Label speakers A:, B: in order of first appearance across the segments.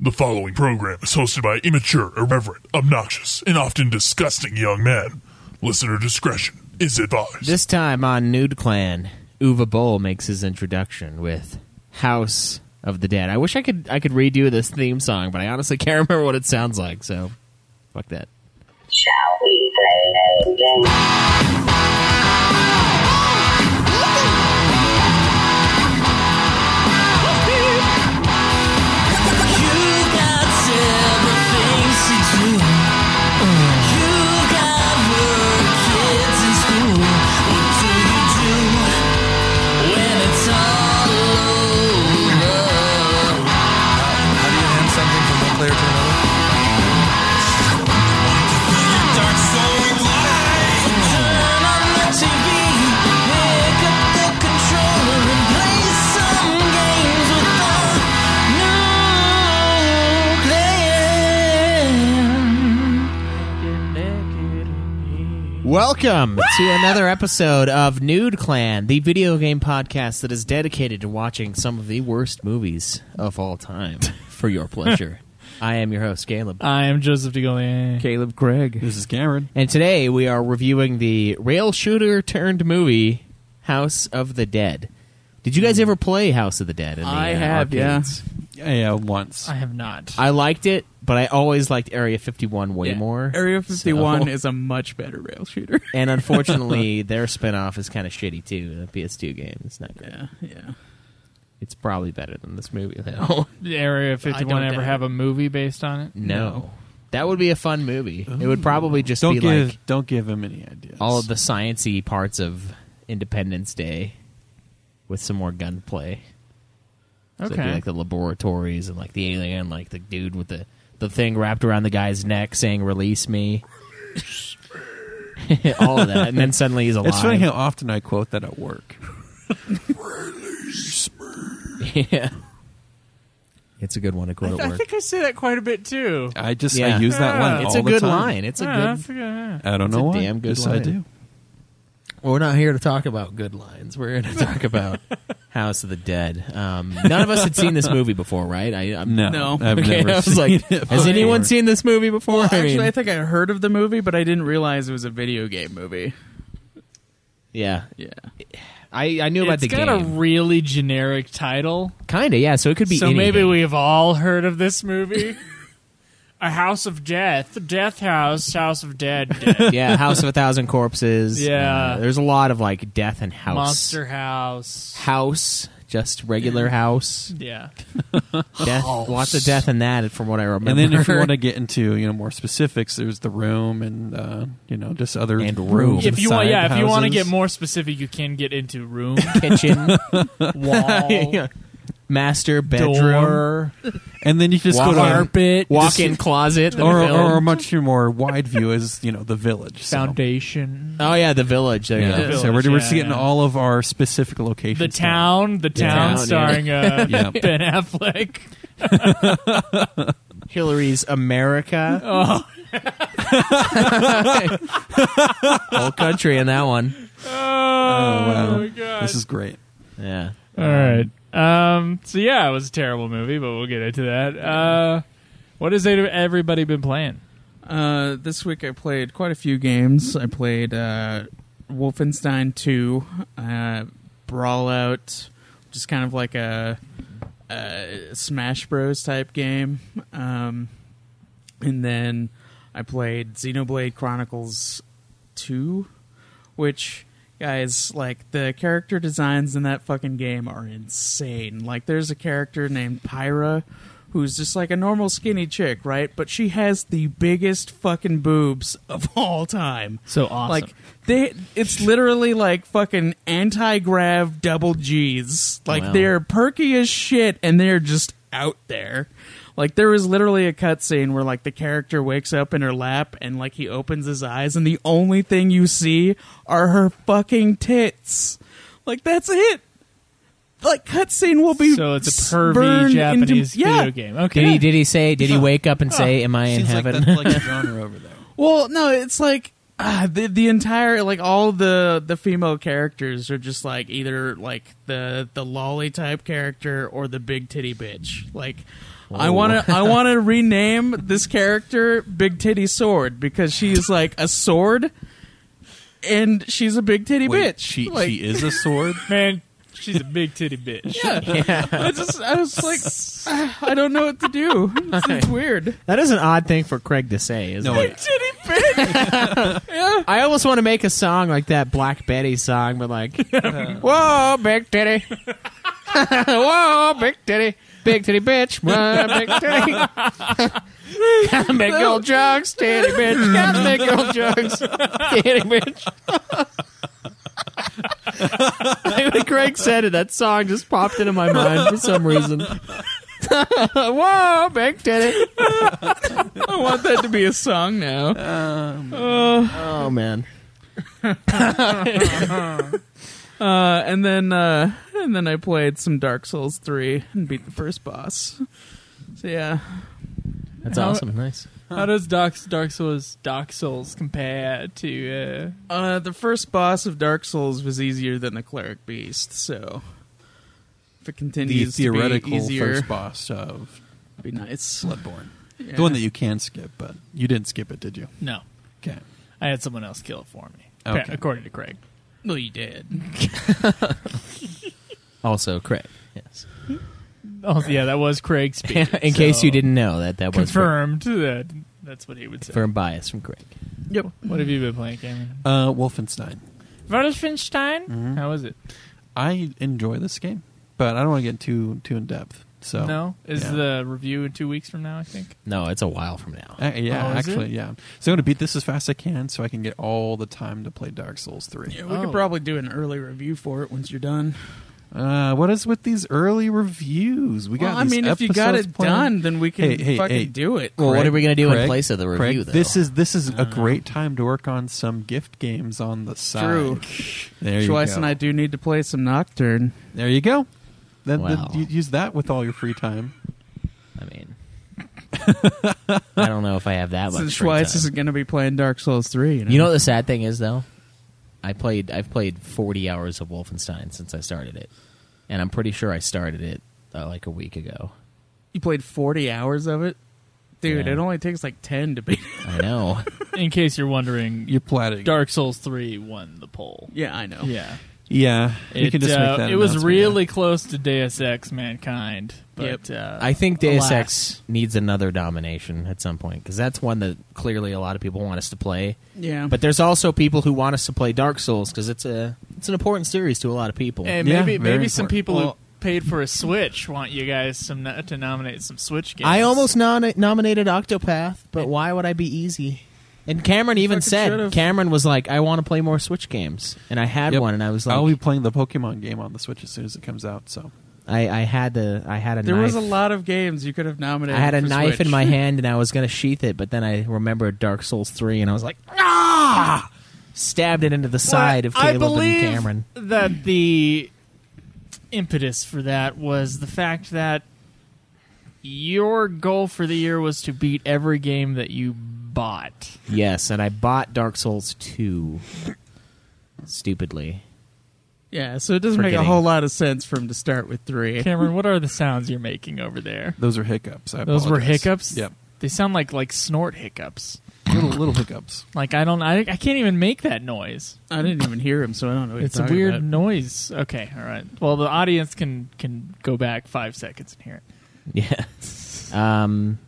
A: The following program is hosted by immature, irreverent, obnoxious, and often disgusting young men. Listener discretion is advised.
B: This time on Nude Clan, Uva Boll makes his introduction with House of the Dead. I wish I could I could redo this theme song, but I honestly can't remember what it sounds like, so fuck that.
C: Shall we play a game?
D: You've got several things to do. You've got work, kids, and school. What do you do when it's all over?
E: How do you hand something from one player to another?
D: Turn on the TV, pick up the controller, and play some games with the new
B: Welcome to another episode of Nude Clan, the video game podcast that is dedicated to watching some of the worst movies of all time for your pleasure. I am your host, Caleb.
F: I am Joseph DeGolier.
B: Caleb Craig.
E: This is Cameron.
B: And today we are reviewing the rail shooter turned movie House of the Dead. Did you guys ever play House of the Dead? In the,
F: I
B: uh,
F: have, yeah.
B: arcades?
E: Yeah, yeah, once.
F: I have not.
B: I liked it, but I always liked Area 51 way
F: Yeah.
B: more.
F: Area 51
B: So-
F: is a much better rail shooter.
B: And unfortunately, their spinoff is kind of shitty too. The PS2 game. It's not great.
F: yeah, yeah.
B: It's probably better than this movie, though.
G: Did Area 51
F: doubt
G: ever
F: it.
G: have a movie based on it?
B: no. That would be a fun movie. It
F: Oh.
B: would probably just
E: Don't
B: be
E: give
B: like
E: don't give him any ideas.
B: all of the sciency parts of Independence Day with some more gunplay. So it'd be
G: Okay.
B: like the laboratories and like the alien, like the dude with the the thing wrapped around the guy's neck saying "Release me." All of that, and then suddenly he's alive.
E: It's funny how often I quote that at work.
B: yeah, it's a good one to
F: I,
B: quote
F: I
B: at work.
F: think I say that quite a bit too.
E: I just
B: Yeah.
E: I use that line.
B: It's
E: all
B: a
E: the
B: good
E: time.
B: line. It's a
G: Yeah,
B: good.
G: that's a good- yeah.
E: I don't
B: It's
E: know
B: a
E: why.
B: damn good
E: yes, I
B: line.
E: do.
B: Well, we're not here to talk about good lines. We're here to talk about House of the Dead. Um, none of us had seen this movie before, right? I, I'm,
E: No,
F: No.
E: I've
B: okay,
E: never
B: I was
E: seen
B: like,
E: it
B: has
E: before.
B: anyone seen this movie before? I
F: Actually,
B: mean-
F: I think I heard of the movie, but I didn't realize it was a video game movie.
B: yeah,
F: Yeah.
B: I, I knew about
G: It's
B: the
G: got
B: game.
G: a really generic title,
B: kind of, yeah. So it could be.
G: so
B: anything.
G: maybe we've all heard of this movie. a House of Death, Death House, House of Dead, Dead.
B: yeah, House of a Thousand Corpses.
G: Yeah.
B: Uh, there's a lot of like death and house.
G: Monster House.
B: House, just regular house.
G: Yeah,
B: Death,
F: Oh.
B: lots of death in that, from what I remember.
E: And then if you want to get into you know more specifics, there's the room and uh, you know just other
B: And room.
G: if you want,
E: side
G: yeah, if you want to
E: houses.
G: get more specific, you can get into room,
B: kitchen,
G: wall,
B: master bedroom,
G: door.
E: and then you just go to
G: carpet,
B: walk-in closet, the
E: or,
B: film.
E: or a much more wide view is you know the village so.
G: foundation,
B: oh yeah, the village. There
E: Yeah.
B: you go.
G: The
E: so we're,
G: village,
E: we're
G: yeah,
E: just getting
G: yeah.
E: all of our specific locations.
G: the
E: now.
G: town, the town,
B: town, yeah.
G: starring uh,
E: Yeah.
G: Ben Affleck.
B: Hillary's America. Oh. Whole country in that one.
E: Oh, wow.
G: my God.
E: This is great.
B: Yeah.
G: All right. Um. So yeah, it was a terrible movie, but we'll get into that. Uh, what has everybody been playing?
F: Uh, this week I played quite a few games. I played uh, Wolfenstein 2, uh, Brawl Out, which is kind of like a, a Smash Bros. type game. Um, and then I played Xenoblade Chronicles 2, which. Guys, like the character designs in that fucking game are insane. Like, there's a character named Pyra who's just like a normal skinny chick, right? But she has the biggest fucking boobs of all time.
G: So awesome.
F: Like they it's literally like fucking anti-grav double G's. Like
B: Wow.
F: they're perky as shit and they're just out there. Like there was literally a cutscene where like the character wakes up in her lap and like he opens his eyes and the only thing you see are her fucking tits. Like that's it. Like cutscene will be
G: so it's a pervy
F: burned into-
G: Japanese
F: yeah.
G: video game. Okay.
B: Did he? Did he say? Did he wake up and say, "Am I in heaven"?
E: like a genre over there.
F: Well, no, it's like ah, the the entire like all the the female characters are just like either like the the lolly type character or the big titty bitch. Like I want to I want to rename this character Big Titty Sword because she's like a sword and she's a big titty bitch.
E: She,
F: Like,
E: she is a sword.
G: Man, she's a big titty bitch.
F: I just I was like I don't know what to do. It seems weird.
B: That is an odd thing for Craig to say, isn't
E: No,
B: it?
E: it-
F: Titty bitch.
B: I almost want to make a song like that Black Betty song, but like, whoa, big titty. whoa, big titty. Big titty bitch. Whoa, big titty. Gotta make old jokes, titty bitch. Gotta make old jokes, titty bitch. when Craig said it, that song just popped into my mind for some reason. whoa, big titty.
F: I want that to be a song now.
B: Oh, man.
F: Uh, and then uh, and then I played some Dark Souls 3 and beat the first boss. So yeah.
B: That's
G: How-
B: awesome. Nice.
G: How does Dark, Dark Souls Dark Souls compare to?
F: Uh, the first boss of Dark Souls was easier than the Cleric Beast, so if it
E: the
F: continues to be
E: theoretical
F: easier,
E: first boss of
F: it'd be nice.
E: Bloodborne.
F: Yeah.
E: The one that you can skip, but you didn't skip it, did you?
G: No,
E: Okay.
G: I had someone else kill it for me.
E: Okay.
G: appa- According to Craig.
F: no, you did.
B: Also, Craig. Yes.
G: Oh yeah, that was Craig
B: In
G: speaking.
B: case
G: so
B: you didn't know that that was Craig.
G: confirmed that that's what he would say.
B: confirmed bias from Craig.
F: Yep.
G: What have you been playing, Cameron?
E: Uh, Wolfenstein.
G: Wolfenstein.
E: Mm-hmm.
G: How is it?
E: I enjoy this game, but I don't want to get too too in depth. So
G: No, is
E: Oh, Yeah.
G: the review in two weeks from now? I think.
B: No, it's a while from now.
E: Uh, yeah,
G: Oh, is
E: actually,
G: it?
E: yeah. So I'm gonna beat this as fast as I can, so I can get all the time to play Dark Souls three.
F: Yeah, we
G: Oh.
F: could probably do an early review for it once you're done.
E: Uh, what is with these early reviews? We got.
F: Well, I
E: these
F: mean, if you got
E: episodes
F: it
E: planned.
F: done, then we can
E: Hey, hey,
F: fucking
E: hey.
F: do it.
B: Well, what
E: Craig-
B: are we gonna do in
E: Craig-
B: place of the
E: Craig,
B: review? Though
E: This is this is
G: Uh-huh.
E: a great time to work on some gift games on the side.
F: True.
E: There you
F: Joyce
E: go.
F: and I do need to play some Nocturne.
E: There you go. Then, then
B: Wow.
E: you use that with all your free time.
B: I mean, I don't know if I have that much.
F: Since
B: free
F: Schweiss
B: time.
F: isn't going to be playing Dark Souls 3. You know?
B: you know what the sad thing is though? I played. I've played forty hours of Wolfenstein since I started it, and I'm pretty sure I started it uh, like a week ago.
F: you played 40 hours of it? Dude,
B: Yeah.
F: it only takes like 10 to beat it.
B: I know.
G: In case you're wondering,
E: You're platting.
G: Dark Souls Three won the poll.
F: Yeah, I know.
G: Yeah,
E: Yeah, you
G: It,
E: can just
G: uh,
E: make that.
G: it was
E: announcement,
G: really close to Deus Ex Mankind, but uh,
B: I think Deus
G: alas.
B: Ex needs another domination at some point because that's one that clearly a lot of people want us to play.
F: Yeah.
B: But there's also people who want us to play Dark Souls because it's a it's an important series to a lot of people.
G: And
E: Yeah,
G: maybe
E: very
G: maybe some
E: important.
G: people
F: Well-
G: who paid for a Switch want you guys some to nominate some Switch games.
B: I almost nom- nominated Octopath, but why would I be easy? And Cameron even
F: fucking
B: said
F: should've.
B: Cameron was like, "I want to play more Switch games," and I had
E: Yep.
B: one, and I was like,
F: Oh,
E: I'll be playing the Pokemon game on the Switch as soon as it comes out. So
B: I, "I had the I had a
F: There
B: knife.
F: was a lot of games you could have
B: I
F: nominated.
B: had a
F: for
B: knife
F: Switch.
B: in my hand, and I was gonna sheath it, but then I remembered Dark Souls three, and I was like, ah! Stabbed it into the side of
G: Well, I
B: Caleb
G: believe
B: and Cameron.
G: That the impetus for that was the fact that your goal for the year was to beat every game that you bought.
B: Yes, and I bought Dark Souls two. Stupidly,
F: Yeah, so it doesn't make
B: Forgetting.
F: a whole lot of sense for him to start with three.
G: Cameron, what are the sounds you're making over there?
E: those are hiccups. I
G: Those were
E: apologize.
G: hiccups.
E: Yep,
G: They sound like like snort hiccups.
E: little little hiccups.
G: Like I don't I, I can't even make that noise.
F: I didn't even hear him, so I don't know. What
G: It's a
F: he's talking
G: weird
F: about.
G: noise. Okay, all right. Well, the audience can can go back five seconds and hear it.
B: yeah, um,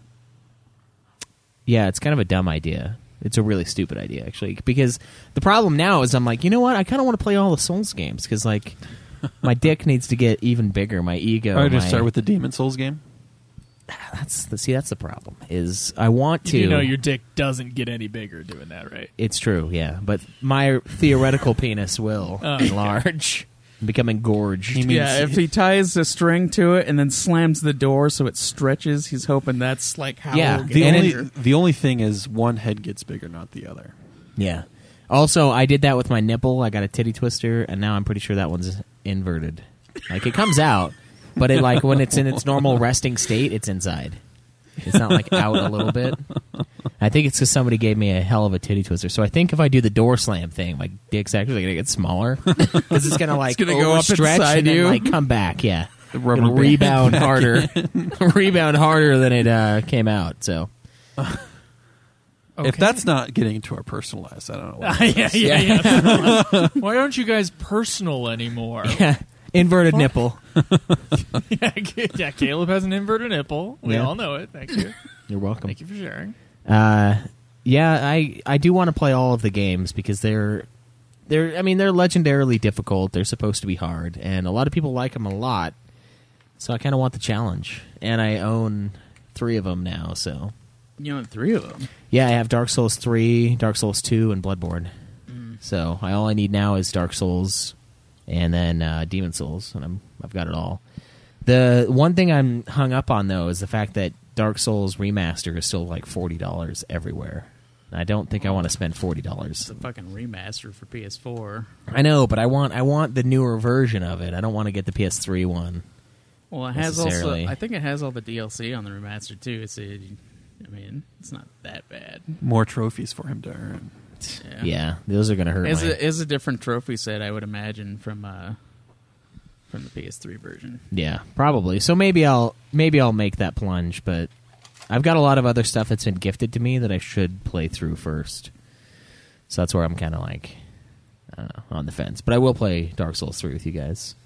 B: yeah, it's kind of a dumb idea. It's a really stupid idea, actually, because the problem now is I'm like, you know what? I kind of want to play all the Souls games because like my dick needs to get even bigger. My ego.
E: All right, just
B: Oh, my-
E: start with the Demon Souls game.
B: that's the see that's the problem is I want to.
G: You do know your dick doesn't get any bigger doing that, right?
B: It's true, yeah, but my theoretical penis will enlarge, become engorged.
F: Yeah, if he ties a string to it and then slams the door so it stretches, he's hoping that's like how.
B: Yeah,
F: it'll get
E: The
B: And
E: only
F: bigger.
E: the only thing is one head gets bigger, not the other.
B: Yeah. Also, I did that with my nipple. I got a titty twister, and now I'm pretty sure that one's inverted. Like it comes out, but it like when it's in its normal resting state, it's inside. It's not like out a little bit. I think it's because somebody gave me a hell of a titty twister. So I think if I do the door slam thing, my dick's actually gonna get smaller because it's gonna like
F: gonna go up
B: overstretch
F: inside
B: and then,
F: you.
B: like come back. Yeah,
E: rubber
B: It'll
E: band.
B: rebound harder, rebound harder than it uh, came out. So
E: If that's not getting into our personal lives, I don't know. What
G: yeah, yeah, yeah. Why aren't you guys personal anymore?
B: inverted nipple.
G: yeah, yeah, Caleb has an inverted nipple. We
B: Yeah.
G: all know it. Thank you.
B: You're welcome.
G: Thank you for sharing.
B: Uh, yeah, I I do want to play all of the games because they're they're I mean they're legendarily difficult. They're supposed to be hard, and a lot of people like them a lot. So I kind of want the challenge, and I own three of them now. So
F: You know, three of them.
B: yeah, I have Dark Souls three, Dark Souls two, and Bloodborne. So I, all I need now is Dark Souls, and then uh, Demon Souls, and I'm I've got it all. The one thing I'm hung up on though is the fact that Dark Souls remaster is still like forty dollars everywhere. And I don't think I want to spend forty dollars.
F: It's a fucking remaster for PS4.
B: I know, but I want I want the newer version of it. I don't want to get the PS3 one.
F: Well, it has also.
B: Necessarily.
F: I think it has all the DLC on the remaster too. It's a, I mean, it's not that bad.
E: more trophies for him to earn.
B: Yeah, those are gonna hurt.
F: Is
B: my-
F: a, is a different trophy set, I would imagine, from uh, from the PS3 version.
B: Yeah, probably. So maybe I'll maybe I'll make that plunge, but I've got a lot of other stuff that's been gifted to me that I should play through first. So that's where I'm kind of like I don't know, on the fence, but I will play Dark Souls 3 with you guys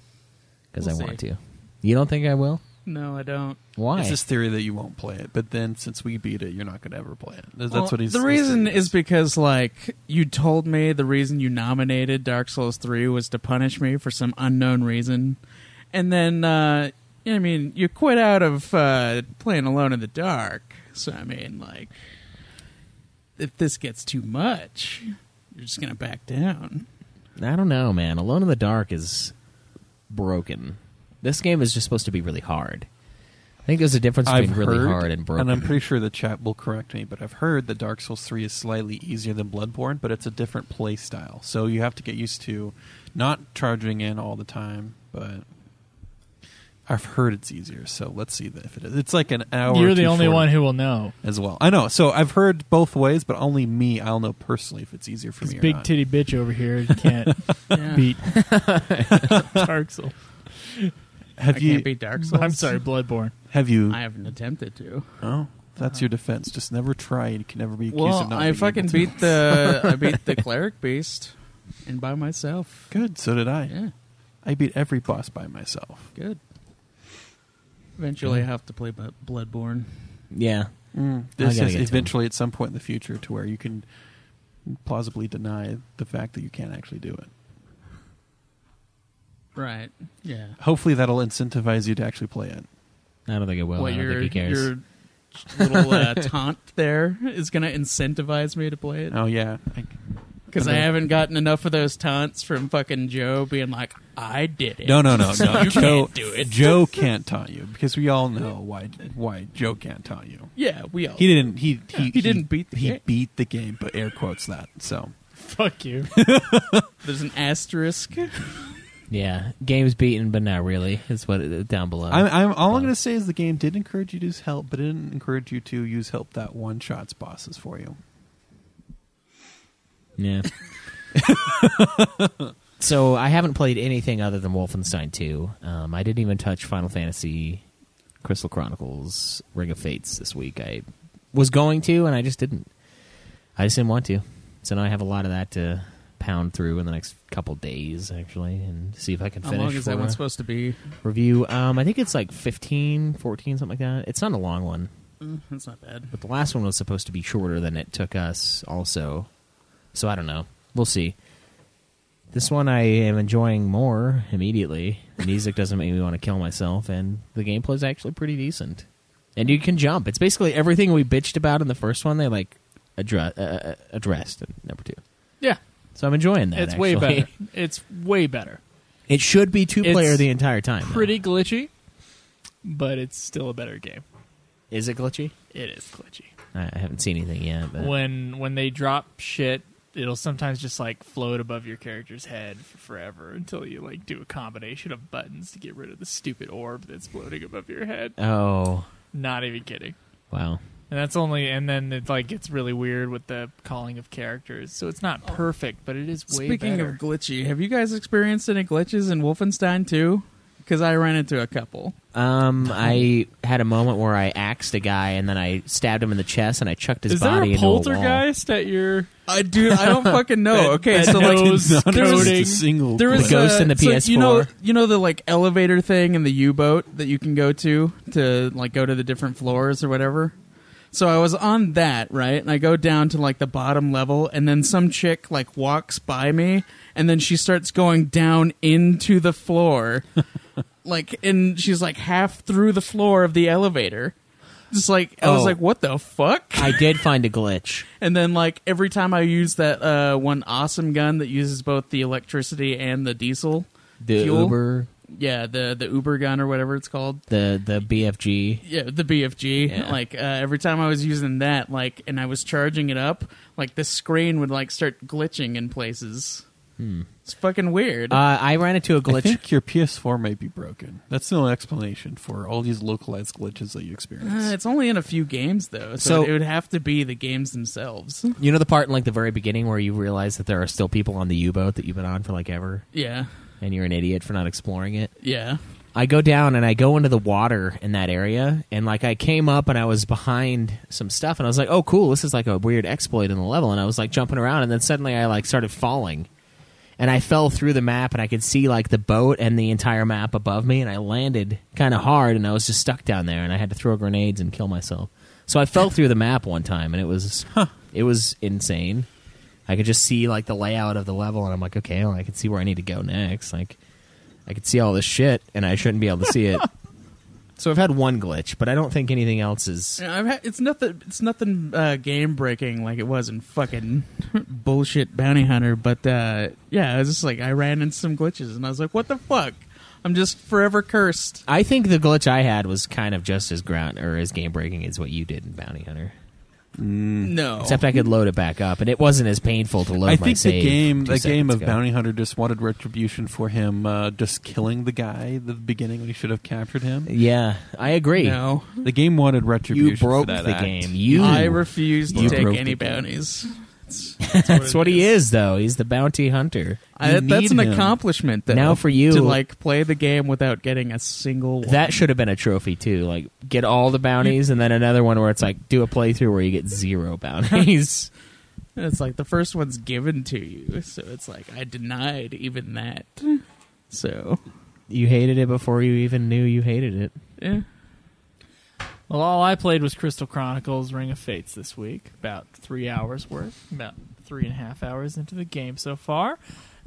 B: because
F: We'll
B: I
F: see.
B: want to. You don't think I will?
F: No, I don't.
B: Why?
E: It's this theory that you won't play it, but then since we beat it, you're not going to ever play it. That's
F: Well,
E: what he's.
F: The
E: his
F: reason
E: theory
F: is because like you told me the reason you nominated Dark Souls Three was to punish me for some unknown reason, and then uh, I mean you quit out of uh, playing Alone in the Dark. So I mean like if this gets too much, you're just gonna back down.
B: I don't know, man. Alone in the Dark is broken. This game is just supposed to be really hard. I think there's a difference between
E: I've
B: really
E: heard,
B: hard and broken.
E: I'm pretty sure the chat will correct me, but I've heard that Dark Souls 3 is slightly easier than Bloodborne, but it's a different play style. So you have to get used to not charging in all the time, but I've heard it's easier. So let's see if it is. It's like an
B: Oh,
E: hour.
G: You're
E: or
G: the
E: two
G: only
E: shorter
G: one who will know.
E: as well. I know. So I've heard both ways, but only me. I'll know personally if it's easier for
G: This
E: me. or
G: big
E: not.
G: titty bitch over here can't
F: Yeah.
G: beat Dark Souls.
E: Have
F: I
E: you?
F: can't beat Dark Souls.
G: I'm sorry, Bloodborne.
E: have you?
F: I haven't attempted to.
E: oh, that's your defense. Just never try. You can never be accused of
F: Well,
E: not.
F: I
E: being able
F: fucking
E: to.
F: beat the I beat the cleric beast, and by myself.
E: Good. So did I.
F: Yeah,
E: I beat every boss by myself.
F: good. Eventually, I have to play Bu- Bloodborne.
B: yeah.
E: This
B: gotta
E: is
B: get to
E: eventually at some point in the future to where you can plausibly deny the fact that you can't actually do it.
F: Right. Yeah.
E: Hopefully, that'll incentivize you to actually play it.
B: I don't think it will.
F: what
B: I don't
F: your
B: think he cares.
F: your little uh, taunt there is going to incentivize me to play it
E: Oh yeah, I,
F: because I haven't gotten enough of those taunts from fucking Joe being like, "I did it."
E: no, no, no, no.
F: you
E: Joe,
F: can't do it.
E: Joe can't taunt you because we all know why. Why Joe can't taunt you?
F: Yeah, we all.
E: He didn't. He he,
F: he didn't beat the
E: he
F: game.
E: beat the game, but air quotes that. So
G: Fuck you.
F: There's an asterisk.
B: Yeah, game's beaten, but not really. Is what it, down below.
E: I'm, I'm all I'm going to say is the game did encourage you to use help, but it didn't encourage you to use help that one shots bosses for you.
B: yeah. so I haven't played anything other than Wolfenstein 2. Um, I didn't even touch Final Fantasy, Crystal Chronicles, Ring of Fates this week. I was going to, and I just didn't. I just didn't want to. So now I have a lot of that to pound through in the next couple days, actually, and see if I can
F: How
B: finish.
F: long is
B: for
F: that one
B: a
F: supposed to be?
B: review. Um, I think it's like 15, 14, something like that. It's not a long one.
F: Mm, That's not bad.
B: But the last one was supposed to be shorter than it took us, also. So I don't know. We'll see. This one I am enjoying more immediately. The music doesn't make me want to kill myself, and the gameplay's actually pretty decent. And you can jump. It's basically everything we bitched about in the first one. They like address, uh, addressed in number two.
G: Yeah,
B: So I'm enjoying that.
G: it's way
B: actually.
G: better. It's way better.
B: It should be two
G: It's
B: player the entire time. though.
G: Pretty glitchy, but it's still a better game.
B: Is it glitchy?
G: It is glitchy.
B: I I haven't seen anything yet. But
G: when when they drop shit it'll sometimes just like float above your character's head for forever until you like do a combination of buttons to get rid of the stupid orb that's floating above your head
B: oh
G: not even kidding
B: wow.
G: and that's only and then it like gets really weird with the calling of characters so it's not
B: Oh.
G: perfect but it is way
F: Speaking
G: better.
F: of glitchy, have you guys experienced any glitches in Wolfenstein 2? because I ran into a couple.
B: Um, I had a moment where I axed a guy and then I stabbed him in the chest and I chucked his
G: Is there
B: body
G: a
B: into a wall.
G: poltergeist at your
F: I dude, I don't fucking know. Okay,
G: that
F: so like
G: knows
E: Not
F: there was
E: just a
G: coding?
E: single.
F: there
B: The
F: was
B: ghost
F: a,
B: in the
F: so
B: PS4.
F: You know, you know the like elevator thing in the U boat that you can go to to like go to the different floors or whatever. So I was on that right, and I go down to like the bottom level, and then some chick like walks by me, and then she starts going down into the floor, like, and she's like half through the floor of the elevator. Just like I
B: Oh.
F: was like, what the fuck?
B: I did find a glitch.
F: And then like every time I use that uh, one awesome gun that uses both the electricity and the diesel
B: The
F: fuel.
B: Uber,
F: Yeah, the the Uber gun or whatever it's called.
B: the the BFG.
F: Yeah, the BFG.
B: Yeah.
F: Like uh, every time I was using that, like, and I was charging it up, like the screen would like start glitching in places. It's fucking weird.
B: Hmm. Uh, I ran into a
E: I
B: glitch.
E: think your PS4 might be broken. That's the only explanation for all these localized glitches that you
F: Uh,
E: experience.
F: it's only in a few games though, so,
B: So-
F: it would have to be the games themselves.
B: You know the part in like the very beginning where you realize that there are still people on the U boat that you've been on for like ever,
F: Yeah,
B: and you're an idiot for not exploring it.
F: yeah.
B: I go down and I go into the water in that area, and like I came up and I was behind some stuff, and I was like, "Oh, cool! This is like a weird exploit in the level." And I was like jumping around, and then suddenly I like started falling, and I fell through the map, and I could see like the boat and the entire map above me, and I landed kind of hard, and I was just stuck down there, and I had to throw grenades and kill myself. So I fell through the map one time, and it was it was insane. I could just see like the layout of the level, and I'm like, okay, well, I can see where I need to go next, like. I could see all this shit, and I shouldn't be able to see it. so I've had one glitch, but I don't think anything else is.
F: Yeah, I've had, it's nothing. It's nothing uh, game breaking like it was in fucking bullshit bounty hunter. But uh, yeah, I was just like I ran into some glitches and I was like, what the fuck? I'm just forever cursed.
B: I think the glitch I had was kind of just as ground or as game breaking as what you did in Bounty Hunter.
F: No,
B: Hmm. Except I could load it back up, and it wasn't as painful to load my
E: I think the
B: save.
E: game,
B: two
E: the game
B: seconds
E: of
B: ago.
E: Bounty Hunter, just wanted retribution for him uh, just killing the guy at the beginning when he should have captured him.
B: Yeah, I agree.
F: no,
E: The game wanted retribution.
B: You broke
E: for that
B: the
E: act.
B: game. You.
F: I refuse to
E: You
F: take
E: broke
F: any
E: the game.
F: bounties.
B: that's what he is, though. He's the bounty hunter.
F: I,
E: You
F: that's an
E: need him.
F: accomplishment. Though,
B: Now for you-
F: to like play the game without getting a single one.
B: That should have been a trophy too. Like, get all the bounties, and then another one where it's like, do a playthrough where you get zero bounties.
F: And it's like the first one's given to you, so it's like I denied even that. So
B: you hated it before you even knew you hated it.
F: yeah.
G: Well, all I played was Crystal Chronicles Ring of Fates this week. About three hours worth. About three and a half hours into the game so far.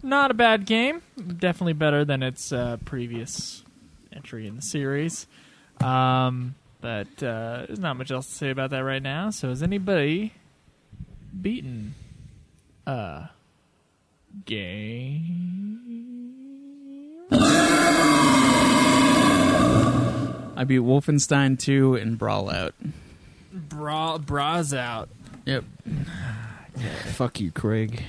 G: Not a bad game. Definitely better than its uh, previous entry in the series. Um, but uh, there's not much else to say about that right now. So has anybody beaten uh game?
F: I beat Wolfenstein 2 and Brawlout.
G: Bra bras out.
F: Yep.
B: Fuck you, Craig.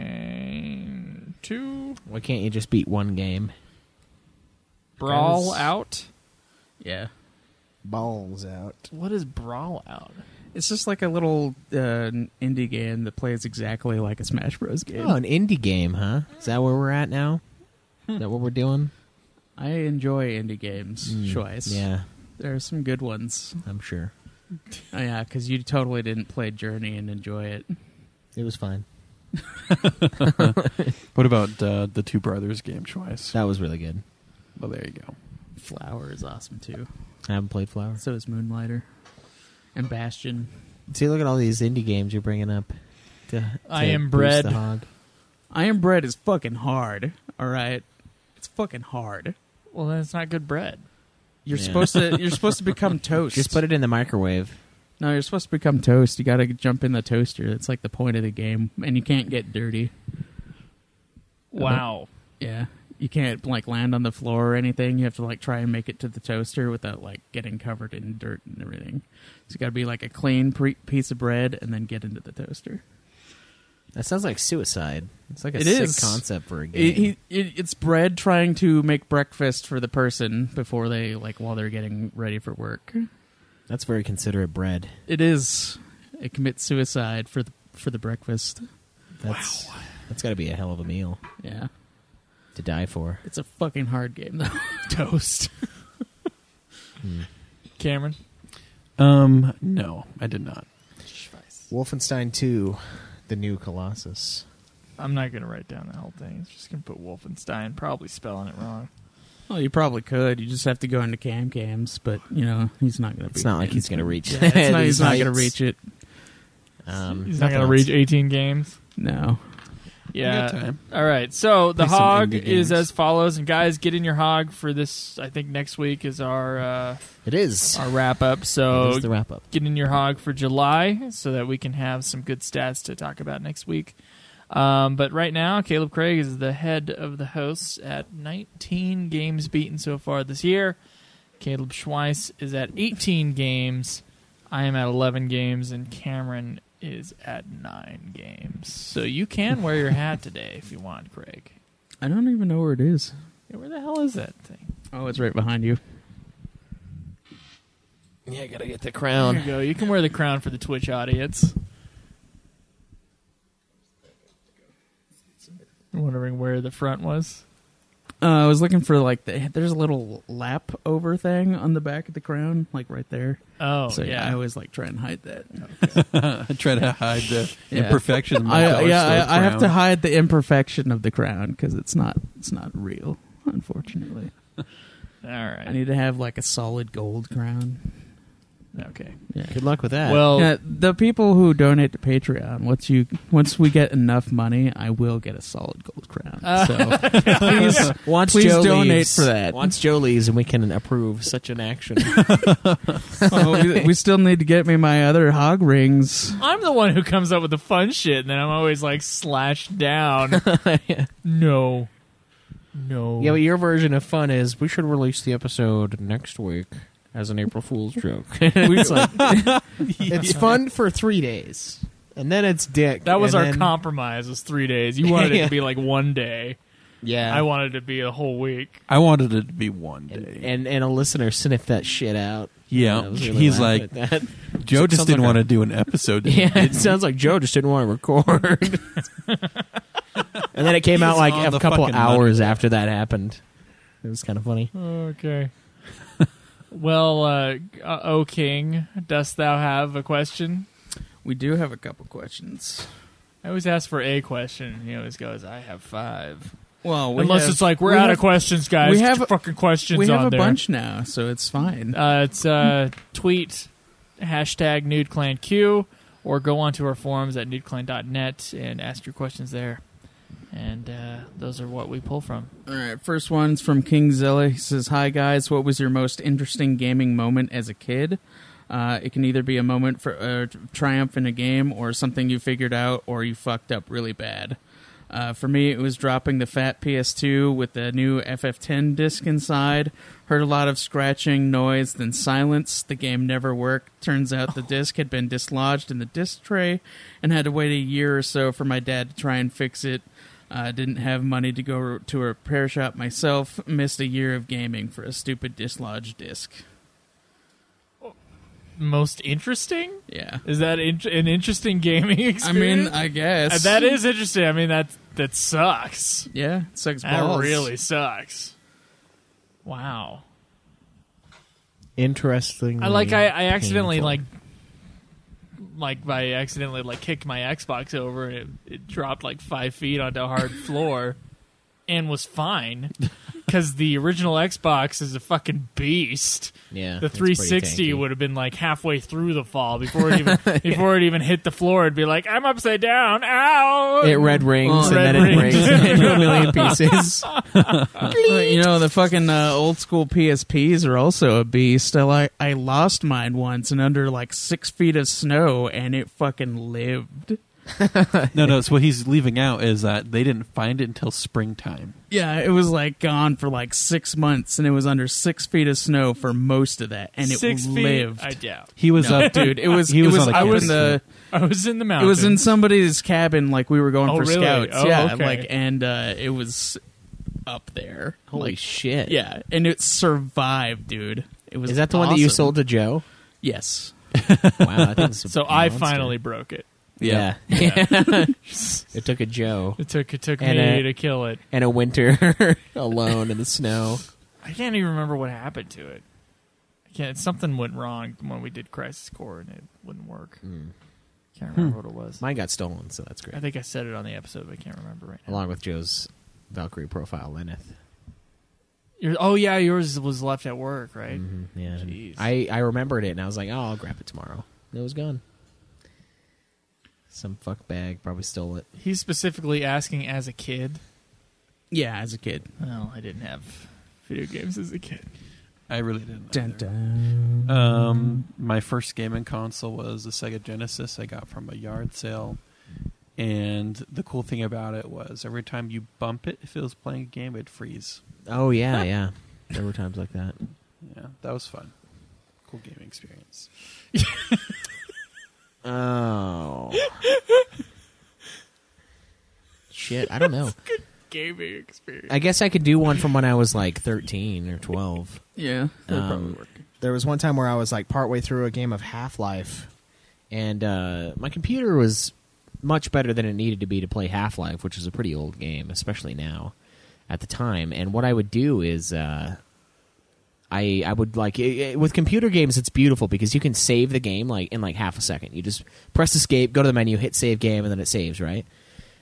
G: Wolfenstein 2
B: Why can't you just beat one game?
G: Brawl
F: Guys.
G: Out.
F: Yeah.
B: Balls out.
G: What is Brawl Out?
F: It's just like a little uh, indie game that plays exactly like a Smash Bros. game.
B: Oh, an indie game, huh? Is that where we're at now? Is that what we're doing?
F: I enjoy indie games,
B: Mm,
F: Schweiss.
B: Yeah,
F: There are some good ones.
B: I'm sure.
F: Oh, yeah, because you totally didn't play Journey and enjoy it.
B: It was fine.
E: What about uh, the Two Brothers game choice?
B: That was really good.
E: Well, there you go.
F: Flower is awesome, too.
B: I haven't played Flower.
F: So is Moonlighter. And Bastion.
B: See, look at all these indie games you're bringing up. to- to
G: I am
B: boost
G: bread.
B: the hog.
F: Iron Bread is fucking hard, alright? It's fucking hard.
G: Well, then it's not good bread.
F: You're
B: Yeah.
F: supposed to you're supposed to become toast.
B: Just put it in the microwave.
F: No, you're supposed to become toast. You got to jump in the toaster. That's like the point of the game, and you can't get dirty.
G: Uh-huh. Wow.
F: Yeah, you can't like land on the floor or anything. You have to like try and make it to the toaster without like getting covered in dirt and everything. So you got to be like a clean pre- piece of bread and then get into the toaster.
B: That sounds like suicide. It's like a
F: It
B: sick
F: is.
B: concept for a game.
F: It, he- it, it's bread trying to make breakfast for the person before they like while they're getting ready for work.
B: That's very considerate bread.
F: It is. It commits suicide for the for the breakfast.
B: That's, wow. That's got to be a hell of a meal
F: Yeah.
B: to die for.
F: It's a fucking hard game though.
G: Toast.
F: Hmm.
G: Cameron.
E: Um, no, I did not.
B: Wolfenstein 2, The New Colossus.
G: I'm not gonna write down the whole thing. It's just gonna put Wolfenstein, probably spelling it wrong.
F: well, you probably could. You just have to go into cam cams, but you know he's not gonna.
B: It's
F: be-
B: not like he's going to reach
F: Yeah, it's not, he's not gonna
B: heights.
F: reach it. Hmm.
B: Um,
G: He's not
B: nothing
G: gonna
B: else.
G: reach 18 games.
F: No.
E: got
G: Yeah.
E: time.
G: All right. So the
F: Play some
G: hog
F: indie
G: is
F: games.
G: as follows, and guys, get in your hog for this. I think next week is our uh,
B: It is.
G: our wrap up.
B: It
G: So
B: is the wrap up.
G: get in your hog for July, so that we can have some good stats to talk about next week. Um, but right now, Caleb Craig is the head of the hosts at 19 games beaten so far this year. Caleb Schweiss is at 18 games. I am at 11 games, and Cameron is at nine games. So you can wear your hat today if you want, Craig.
F: I don't even know where it is.
G: Yeah, where the hell is that thing?
F: Oh, it's right behind you.
B: Yeah, gotta get the
G: There
B: crown.
G: you go. You can wear the crown for the Twitch audience. I'm wondering where the front was.
F: Uh, I was looking for like the, there's a little lap over thing on the back of the crown, like right there.
G: Oh,
F: so
G: yeah.
F: I always like try and hide that.
E: I try to hide the
F: Yeah.
E: imperfection. Of my
F: I,
E: dollar
F: yeah,
E: store
F: I, I have to
E: crown.
F: hide the imperfection of the crown because it's not it's not real, unfortunately.
G: All right.
F: I need to have like a solid gold crown.
G: okay.
B: Good luck with that.
G: Well,
F: Yeah, the people who donate to Patreon, once you once we get enough money, I will get a solid gold crown. so please,
B: once
F: please
B: Joe
F: donate
B: leaves-
F: for that.
B: Once Joe leaves and we can approve such an action.
F: oh, we, we still need to get me my other hog rings.
G: I'm the one who comes up with the fun shit, and then I'm always like slashed down. No. No.
B: yeah, but your version of fun is we should release the episode next week as an April Fool's joke. it's like, it's fun for three days. And then it's dick.
G: that was
B: and
G: our
B: then-
G: compromise. Was three days. You wanted it
B: Yeah.
G: to be like one day.
B: Yeah.
G: I wanted it to be a whole week.
E: I wanted it to be one day.
B: and, and and a listener sniffed that shit out.
E: yeah,
B: And I was really
E: he's
B: laughing
E: like,
B: at that.
E: Joe just
B: sounds
E: didn't
B: like
E: want
B: a-
E: to do an episode. did he?"
B: yeah. It sounds like Joe just didn't want to record. and then it came out
E: He's
B: like
E: on
B: a
E: the
B: couple
E: fucking
B: hours after that happened. It was kind of funny.
G: Okay. well, uh, uh, O King, dost thou have a question?
F: We do have a couple questions.
G: I always ask for a question. and He always goes, "I have five.
F: Well, we
G: Unless
F: have-
G: it's like we're
F: we
G: out
F: have-
G: of questions, guys.
F: we
G: Get
F: have-
G: your fucking questions
F: We have
G: on
F: a
G: there.
F: bunch now, so it's fine.
G: Uh, it's uh, tweet hashtag NudeClanQ or go onto our forums at nudeclan.net and ask your questions there. And uh, those are what we pull from.
F: All right, first one's from Kingzilla. He says, "Hi guys, what was your most interesting gaming moment as a kid? Uh, it can either be a moment for uh, triumph in a game, or something you figured out, or you fucked up really bad. Uh, for me, it was dropping the fat PS2 with the new FF10 disc inside. Heard a lot of scratching, noise, then silence. The game never worked. Turns out the disc had been dislodged in the disc tray, and had to wait a year or so for my dad to try and fix it." Uh, didn't have money to go to a repair shop myself. Missed a year of gaming for a stupid dislodged disc.
G: Most interesting?
F: Yeah.
G: Is that in- an interesting gaming
F: I
G: experience? Uh,
F: mean, uh, I guess.
G: that is interesting. I mean, that that sucks.
F: Yeah, it sucks
G: That
F: balls.
G: really sucks. Wow.
B: Interesting.
G: I like I, I accidentally like like by accidentally like kicked my Xbox over and it, it dropped like five feet onto a hard floor and was fine because the original Xbox is a fucking beast.
B: yeah,
G: The
B: it's pretty
G: 360
B: tanky.
G: would have been like halfway through the fall before it even before it even hit the floor. It'd be like I'm upside down. Ow!
B: It red rings
F: Well,
B: and
G: Oh, red
B: then
G: rings.
B: it breaks into a million pieces.
F: Uh, you know, the fucking uh, old school PSPs are also a beast. I like I lost mine once and under like six feet of snow, and it fucking lived.
E: No, no. So what he's leaving out is that they didn't find it until springtime.
F: Yeah, it was like gone for like six months, and it was under six feet of snow for most of that, and it
G: six
F: lived.
G: feet. I doubt.
E: He was up,
F: Dude, it was
E: He
F: it
E: was
F: was
E: on a
F: up
E: campus.
F: in the
G: I was in the
F: It
G: mountain.
F: was in somebody's cabin, like we were going
G: Oh,
F: for
G: really?
F: scouts.
G: Oh,
F: yeah,
G: okay.
F: like and uh, it was up there.
B: Holy
F: Like,
B: shit!
F: yeah, and it survived, dude. It was.
B: is that the one that you
F: awesome.
B: sold to Joe?
F: Yes.
B: Wow, I think
G: So I finally broke it.
B: Yeah. it took a Joe
G: It took it took
B: And,
G: me
B: uh,
G: to kill it.
B: and a winter alone in the snow.
G: I can't even remember what happened to it. I can't. Something went wrong when we did Crisis Core and it wouldn't work. Can't remember what it was.
B: Mine got stolen, so that's
G: I
B: great.
G: think I said it on the episode, but I can't remember right now.
B: Along with Joe's Valkyrie profile, Lenneth.
G: Your- oh yeah, yours was left at work, right?
B: Yeah.
G: Jeez.
B: I, I remembered it and I was like, oh, I'll grab it tomorrow. And it was gone. Some fuck bag probably stole it.
G: He's specifically asking as a kid.
F: Yeah, as a kid.
G: Well, I didn't have video games as a kid.
E: I really didn't.
F: Dun,
E: either.
F: dun.
E: Um, my first gaming console was a Sega Genesis I got from a yard sale. And the cool thing about it was every time you bump it, if it was playing a game, it'd freeze.
B: Oh, yeah, yeah. There were times like that.
E: Yeah, that was fun. Cool gaming experience.
B: Oh. Shit, I don't know.
G: Gaming experience.
B: I guess I could do one from when I was like 13 or 12.
F: Yeah, that would probably
B: Um,
F: work.
B: There was one time where I was like partway through a game of Half Life, and uh, my computer was much better than it needed to be to play Half Life, which is a pretty old game, especially now at the time. And what I would do is. Uh, I, I would like i i with computer games it's beautiful because you can save the game like in like half a second you just press escape go to the menu hit save game and then it saves right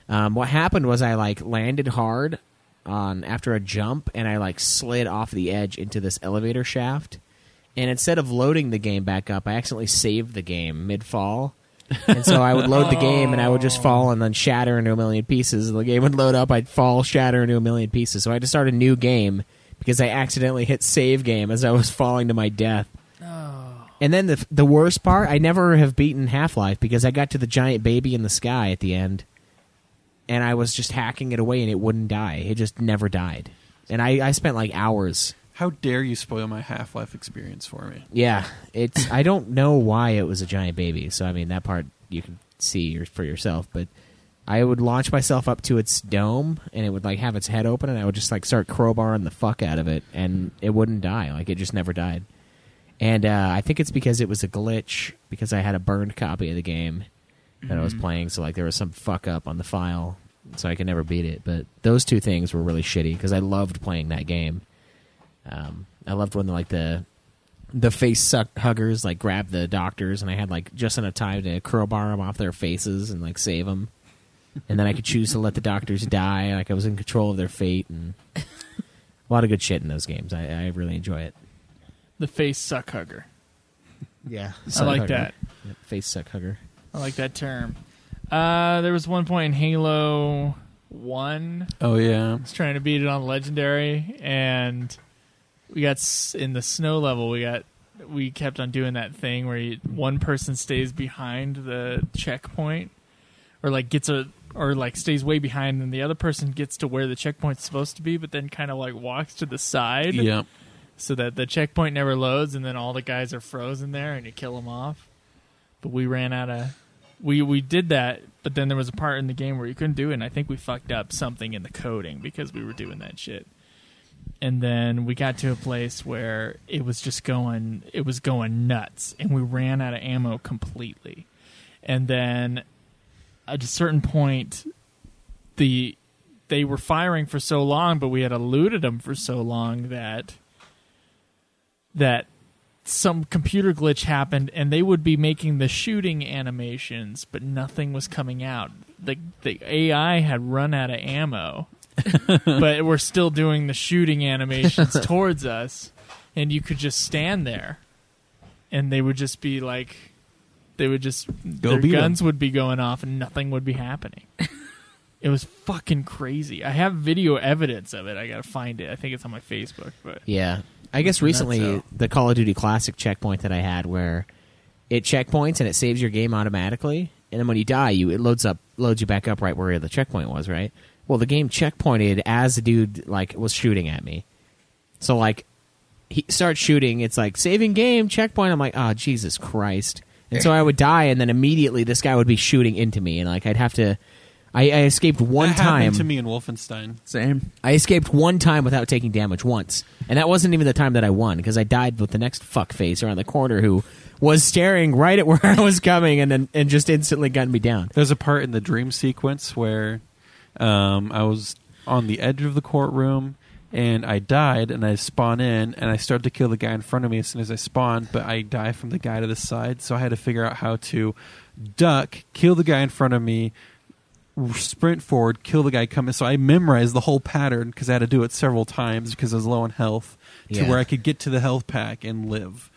B: um, what happened was I like landed hard on after a jump and I like slid off the edge into this elevator shaft. And instead of loading the game back up, I accidentally saved the game mid fall. and so I would load the game and I would just fall and then shatter into a million pieces. The game would load up, I'd fall, shatter into a million pieces. So I had to start a new game because I accidentally hit save game as I was falling to my death. And then the the worst part, I never have beaten Half Life because I got to the giant baby in the sky at the end, and I was just hacking it away and it wouldn't die. It just never died, and I, I spent like hours.
E: How dare you spoil my Half Life experience for me?
B: Yeah, it's I don't know why it was a giant baby. So I mean that part you can see your- for yourself, but. I would launch myself up to its dome, and it would like have its head open, and I would just like start crowbarring the fuck out of it, and it wouldn't die. Like it just never died. And uh, I think it's because it was a glitch because I had a burned copy of the game that I was playing, so like there was some fuck up on the file, so I could never beat it. But those two things were really shitty because I loved playing that game. Um, I loved when like the the face suck huggers like grabbed the doctors, and I had like just enough time to crowbar them off their faces and like save them, and then I could choose to let the doctors die. Like I was in control of their fate, and a lot of good shit in those games. I, I really enjoy it.
G: The face suck hugger.
B: Yeah,
G: I like that.
B: face suck hugger.
G: I like that term. Uh, there was one point in Halo One. I
E: Oh, yeah.
G: was trying to beat it on Legendary, and we got s- in the snow level. We got we kept on doing that thing where you, one person stays behind the checkpoint, or like gets a or like stays way behind, and the other person gets to where the checkpoint's supposed to be, but then kind of like walks to the side,
E: Yeah.
G: so that the checkpoint never loads, and then all the guys are frozen there, and you kill them off. But we ran out of we we did that, but then there was a part in the game where you couldn't do it, and I think we fucked up something in the coding because we were doing that shit. And then we got to a place where it was just going it was going nuts, and we ran out of ammo completely. And then at a certain point, the they were firing for so long, but we had eluded them for so long that that some computer glitch happened and they would be making the shooting animations but nothing was coming out the the AI had run out of ammo but we're still doing the shooting animations towards us and you could just stand there and they would just be like they would just
E: Go
G: their
E: beat 'em.
G: guns would be going off and nothing would be happening it was fucking crazy i have video evidence of it i gotta find it i think it's on my facebook but
B: Yeah. I guess recently
G: so.
B: the Call of Duty Classic checkpoint that I had where it checkpoints and it saves your game automatically and then when you die you it loads up loads you back up right where the checkpoint was, right? Well, the game checkpointed as the dude like was shooting at me. So like he starts shooting, it's like saving game checkpoint. I'm like, "Oh, Jesus Christ." And so I would die and then immediately this guy would be shooting into me and like I'd have to I, I escaped one
E: that
B: time.
E: happened to me in Wolfenstein.
F: Same.
B: I escaped one time without taking damage once, and that wasn't even the time that I won because I died with the next fuck face around the corner who was staring right at where I was coming and then and just instantly gunned me down.
E: There's a part in the dream sequence where um, I was on the edge of the courtroom and I died and I spawn in and I started to kill the guy in front of me as soon as I spawned, but I die from the guy to the side. So I had to figure out how to duck, kill the guy in front of me, r- sprint forward, kill the guy coming. So I memorized the whole pattern because I had to do it several times because I was low on health to
B: Yeah.
E: where I could get to the health pack and live.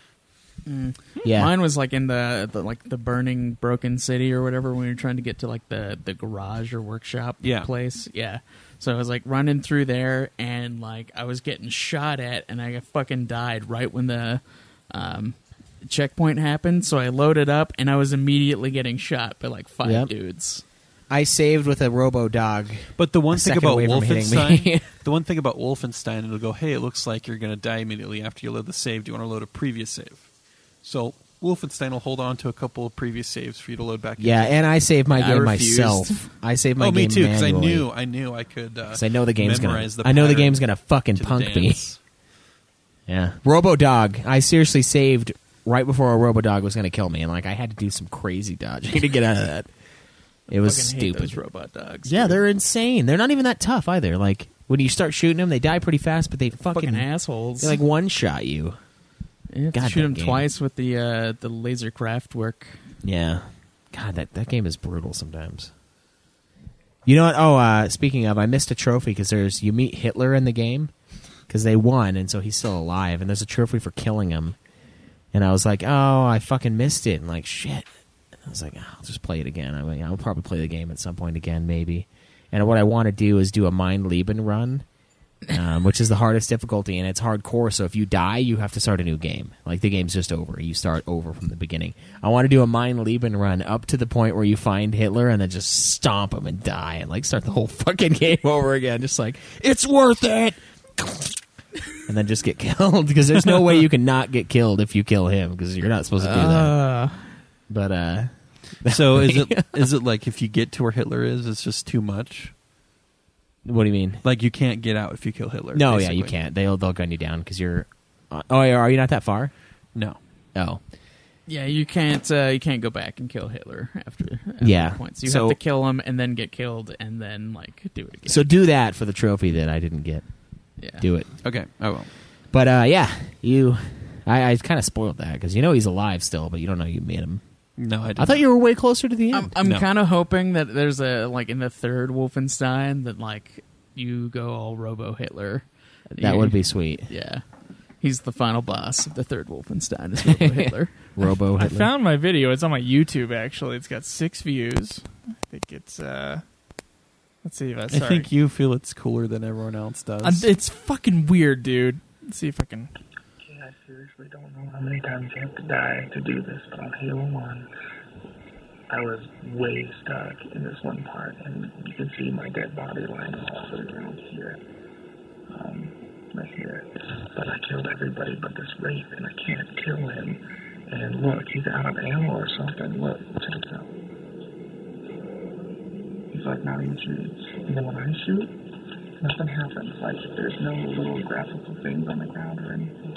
B: Yeah.
F: Mine was like in the, the like the burning broken city or whatever when we were trying to get to like the the garage or workshop
E: Yeah.
F: place. Yeah. So I was like running through there and like I was getting shot at and I fucking died right when the um checkpoint happened. So I loaded up and I was immediately getting shot by like five
B: Yep.
F: dudes.
B: I saved with a robo dog.
E: But the one
B: a
E: thing
B: second
E: about
B: away from hitting me.
E: Wolfenstein, the one thing about Wolfenstein, it'll go, hey, it looks like you're going to die immediately after you load the save. Do you want to load a previous save? So Wolfenstein will hold on to a couple of previous saves for you to load back.
B: Yeah,
E: into.
B: and I saved my
F: I
B: game
F: refused.
B: myself. I saved my
E: oh, me
B: game
E: too, because I
B: manually.
E: knew, I knew I could. Uh,
B: 'Cause I know the game's gonna.
E: memorize
B: I know the
E: pattern
B: game's gonna fucking
E: to the
B: punk me.
E: dance.
B: Yeah. Robo dog. I seriously saved right before a robo dog was gonna kill me, and like I had to do some crazy dodging to get out of that. It was
F: Fucking hate
B: stupid.
F: those robot dogs.
B: Yeah,
F: dude.
B: they're insane. They're not even that tough either. Like when you start shooting them, they die pretty fast, but they fucking,
F: fucking assholes.
B: They like one shot you.
F: You have to
B: Goddamn
F: shoot them
B: game.
F: twice with the uh, the laser craft work.
B: Yeah. God, that that game is brutal sometimes. You know what? Oh, uh, speaking of, I missed a trophy because there's you meet Hitler in the game because they won, and so he's still alive, and there's a trophy for killing him. And I was like, oh, I fucking missed it, and like shit. I was like, "Ah, I'll just play it again. I mean, I'll probably play the game at some point again, maybe. And what I want to do is do a Mind Leben run, um, which is the hardest difficulty, and it's hardcore. So if you die, you have to start a new game. Like the game's just over. You start over from the beginning. I want to do a Mein Leben run up to the point where you find Hitler and then just stomp him and die and like start the whole fucking game over again. Just like it's worth it. And then just get killed because there's no way you can not get killed if you kill him because you're not supposed to do that.
F: Uh,
B: But uh,
E: So is it is it like if you get to where Hitler is, it's just too much?
B: what do you mean?
E: Like you can't get out if you kill Hitler.
B: No, yeah,
E: basically.
B: you can't. They'll they'll gun you down because you're. Uh, oh, yeah, are you not that far?
E: No,
B: Oh,
F: yeah, you can't uh, you can't go back and kill Hitler after, after
B: Yeah.
F: that point. So you
B: So-
F: have to kill him and then get killed and then like do it again.
B: so do that for the trophy that I didn't get.
F: yeah.
B: Do it.
E: okay, I won't.
B: But uh, yeah, you. I, I kind of spoiled that because you know he's alive still, but you don't know you made him.
E: No, I. Didn't.
B: I thought you were way closer to the end.
F: I'm, I'm
E: No.
F: kind of hoping that there's a like in the third Wolfenstein that like you go all Robo Hitler.
B: that
F: You-
B: would be sweet.
F: yeah. He's the final boss of the third Wolfenstein is Robo Hitler.
B: Robo
G: I
B: Hitler.
G: found my video. It's on my YouTube. Actually, it's got six views. I think it's. uh Let's see if I.
E: I
G: Sorry.
E: think you feel it's cooler than everyone else does.
G: Uh, it's fucking weird, dude. Let's see if I can.
H: I seriously don't know how many times you have to die to do this, but on Halo 1, I was way stuck in this one part, and you can see my dead body lying all over the ground here. Um, right here. But I killed everybody but this wraith, and I can't kill him. And look, he's out of ammo or something. Look, check this out. He's like not even shooting. And then when I shoot, nothing happens. Like, there's no little graphical things on the ground or anything.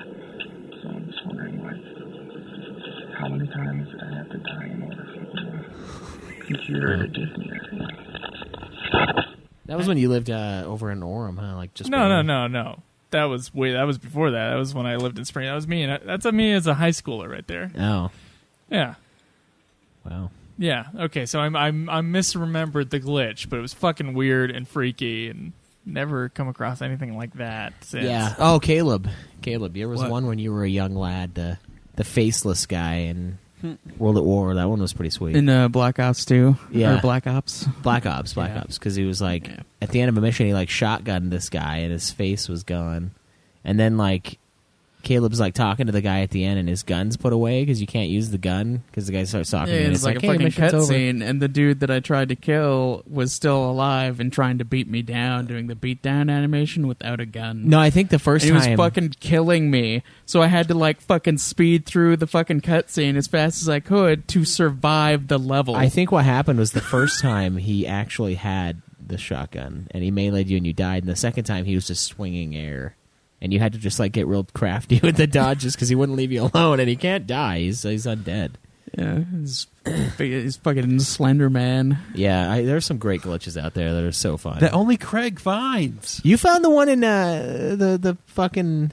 H: So I'm just wondering, like, how many times did I have to die in order for the computer to give me everything?
B: that was when you lived uh, over in Orem, huh? Like just
G: No, no, no, no. That was way. That was before that. That was when I lived in Spring. That was me. And I, that's me as a high schooler right there.
B: no. Oh,
G: Yeah.
B: wow.
G: Yeah. Okay. So I'm I'm I misremembered the glitch, but it was fucking weird and freaky, and never come across anything like that. Since.
B: Yeah. Oh, Caleb. Caleb, there was
E: What?
B: one when you were a young lad, the the faceless guy in World at War. That one was pretty sweet.
F: In uh, Black Ops 2.
B: Yeah.
F: Or Black Ops.
B: Black Ops, Black
F: Yeah.
B: Ops, because he was like at the end of a mission, he like shotgunned this guy and his face was gone, and then like Caleb's like talking to the guy at the end and his gun's put away because you can't use the gun because the guy starts talking. to
F: Yeah,
B: you, and
F: it's like,
B: "Hey,
F: a fucking
B: mission's over."
F: cutscene, and the dude that I tried to kill was still alive and trying to beat me down, doing the beatdown animation without a gun.
B: No, I think the
F: And
B: first
F: he was
B: time
F: fucking killing me, so I had to like fucking speed through the fucking cutscene as fast as I could to survive the level.
B: I think what happened was the first time he actually had the shotgun and he meleeed you and you died, and the second time he was just swinging air and you had to just like get real crafty with the dodges because he wouldn't leave you alone, and he can't die. He's he's undead.
F: Yeah, he's, he's fucking Slender Man.
B: Yeah, I, there are some great glitches out there that are so fun.
E: That only Craig finds.
B: you found the one in uh, the the fucking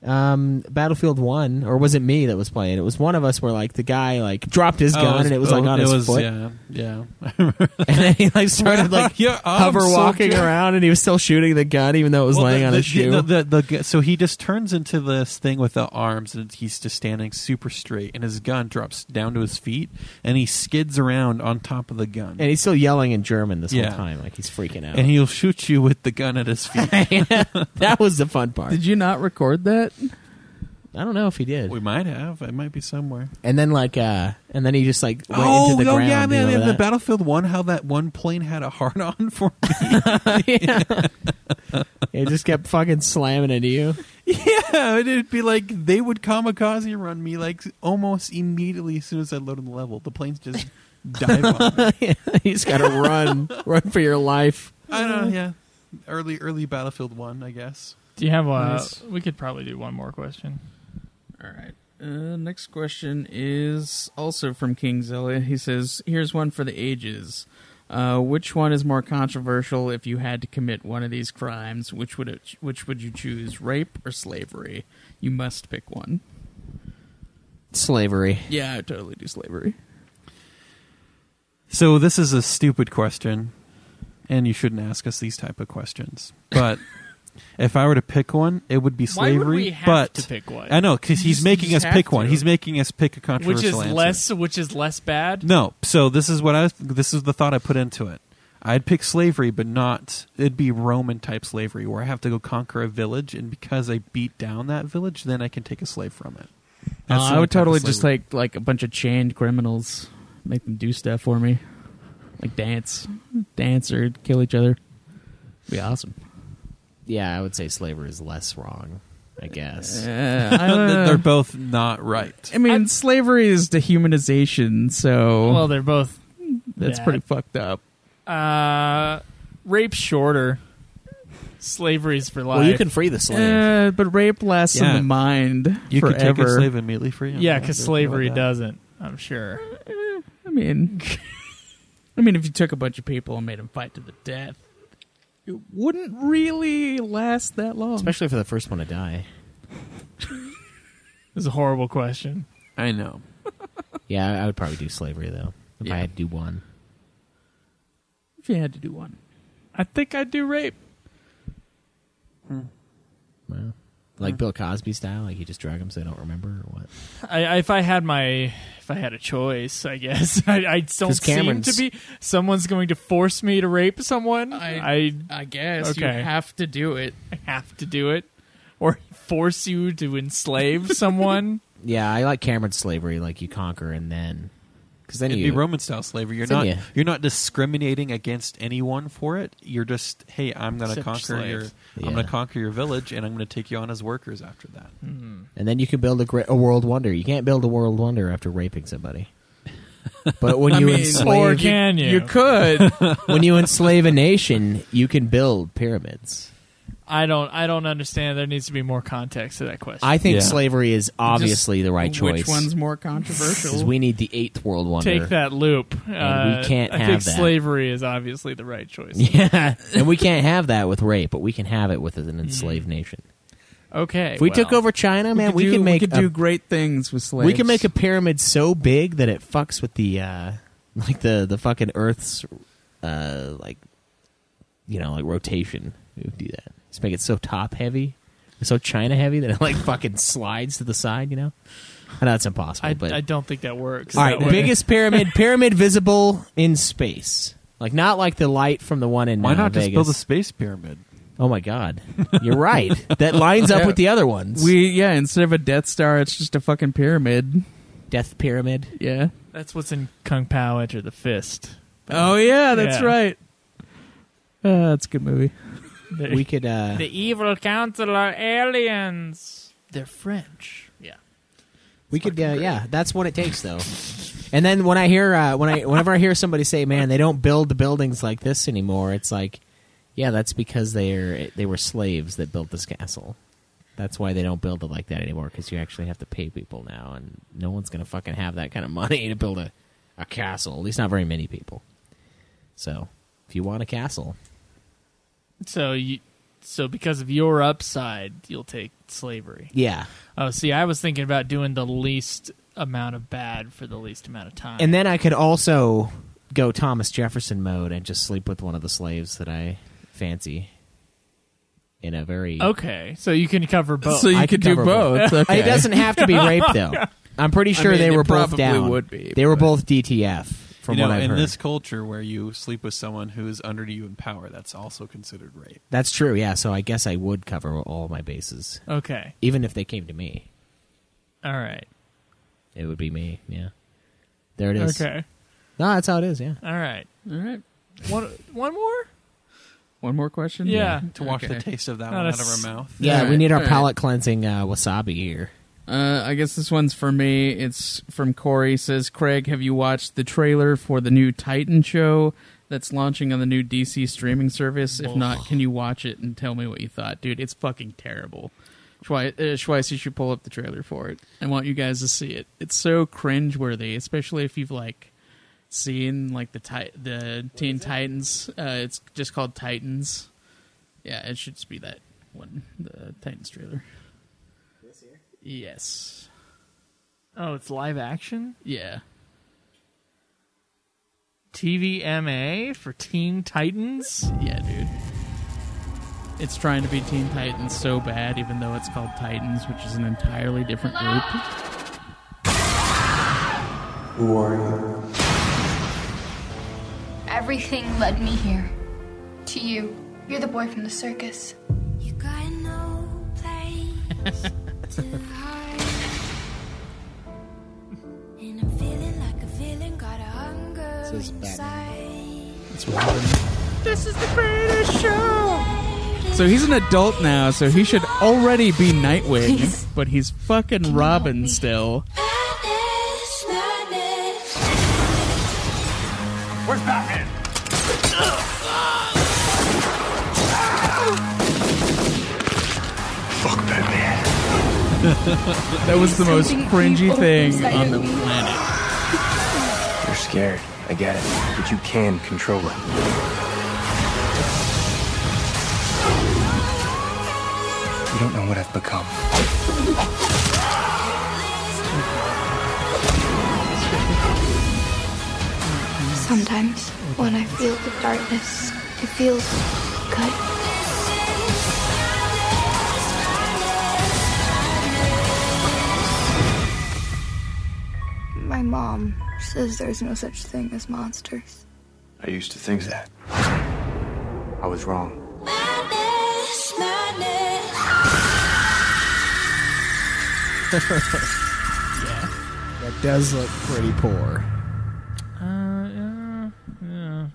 B: um, Battlefield One, or was it me that was playing? It was one of us where like the guy like dropped his
E: Oh,
B: gun and it was like
E: oh,
B: on
E: it
B: his
E: was-
B: foot,
E: Yeah, yeah.
B: and then he like started like
E: Your arm,
B: hover walking
E: soldier.
B: around, and he was still shooting the gun even though it was
E: Well,
B: laying
E: the-
B: on
E: the-
B: his shoe.
E: the- the- the gu- so he just turns into this thing with the arms, and he's just standing super straight, and his gun drops down to his feet, and he skids around on top of the gun,
B: and he's still yelling in German this
E: Yeah.
B: whole time, like he's freaking out.
E: And he'll shoot you with the gun at his feet.
B: that was the fun part.
F: Did you not record that?
B: I don't know if he did.
E: we might have. It might be somewhere.
B: And then like, uh and then he just like went into the
E: oh
B: ground.
E: yeah,
B: you
E: man!
B: know
E: In the
B: that?
E: Battlefield One, how that one plane had a heart on for me.
B: It just kept fucking slamming into you.
E: yeah, it'd be like they would kamikaze run me like almost immediately as soon as I loaded the level. The planes just dive on. me.
B: you just gotta run, run for your life.
E: I don't know. Yeah, early early Battlefield One, I guess.
G: Do you have a?
F: Nice.
G: We could probably do one more question.
F: All right. Uh, next question is also from King Zilla. He says, "Here's one for the ages. Uh, which one is more controversial? If you had to commit one of these crimes, which would it, which would you choose? Rape or slavery? You must pick one.
B: Slavery.
F: Yeah, I totally do slavery.
E: So this is a stupid question, and you shouldn't ask us these type of questions. But if I were to pick one, it would be
G: Why
E: slavery.
G: would we have
E: but
G: to pick one?
E: I know because
F: You
E: he's
F: just-
E: making
F: you
E: us
F: just
E: pick
F: have
E: one.
F: to.
E: He's making us pick a
G: which
E: controversial
G: is
E: answer.
G: less, which is less bad.
E: No, so this is what I. This is the thought I put into it. I'd pick slavery, but not. It'd be Roman type slavery, where I have to go conquer a village, and because I beat down that village, then I can take a slave from it. That's the
F: Uh, I
E: only
F: would
E: type of
F: totally just
E: slavery.
F: like like a bunch of chained criminals, make them do stuff for me, like dance, dance or kill each other. Be awesome.
B: Yeah, I would say slavery is less wrong. I guess.
F: Yeah, I
E: They're both not right.
F: I mean, slavery is dehumanization, so
G: Well, they're both.
F: that's
G: bad.
F: pretty fucked up.
G: Uh, rape shorter. Slavery's for life.
B: well, you can free the slave.
F: Uh, but rape lasts in
E: Yeah.
F: the mind
E: You could
F: forever.
E: take a slave immediately free. him.
G: yeah, because
E: there's no
G: slavery
E: doubt.
G: doesn't. I'm sure.
F: I mean, I mean, if you took a bunch of people and made them fight to the death, it wouldn't really last that long.
B: Especially for the first one to die.
G: It's a horrible question.
E: I know.
B: Yeah, I- I would probably do slavery though. If I had to do one.
F: if you had to do one.
G: I think I'd do rape.
B: Well, like Bill Cosby style, like you just drag them so they don't remember or what?
G: I, I- if I had my, if I had a choice, I guess I, I don't
B: 'Cause
G: seem
B: Cameron's-
G: to be. Someone's going to force me to rape someone. I,
F: I guess
G: you Okay.
F: have to do it.
G: I have to do it, or force you to enslave someone.
B: Yeah, I like Cameron's slavery. Like you conquer and then, because then
E: It'd
B: you
E: be Roman style slavery. You're
B: Then
E: not
B: you-
E: you're not discriminating against anyone for it. You're just hey, I'm gonna
G: Except
E: conquer your
G: slaves.
E: I'm gonna
B: Yeah. Mm-hmm.
E: conquer your village, and I'm gonna take you on as workers after that.
B: and then you can build a great a world wonder. You can't build a world wonder after raping somebody. But when you
G: or
B: enslave
G: can you?
F: You could.
B: when you enslave a nation, you can build pyramids.
G: I don't. I don't understand. There needs to be more context to that question.
B: I think
E: Yeah.
B: slavery is obviously
F: Just
B: the right choice.
F: Which one's more controversial?
B: 'Cause we need the eighth world wonder.
G: Take that loop. Uh,
B: And we can't
G: I
B: have
G: think
B: that.
G: slavery is obviously the right choice.
B: Yeah, and we can't have that with rape, but we can have it with an enslaved nation.
G: Okay.
B: If we took
G: well,
B: over China, man,
F: could
B: we
F: do-
B: can make
F: we could
B: a
F: do great things with slaves.
B: We can make a pyramid so big that it fucks with the uh like the the fucking Earth's uh like you know like rotation. We would do that. Just make it so top heavy, so China heavy that it like fucking slides to the side. You know, I know that's impossible.
G: I,
B: but
G: I don't think that works.
B: all right,
G: that way.
B: biggest pyramid, pyramid visible in space. Like not like the light from the one in
E: Why
B: uh,
E: not
B: Vegas.
E: just build a space pyramid?
B: oh my god, you're right. That lines up with the other ones.
F: We yeah, instead of a Death Star, it's just a fucking pyramid.
B: Death pyramid.
F: Yeah.
G: That's what's in Kung Pao Enter the Fist.
F: Oh yeah, that's
G: Yeah.
F: right. Uh, that's a good movie.
G: There-
B: We could. uh
G: evil council are aliens. They're French. Yeah.
B: We could, uh, yeah, that's what it takes, though. and then when I hear, uh, when I, whenever I hear somebody say, "Man, they don't build the buildings like this anymore," it's like, yeah, that's because they're they were slaves that built this castle. That's why they don't build it like that anymore because you actually have to pay people now, and no one's gonna fucking have that kind of money to build a, a castle. At least not very many people. So, if you want a castle,
G: So you, so because of your upside, you'll take slavery.
B: yeah,
G: Oh, see, I was thinking about doing the least amount of bad for the least amount of time.
B: and then I could also go Thomas Jefferson mode and just sleep with one of the slaves that I fancy in a very
G: okay, so you can cover both.
F: So you
B: I
F: could
B: could
F: do
B: cover
F: both.
B: both.
F: Okay.
B: It doesn't have to be rape though. I'm pretty sure
F: mean,
B: they
F: it
B: were both
F: probably
B: down.
F: would be,
B: they were
F: but-
B: both DTF from
E: you know,
B: what I've
E: in
B: heard.
E: this culture where you sleep with someone who is under you in power, that's also considered rape.
B: That's true. Yeah. So I guess I would cover all my bases,
G: okay,
B: even if they came to me.
G: all right,
B: It would be me. Yeah. There it is.
G: okay,
B: No, that's how it is. Yeah.
G: all right.
F: All right.
G: One, one more.
F: One more question.
G: Yeah.
E: To wash
F: Okay.
E: the taste of that
G: Not
E: one
G: a
E: out of
G: s-
E: her mouth.
B: Yeah.
F: Alright,
B: we need our
F: alright.
B: palate cleansing uh, wasabi here.
F: Uh, I guess this one's for me. It's from Corey. Says Craig, have you watched the trailer for the new Titan show that's launching on the new DC streaming service? If not, can you watch it and tell me what you thought, dude? It's fucking terrible. Schweiss, uh, Schweiss, you should pull up the trailer for it. I want you guys to see it. It's so cringeworthy, especially if you've like seen like the ti- the Teen Titans. Uh, it's just called Titans. Yeah, it should just be that one, the Titans trailer. Yes.
G: Oh, it's live action.
F: Yeah.
G: TVMA for Teen Titans.
F: Yeah, dude. It's trying to be Teen Titans so bad, even though it's called Titans, which is an entirely different group.
I: Everything led me here. To you. You're the boy from the circus.
J: You got no place to hide. And I'm feeling like a villain, got a hunger inside.
F: So he's an adult now, so he should already be Nightwing, but he's fucking Robin still.
J: Madness, madness.
F: That was the most
I: Something
F: cringy
I: evil
F: thing
I: inside
F: on the
I: of me.
F: planet.
K: You're scared. I get it. But you can control it. You don't know what I've become.
I: Sometimes, when I feel the darkness, it feels good. My mom says there's no such thing as monsters.
K: I used to think that. I was wrong.
J: Madness, madness.
B: That does look pretty poor.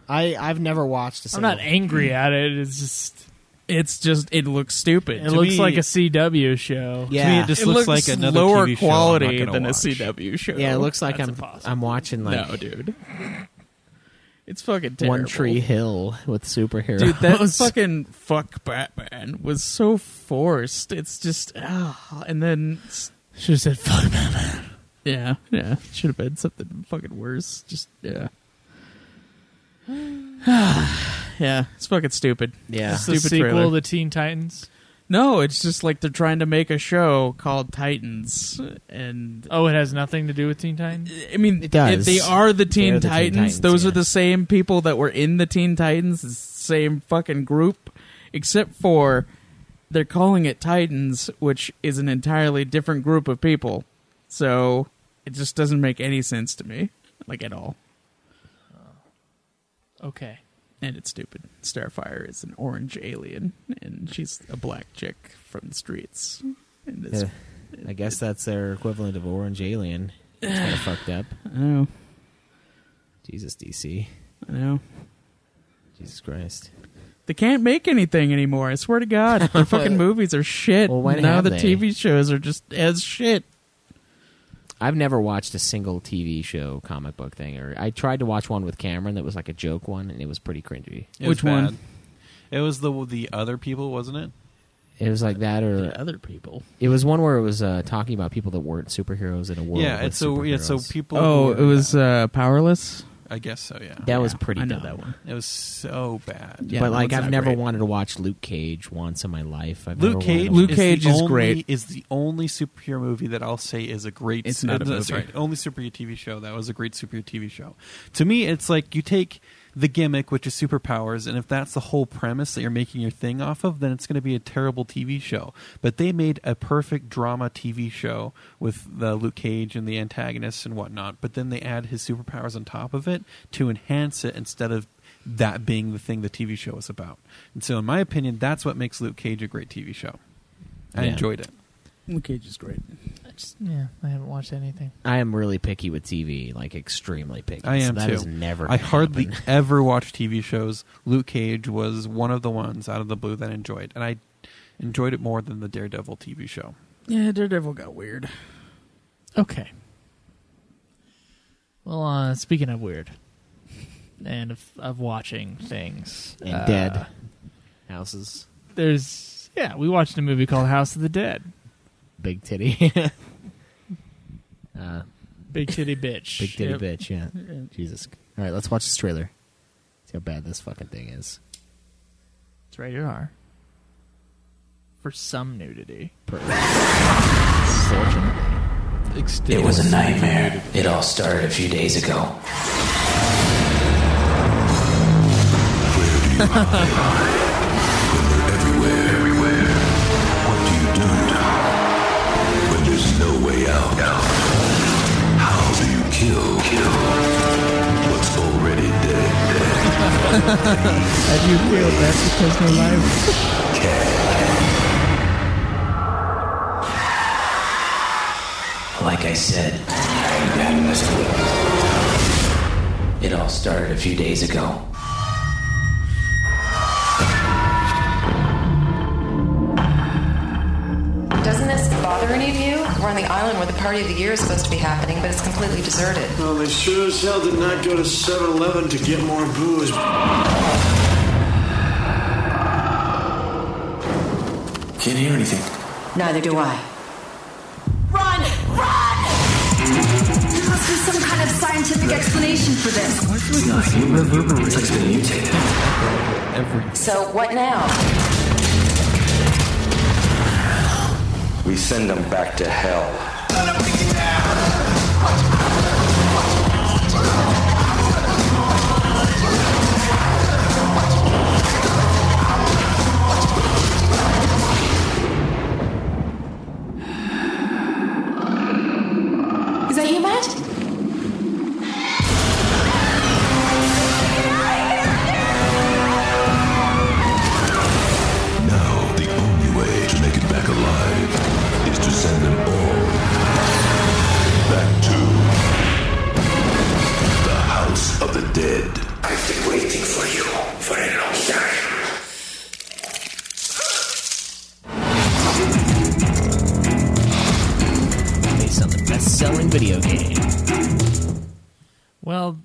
B: I I've never watched a
G: I'm
B: single.
G: not angry at it. It's just
F: It's just, it looks stupid.
G: it
F: To
G: looks
F: me,
G: like a CW show.
B: yeah.
E: To me, it just
F: it
E: looks,
F: looks,
E: like another TV show
F: lower
E: I'm not
F: quality
E: gonna
F: than a
E: watch.
F: CW show.
B: yeah, it looks like
G: That's
B: I'm
G: impossible.
B: I'm watching like
F: No, dude. It's fucking terrible.
B: One Tree Hill with superheroes.
F: Dude, that fucking fuck Batman was so forced. It's just, ah, and then
G: She said, "Fuck Batman."
F: yeah, yeah, should have been something fucking worse. Just yeah, yeah, it's fucking stupid.
B: yeah.
G: It's the
F: Stupid
G: sequel
F: trailer.
G: to Teen Titans.
F: No, it's just like they're trying to make a show called Titans, and
G: Oh, it has nothing to do with Teen Titans.
F: I mean,
B: It does.
F: if they are the Teen
B: They're the Teen
F: Titans,
B: Titans,
F: those
B: yeah.
F: are the same people that were in the Teen Titans, the same fucking group, except for they're calling it Titans, which is an entirely different group of people. So it just doesn't make any sense to me, like at all.
G: Okay.
F: And it's stupid. Starfire is an orange alien, and she's a black chick from the streets. And it's,
B: Yeah. I guess that's their equivalent of Orange Alien. It's kind of fucked up.
F: I know,
B: Jesus, DC.
F: I know.
B: Jesus Christ.
F: They can't make anything anymore. I swear to God, their fucking movies are shit.
B: Well, when
F: now
B: have
F: the
B: they?
F: TV shows are just as shit.
B: I've never watched a single TV show, comic book thing, or I tried to watch one with Cameron that was like a joke one, and it was pretty cringy.
E: It was
F: Which one?
E: bad. It was the the other people, wasn't it?
B: It was like that, or
F: other people.
B: It was one where it was uh, talking about people that weren't superheroes in a world.
E: Yeah,
B: with
E: it's so yeah, so
B: superheroes.
E: people.
F: oh,
E: were-
F: it was uh, powerless.
E: I guess so. Yeah,
B: That was pretty
F: I
B: good,
F: know
B: that one.
E: It was so bad.
F: Yeah,
B: but
F: that
B: like,
F: one's
B: I've
F: not
B: never
F: great.
B: wanted to watch Luke Cage once in my life. I've never
E: Luke
B: wanted
E: Cage.
B: to-
F: Luke
E: is
F: Cage
E: the
F: is
E: only,
F: great.
E: Is the only superhero movie that I'll say is a great.
F: It's not a
E: that's
F: movie.
E: right. Only superhero TV show that was a great superhero TV show. To me, it's like you take the gimmick, which is superpowers, and if that's the whole premise that you're making your thing off of, then it's going to be a terrible TV show. But they made a perfect drama TV show with the Luke Cage and the antagonists and whatnot. But then they add his superpowers on top of it to enhance it instead of that being the thing the TV show is about. And so, in my opinion, that's what makes Luke Cage a great TV show. I
B: Yeah.
E: enjoyed it.
F: Luke Cage is great.
G: I just, yeah, I haven't watched anything.
B: I am really picky with TV, like extremely picky.
E: I am
B: so that
E: too.
B: is never.
E: I
B: gonna
E: hardly
B: happen.
E: ever watch TV shows. Luke Cage was one of the ones out of the blue that I enjoyed, and I enjoyed it more than the Daredevil TV show.
F: Yeah, Daredevil got weird.
G: Okay. Well, uh, speaking of weird and of, of watching things
B: and
G: uh,
B: dead houses,
G: there's yeah, we watched a movie called House of the Dead.
B: big titty, uh,
G: Big titty bitch.
B: big titty
G: Yep.
B: bitch. Yeah, Jesus. All right, let's watch this trailer. See how bad this fucking thing is.
G: It's rated R. For some nudity.
K: It was a nightmare. It all started a few days ago.
F: How do you feel? That's because no life.
K: Like I said, it all started a few days ago.
L: Doesn't this bother any of you? We're on the island where the party of the year is supposed to be happening, but it's completely deserted.
M: Well, they sure as hell did not go to 7 Eleven to get more booze.
K: Can't hear anything.
L: Neither do I.
N: Run! Run! There must be some kind of scientific explanation for this.
K: It's not human. It's been mutated.
E: Every
L: So what now?
K: We send them back to hell.
L: Is that you, Matt?
O: Now, the only way to make it back alive is to send them all back to the House of the Dead. I've been waiting for you for a long time.
B: Based on the best-selling video game.
G: Well,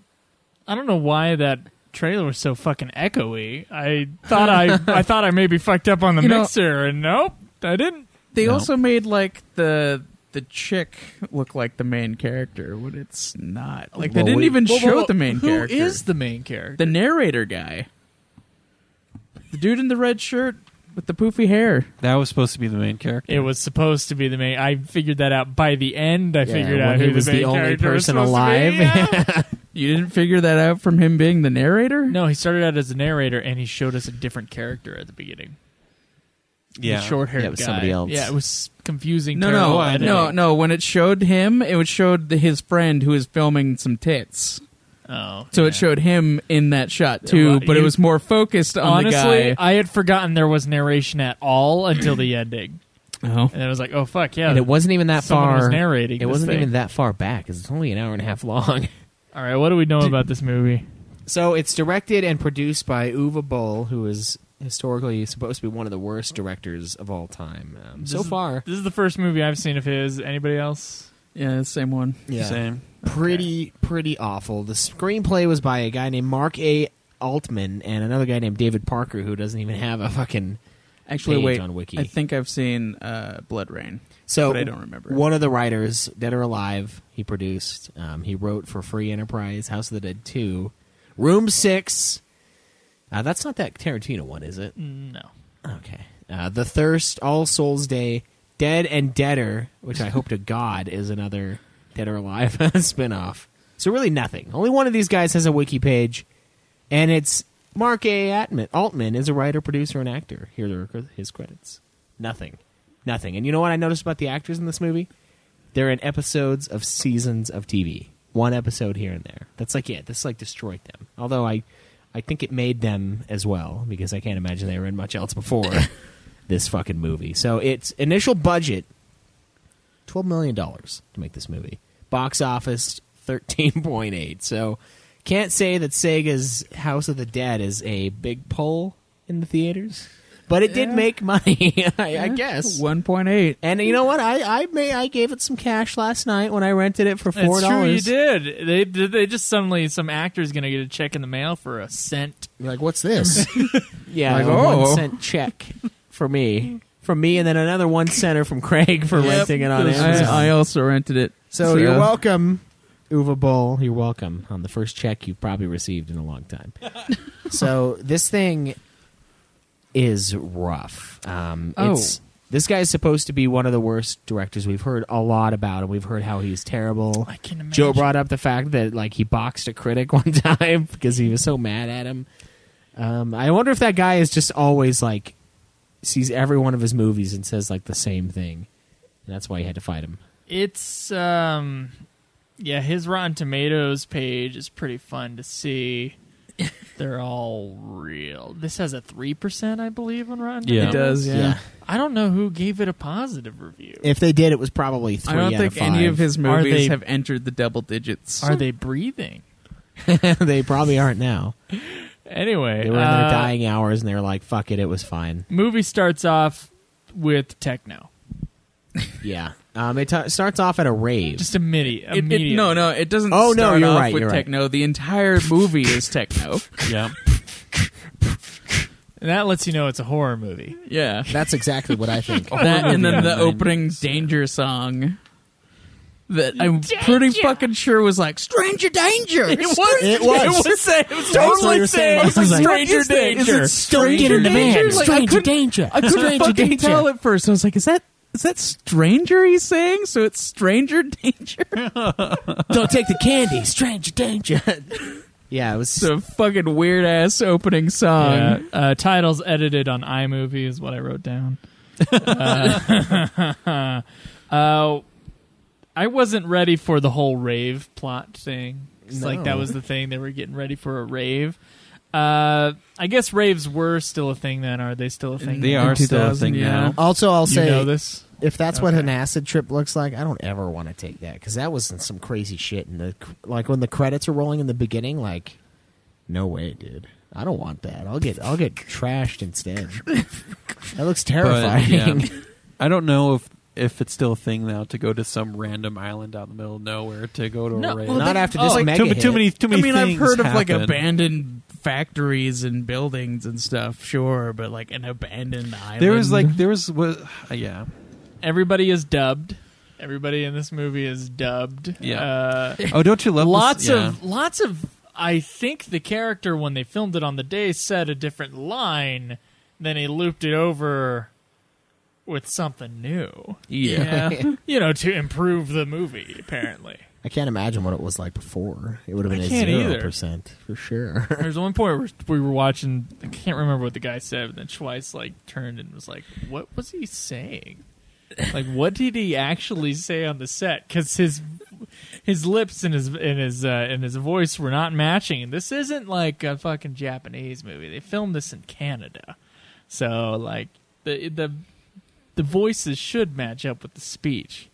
G: I don't know why that trailer was so fucking echoey. I thought I I thought I maybe fucked up on the
F: You know-
G: mixer and nope, I didn't.
F: They
E: No.
F: also made like the the chick look like the main character when it's not. Like they
B: Well,
F: didn't
B: we-
F: even
G: Whoa, whoa,
F: show
G: whoa.
F: the main character.
G: Who is the main character?
F: the narrator guy? The dude in the red shirt with the poofy hair.
E: that was supposed to be the main character.
G: It was supposed to be the main. I figured that out by the end. I
B: when
G: figured out
B: he
G: who
B: was
G: the main
B: the only
G: character
B: person
G: was supposed to
B: alive.
G: be, yeah.
F: You didn't figure that out from him being the narrator?
G: no, he started out as a narrator, and he showed us a different character at the beginning.
E: yeah,
G: the short-haired
B: Yeah, it was
G: guy.
B: somebody else.
G: Yeah, it was confusing.
F: No,
G: terrible
F: no,
G: editing.
F: no, no. When it showed him, it would showed the, his friend who was filming some tits.
G: Oh,
F: So
G: yeah.
F: it showed him in that shot too,
G: Well,
F: but it
G: you-
F: was more focused on
G: Honestly,
F: the guy.
G: I had forgotten there was narration at all until the ending,
F: Oh.
G: and I was like, "Oh fuck, yeah!"
B: And it wasn't even that
G: Someone
B: far.
G: was narrating
B: It
G: this
B: wasn't
G: thing.
B: even that far back. 'cause It's only an hour and a half long.
G: All right, what do we know about this movie?
B: So it's directed and produced by Uwe Boll, who is historically supposed to be one of the worst directors of all time. Um, so
G: This is-
B: far,
G: this is the first movie I've seen of his. Anybody else?
F: Yeah, same one.
E: same.
B: pretty pretty awful. The screenplay was by a guy named Mark A. Altman and another guy named David Parker, who doesn't even have a fucking
F: Actually,
B: page
F: wait.
B: on Wiki.
F: I think I've seen uh, Blood Rain.
B: So
F: but I don't remember.
B: One of the writers, Dead or Alive, he produced. Um, he wrote for Free Enterprise, House of the Dead Two, Room Six. Uh, that's not that Tarantino one, is it?
G: No.
B: Okay. Uh, the Thirst, All Souls Day, Dead and Deader, which I hope to God is another Dead or Alive spinoff. So really nothing. Only one of these guys has a wiki page, and it's Mark A. Altman. Altman is a writer, producer, and actor. Here are his credits. Nothing. Nothing. And you know what I noticed about the actors in this movie? They're in episodes of seasons of TV. One episode here and there. That's like it. This like destroyed them. Although I, I think it made them as well because I can't imagine they were in much else before this fucking movie. So its initial budget, twelve million dollars to make this movie. Box office thirteen point eight. So can't say that Sega's House of the Dead is a big pull in the theaters, but it did
F: Yeah.
B: make money. I, I
F: Yeah.
B: guess
F: 1.8.
B: And you know what? I I may I gave it some cash last night when I rented it for four
G: It's true, you
B: dollars.
G: did. They they just suddenly some actor's gonna get a check in the mail for a cent.
B: Like, what's this? Yeah,
G: Like,
B: a
G: oh.
B: one cent check for me, from me, and then another one center from Craig for
F: Yep.
B: renting it on
F: I-
B: Amazon.
F: I also rented it,
B: So,
F: so-
B: you're welcome, Uva Bowl. You're welcome on the first check you've probably received in a long time. so this thing is rough. Um,
F: Oh.
B: it's, this guy is supposed to be one of the worst directors we've heard a lot about, and we've heard how he's terrible. I
G: can imagine.
B: Joe brought up the fact that like he boxed a critic one time because he was so mad at him. Um, I wonder if that guy is just always like sees every one of his movies and says like the same thing, and that's why he had to fight him.
G: It's um, yeah, his Rotten Tomatoes page is pretty fun to see. They're all real. This has a three percent, I believe, on Rotten.
B: Yeah. It
G: Tomatoes.
B: does, yeah.
G: I don't know who gave it a positive review.
B: If they did, it was probably three.
F: I don't
B: out
F: think
B: of
F: any
B: five.
F: of his movies
B: they-
F: have entered the double digits.
G: Are they breathing?
B: they probably aren't now.
G: Anyway,
B: They were in their
G: uh,
B: dying hours, and they were like, "Fuck it, it was fine."
G: Movie starts off with techno.
B: Yeah, um, it t- starts off at a rave.
G: Just a midi.
F: It- it- no, no, it doesn't.
B: Oh, no,
F: start
B: you're
F: off
B: right,
F: With
B: you're right.
F: techno, the entire movie is techno.
E: yeah,
G: And that lets you know it's a horror movie.
F: yeah,
B: that's exactly what I think.
F: that and then the
G: Horror movie.
F: opening danger song. That I'm pretty fucking sure was like Stranger Danger.
D: It was-
F: Stranger-
D: it was. That's what you were saying.
F: I was
D: I
F: like,
D: was like,
F: Stranger
D: what is that? Is
F: Danger.
D: it Stranger Don't get in the van.
F: Danger? Like, I
D: Stranger
F: couldn't-
D: Danger.
F: I couldn't
D: Stranger
F: fucking
D: Danger.
F: tell at first. I was like, is that is that Stranger he's saying? So it's Stranger Danger.
B: Don't take the candy, Stranger Danger. yeah, it was
F: it's a fucking weird ass opening song.
G: Yeah. Uh, titles edited on iMovie is what I wrote down. uh, uh, I wasn't ready for the whole rave plot thing. It's Like that
F: No.
G: was the thing they were getting ready for a rave. Uh, I guess raves were still a thing then. Are they still a thing?
E: They
G: now?
E: are still a thing now.
B: Also, I'll
G: You
B: say
G: know this?
B: if that's what an acid trip looks like, I don't ever want to take that because that was some crazy shit. And the like when the credits are rolling in the beginning, like no way, dude. I don't want that. I'll get I'll get trashed instead. that looks
E: But, yeah.
B: terrifying.
E: I don't know if if it's still a thing now to go to some random island out in the middle of nowhere to go to a rave. too, too many too many
F: I mean, I've
E: things
F: heard of like
E: happen.
F: abandoned factories and buildings and stuff, sure, but like an abandoned island.
E: There was like there was was yeah.
G: Everybody is dubbed. Everybody in this movie is dubbed.
E: Yeah.
G: Uh,
E: Oh, don't you love this?
G: lots of
E: Yeah.
G: lots of? I think the character when they filmed it on the day said a different line, then he looped it over with something new.
B: Yeah.
G: you know, to improve the movie. Apparently,
B: I can't imagine what it was like before. It would have been
G: I
B: a
G: can't either.
B: zero percent for sure.
G: there's one point where we were watching. I can't remember what the guy said, but then Schweiss like turned and was like, "What was he saying? Like, what did he actually say on the set? Because his his lips and his and his uh, and his voice were not matching. And this isn't like a fucking Japanese movie. They filmed this in Canada, so like the the the voices should match up with the speech.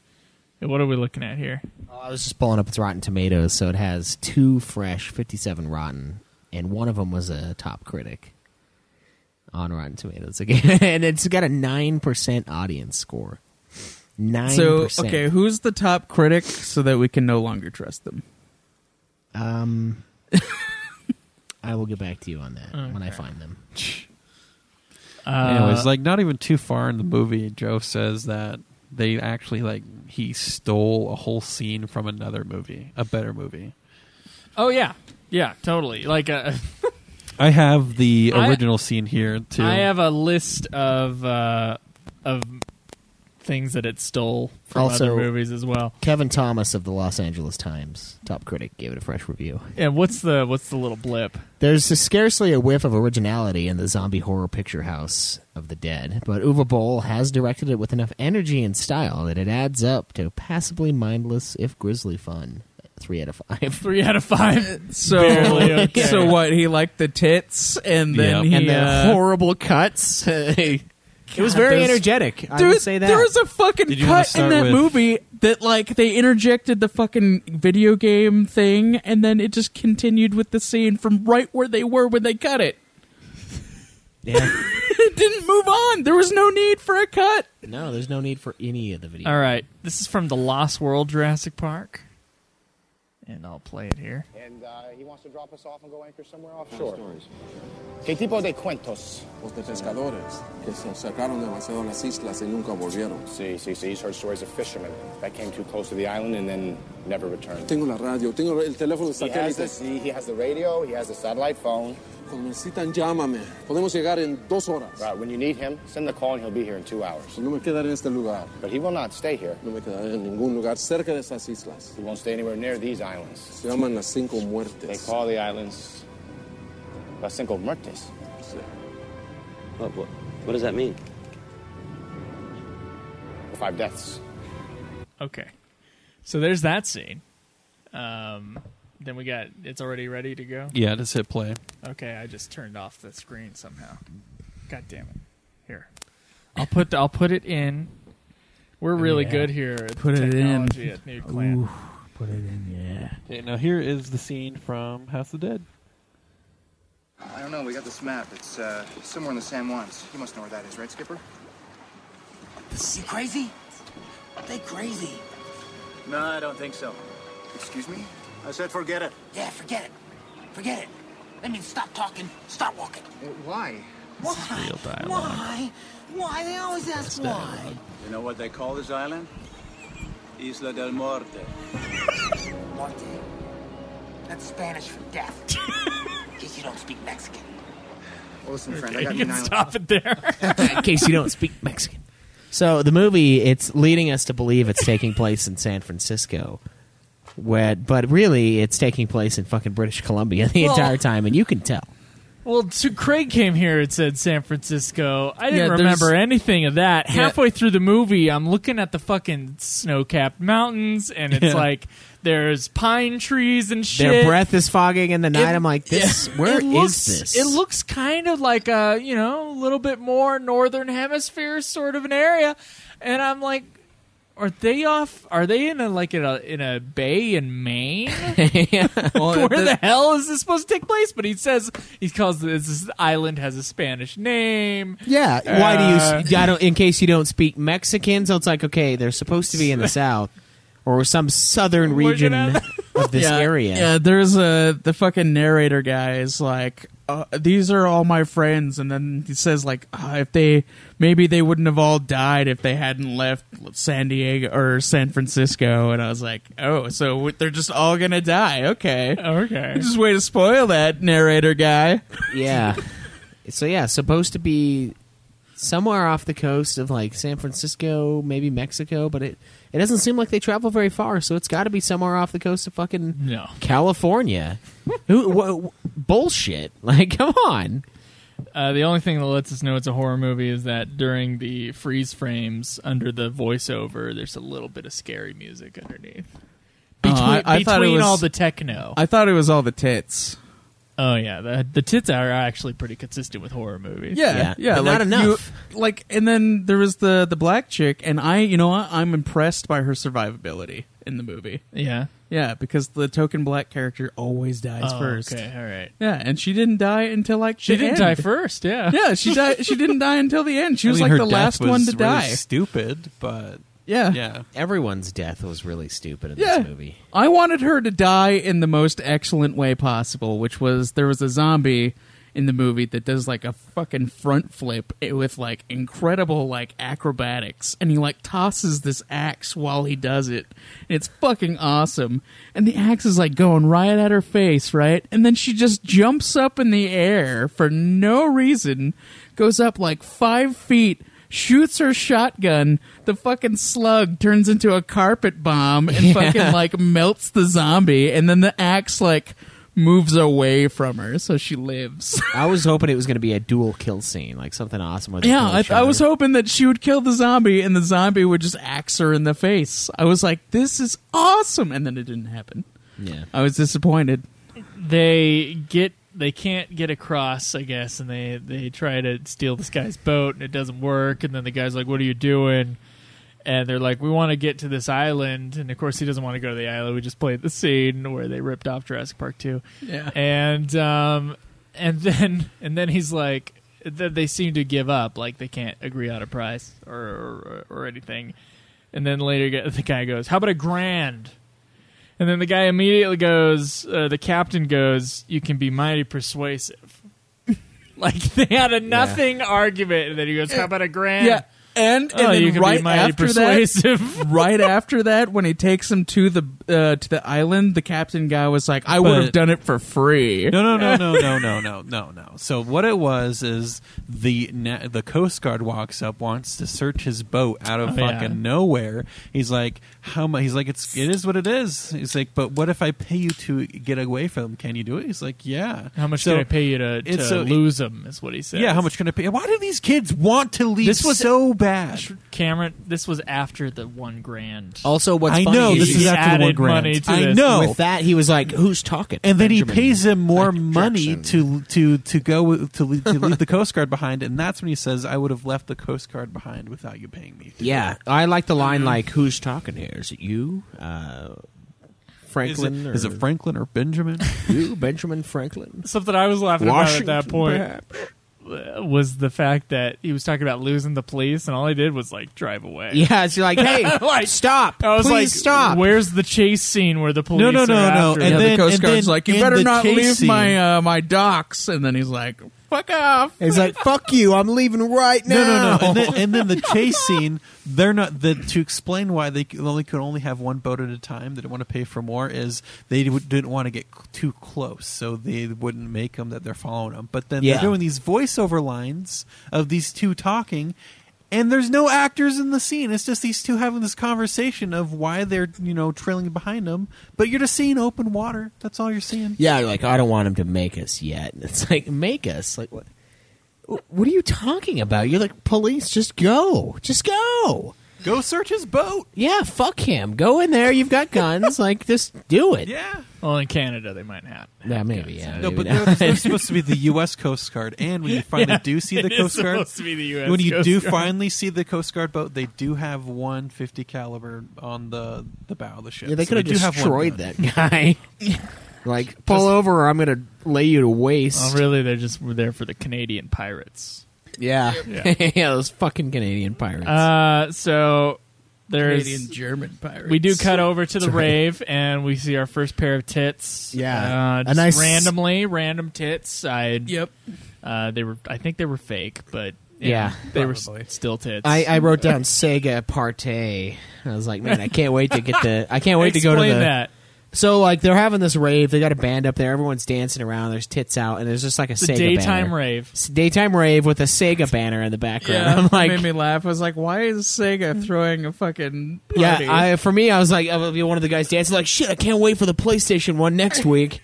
G: And What are we looking at here?
B: I was just pulling up its Rotten Tomatoes, so it has two fresh, fifty-seven rotten, and one of them was a top critic on Rotten Tomatoes again, and it's got a nine percent audience score. Nine.
F: so okay, who's the top critic so that we can no longer trust them?
B: Um, I will get back to you on that when I find them.
G: Uh,
E: Anyways, like not even too far in the movie, Joe says that they actually like he stole a whole scene from another movie, a better movie.
G: Oh yeah, yeah, totally. Like uh,
E: I have the
G: I-
E: original scene here too.
G: I have a list of uh, of things that it stole from other movies as well.
B: Kevin Thomas of the Los Angeles Times, top critic, gave it a fresh review.
G: And what's the what's the little blip?
B: There's scarcely a whiff of originality in the zombie horror picture house of the dead, but Uwe Boll has directed it with enough energy and style that it adds up to passably mindless, if grisly fun. Three out of five.
G: Three out of five.
F: So, so what? He liked the tits, and
B: Yep.
F: then he
B: And the
F: uh,
B: horrible cuts. it was very energetic. I
F: There-
B: would say that.
F: there was a fucking
B: Did you wanna
F: cut in
B: start
F: that
B: with-
F: movie that like they interjected the fucking video game thing, and then it just continued with the scene from right where they were when they cut it.
B: Yeah.
F: it didn't move on. There was no need for a cut.
B: No, there's no need for any of the video.
G: All right, this is from the Lost World Jurassic Park, and I'll play it here.
P: And uh, he wants to drop us off and go anchor somewhere offshore. ¿Qué tipo de cuentos?
Q: Los de pescadores que se sacaron demasiado las islas y nunca volvieron.
P: See, see, see, he's heard stories of fishermen that came too close to the island and then never returned.
Q: Tengo la radio, tengo el teléfono
P: He has,
Q: satélite.
P: the, see, he has the radio, he has the satellite phone.
Q: Cuando necesitan, llámame. Podemos llegar en dos horas.
P: Right, Uh, when you need him, send the call and he'll be here in two hours.
Q: No me quedaré en este lugar.
P: But he will not stay here.
Q: No me quedaré en ningún lugar cerca de esas islas.
P: He won't stay anywhere near these islands.
Q: Se llaman las cinco muertes.
P: They call the islands Las Cinco Muertes.
R: What, what, what does that mean?
P: Five deaths.
G: Okay, so there's that scene. Um, then we got it's already ready to go.
E: yeah, just hit play.
G: Okay, I just turned off the screen somehow. God damn it! Here, I'll put I'll put it in. We're really
E: Yeah.
G: good here. At
E: Put it in.
G: technology At Nude Clan.
E: Ooh,
F: put it in,
E: Okay, now here is the scene from House of the Dead.
S: I don't know. We got this map. It's uh, somewhere in the San Juans. You must know where that is, right, Skipper?
T: You crazy? They crazy.
S: No, I don't think so. Excuse me? I said forget it.
T: Yeah, forget it. Forget it. I mean, stop talking. Stop walking.
S: Uh, Why?
T: Why?
S: Real
T: Why? Why? They always ask why.
U: You know what they call this island? Isla del Muerte.
T: Muerte. That's Spanish for death. In case you don't speak Mexican.
S: Well, listen, friend,
T: Okay,
S: I got
T: you
S: an
T: can
S: island.
T: stop it there.
B: In case you don't speak Mexican. So the movie, it's leading us to believe it's taking place in San Francisco, where, but really it's taking place in fucking British Columbia the
G: Well-
B: entire time, and you can tell.
G: Well, so Craig came here. It said San Francisco. I didn't
B: Yeah, there's-
G: remember anything of that.
B: Yeah.
G: Halfway through the movie, I'm looking at the fucking snow-capped mountains, and it's
B: Yeah.
G: like there's pine trees and shit.
B: Their breath is fogging in the night. I'm like, this. Where is
G: it looks,
B: this?
G: It looks kind of like a you know a little bit more northern hemisphere sort of an area, and I'm like, are they off? Are they in a like in a in a bay in Maine? Where the, hell is this supposed to take place? But he says he calls this, this island has a Spanish name.
B: Yeah. Why do you?
G: Uh,
B: s- I don't. In case you don't speak Mexican, so it's like okay, they're supposed to be in the south or some southern region of this
F: yeah,
B: area.
F: Yeah, there's a the fucking narrator guy is like, uh, these are all my friends, and then he says like, uh, if they maybe they wouldn't have all died if they hadn't left San Diego or San Francisco, and I was like, oh, so w- they're just all gonna die? Okay,
G: okay,
F: just way to spoil that narrator guy.
B: Yeah. so yeah, supposed to be somewhere off the coast of like San Francisco, maybe Mexico, but it it doesn't seem like they travel very far, so it's got to be somewhere off the coast of fucking
G: No.
B: California. Who wha- bullshit? Like come on.
G: Uh, the only thing that lets us know it's a horror movie is that during the freeze frames under the voiceover, there's a little bit of scary music underneath. Between,
F: Uh, I- I thought it
G: between
F: was-
G: all the techno.
F: I thought it was all the tits.
G: Oh yeah, the the tits are actually pretty consistent with horror movies.
F: Yeah, yeah, like you- like, and then there was the the black chick, and I, you know, what? I'm impressed by her survivability in the movie.
G: Yeah.
F: yeah, because the token black character always dies
G: Oh,
F: first.
G: okay, all right.
F: Yeah, and she didn't die until like
G: She
F: the
G: didn't
F: end.
G: die first, yeah.
F: yeah, she died. She didn't die until the end. She was like the last one to die.
E: Stupid, but
F: Yeah.
E: yeah.
B: Everyone's death was really stupid in
F: Yeah.
B: this movie.
F: I wanted her to die in the most excellent way possible, which was there was a zombie in the movie that does like a fucking front flip with like incredible like acrobatics, and he like tosses this axe while he does it. And it's fucking awesome. And the axe is like going right at her face, right? And then she just jumps up in the air for no reason, goes up like five feet shoots her shotgun. The fucking slug turns into a carpet bomb and fucking like melts the zombie, and then the axe like moves away from her, so she lives.
B: I was hoping it was going to be a dual kill scene, like something awesome. Where they
F: yeah,
B: kill
F: I,
B: each
F: I was
B: other.
F: hoping that she would kill the zombie, and the zombie would just axe her in the face. I was like, this is awesome, and then it didn't happen.
B: Yeah.
F: I was disappointed.
G: They get they can't get across, I guess, and they they try to steal this guy's boat, and it doesn't work. And then the guy's like, "What are you doing?" And they're like, "We want to get to this island." And of course, he doesn't want to go to the island. We just played the scene where they ripped off Jurassic Park two.
F: Yeah.
G: And um and then and then he's like, th- they seem to give up, like they can't agree on a price or or, or anything. And then later, the guy goes, "How about a grand?" And then the guy immediately goes, uh, the captain goes, "You can be mighty persuasive." like they had a nothing argument, and then he goes, "How about a grand?"
F: Yeah. And, and
G: Oh,
F: then
G: you can be
F: right
G: mighty
F: after that,
G: persuasive.
F: right after that, when he takes him to the uh, to the island, the captain guy was like, "I would have
E: But-
F: done it for free."
E: No, no, no, no, no, no, no, no, no. So what it was is the na- the Coast Guard walks up, wants to search his boat out of
G: Oh, yeah.
E: fucking nowhere. He's like, how much? He's like, it's it is what it is. He's like, but what if I pay you to get away from him? Can you do it? He's like, yeah.
G: How much
E: So
G: can I pay you to, to
E: it's so-
G: lose him? Is what he said.
E: Yeah, how much can I pay? Why do these kids want to leave?
G: This was-
E: so bad.
G: Cameron, this was after the one grand.
B: Also, what's
E: I
B: funny
E: know,
B: is
E: this is
B: he
E: after the
B: added
E: word grant.
B: money to
E: I
B: this.
E: know.
B: With that, he was like, "Who's talking?"
E: and then
B: Benjamin.
E: he pays him more money to to to go to leave, to leave the Coast Guard behind, and that's when he says, "I would have left the Coast Guard behind without you paying me."
B: Yeah, I like the line like, "Who's talking here? Is it you, uh, Franklin?
E: Is it-
B: or-
E: is it Franklin or Benjamin?
B: you, Benjamin Franklin?
G: Something I was laughing about at that
B: Washington,
G: point
B: perhaps.
G: uh, was the fact that he was talking about losing the police, and all he did was like drive away.
B: Yeah, it's like, hey, stop!
G: I was
B: Please
G: like,
B: stop!
G: Where's the chase scene where the police?
F: no,
G: are
F: no,
G: after
F: yeah,
G: him?
F: the Coast Guard's like, you better not leave my uh, my docks. And then he's like, fuck off.
B: He's like, "Fuck you! I'm leaving right now."
E: No, no, no. And then, and then the chase scene, they're not the to explain why they could only could only have one boat at a time. They didn't want to pay for more. Is they w- didn't want to get c- too close, so they wouldn't make them that they're following them. But then
B: Yeah.
E: they're doing these voiceover lines of these two talking. And there's no actors in the scene. It's just these two having this conversation of why they're you know trailing behind them. But you're just seeing open water. That's all you're seeing.
B: Yeah, like I don't want him to make us yet. It's like make us like what? What are you talking about? You're like police. Just go. Just go.
E: Go search his boat.
B: Yeah, fuck him. Go in there. You've got guns. like just do it.
E: Yeah.
G: Well, in Canada, they might not.
B: Yeah, maybe. Yeah.
E: No,
B: maybe
E: but
B: not.
E: they're, they're supposed to be the U.S. Coast Guard, and when you finally
G: Yeah,
E: do see the
G: it is
E: Coast Guard,
G: supposed to be the U.S.
E: when you
G: Coast
E: do
G: Guard.
E: finally see the Coast Guard boat, they do have one fifty caliber on the the bow of the ship.
B: Yeah, they
E: So
B: could have
E: do have one
B: destroyed
E: gun.
B: that guy. like, pull over or I'm going to lay you to waste.
G: Oh, really? They're just we're there for the Canadian pirates.
B: Yeah.
G: Yeah.
B: Yeah. those fucking Canadian pirates.
G: Uh, so there's
F: Canadian German pirates.
G: We do cut over to the
B: That's right.
G: rave, and we see our first pair of tits.
B: Yeah.
G: uh,
B: A
G: just
B: nice-
G: randomly, random tits. I
F: Yep.
G: Uh, they were. I think they were fake, but
B: Yeah.
G: they were s- still tits.
B: I, I wrote down Sega Partey. I was like, man, I can't wait to get to. I can't wait to go to
G: Explain
B: the.
G: that.
B: So like they're having this rave. They got a band up there. Everyone's dancing around. There's tits out, and there's just like a
G: the
B: Sega
G: daytime
B: banner.
G: rave.
B: S- Daytime rave with a Sega banner in the background.
F: Yeah,
B: I'm like,
F: made me laugh. I was like, why is Sega throwing a fucking party?
B: yeah. I, for me, I was like, I would be one of the guys dancing. Like, shit, I can't wait for the PlayStation one next week.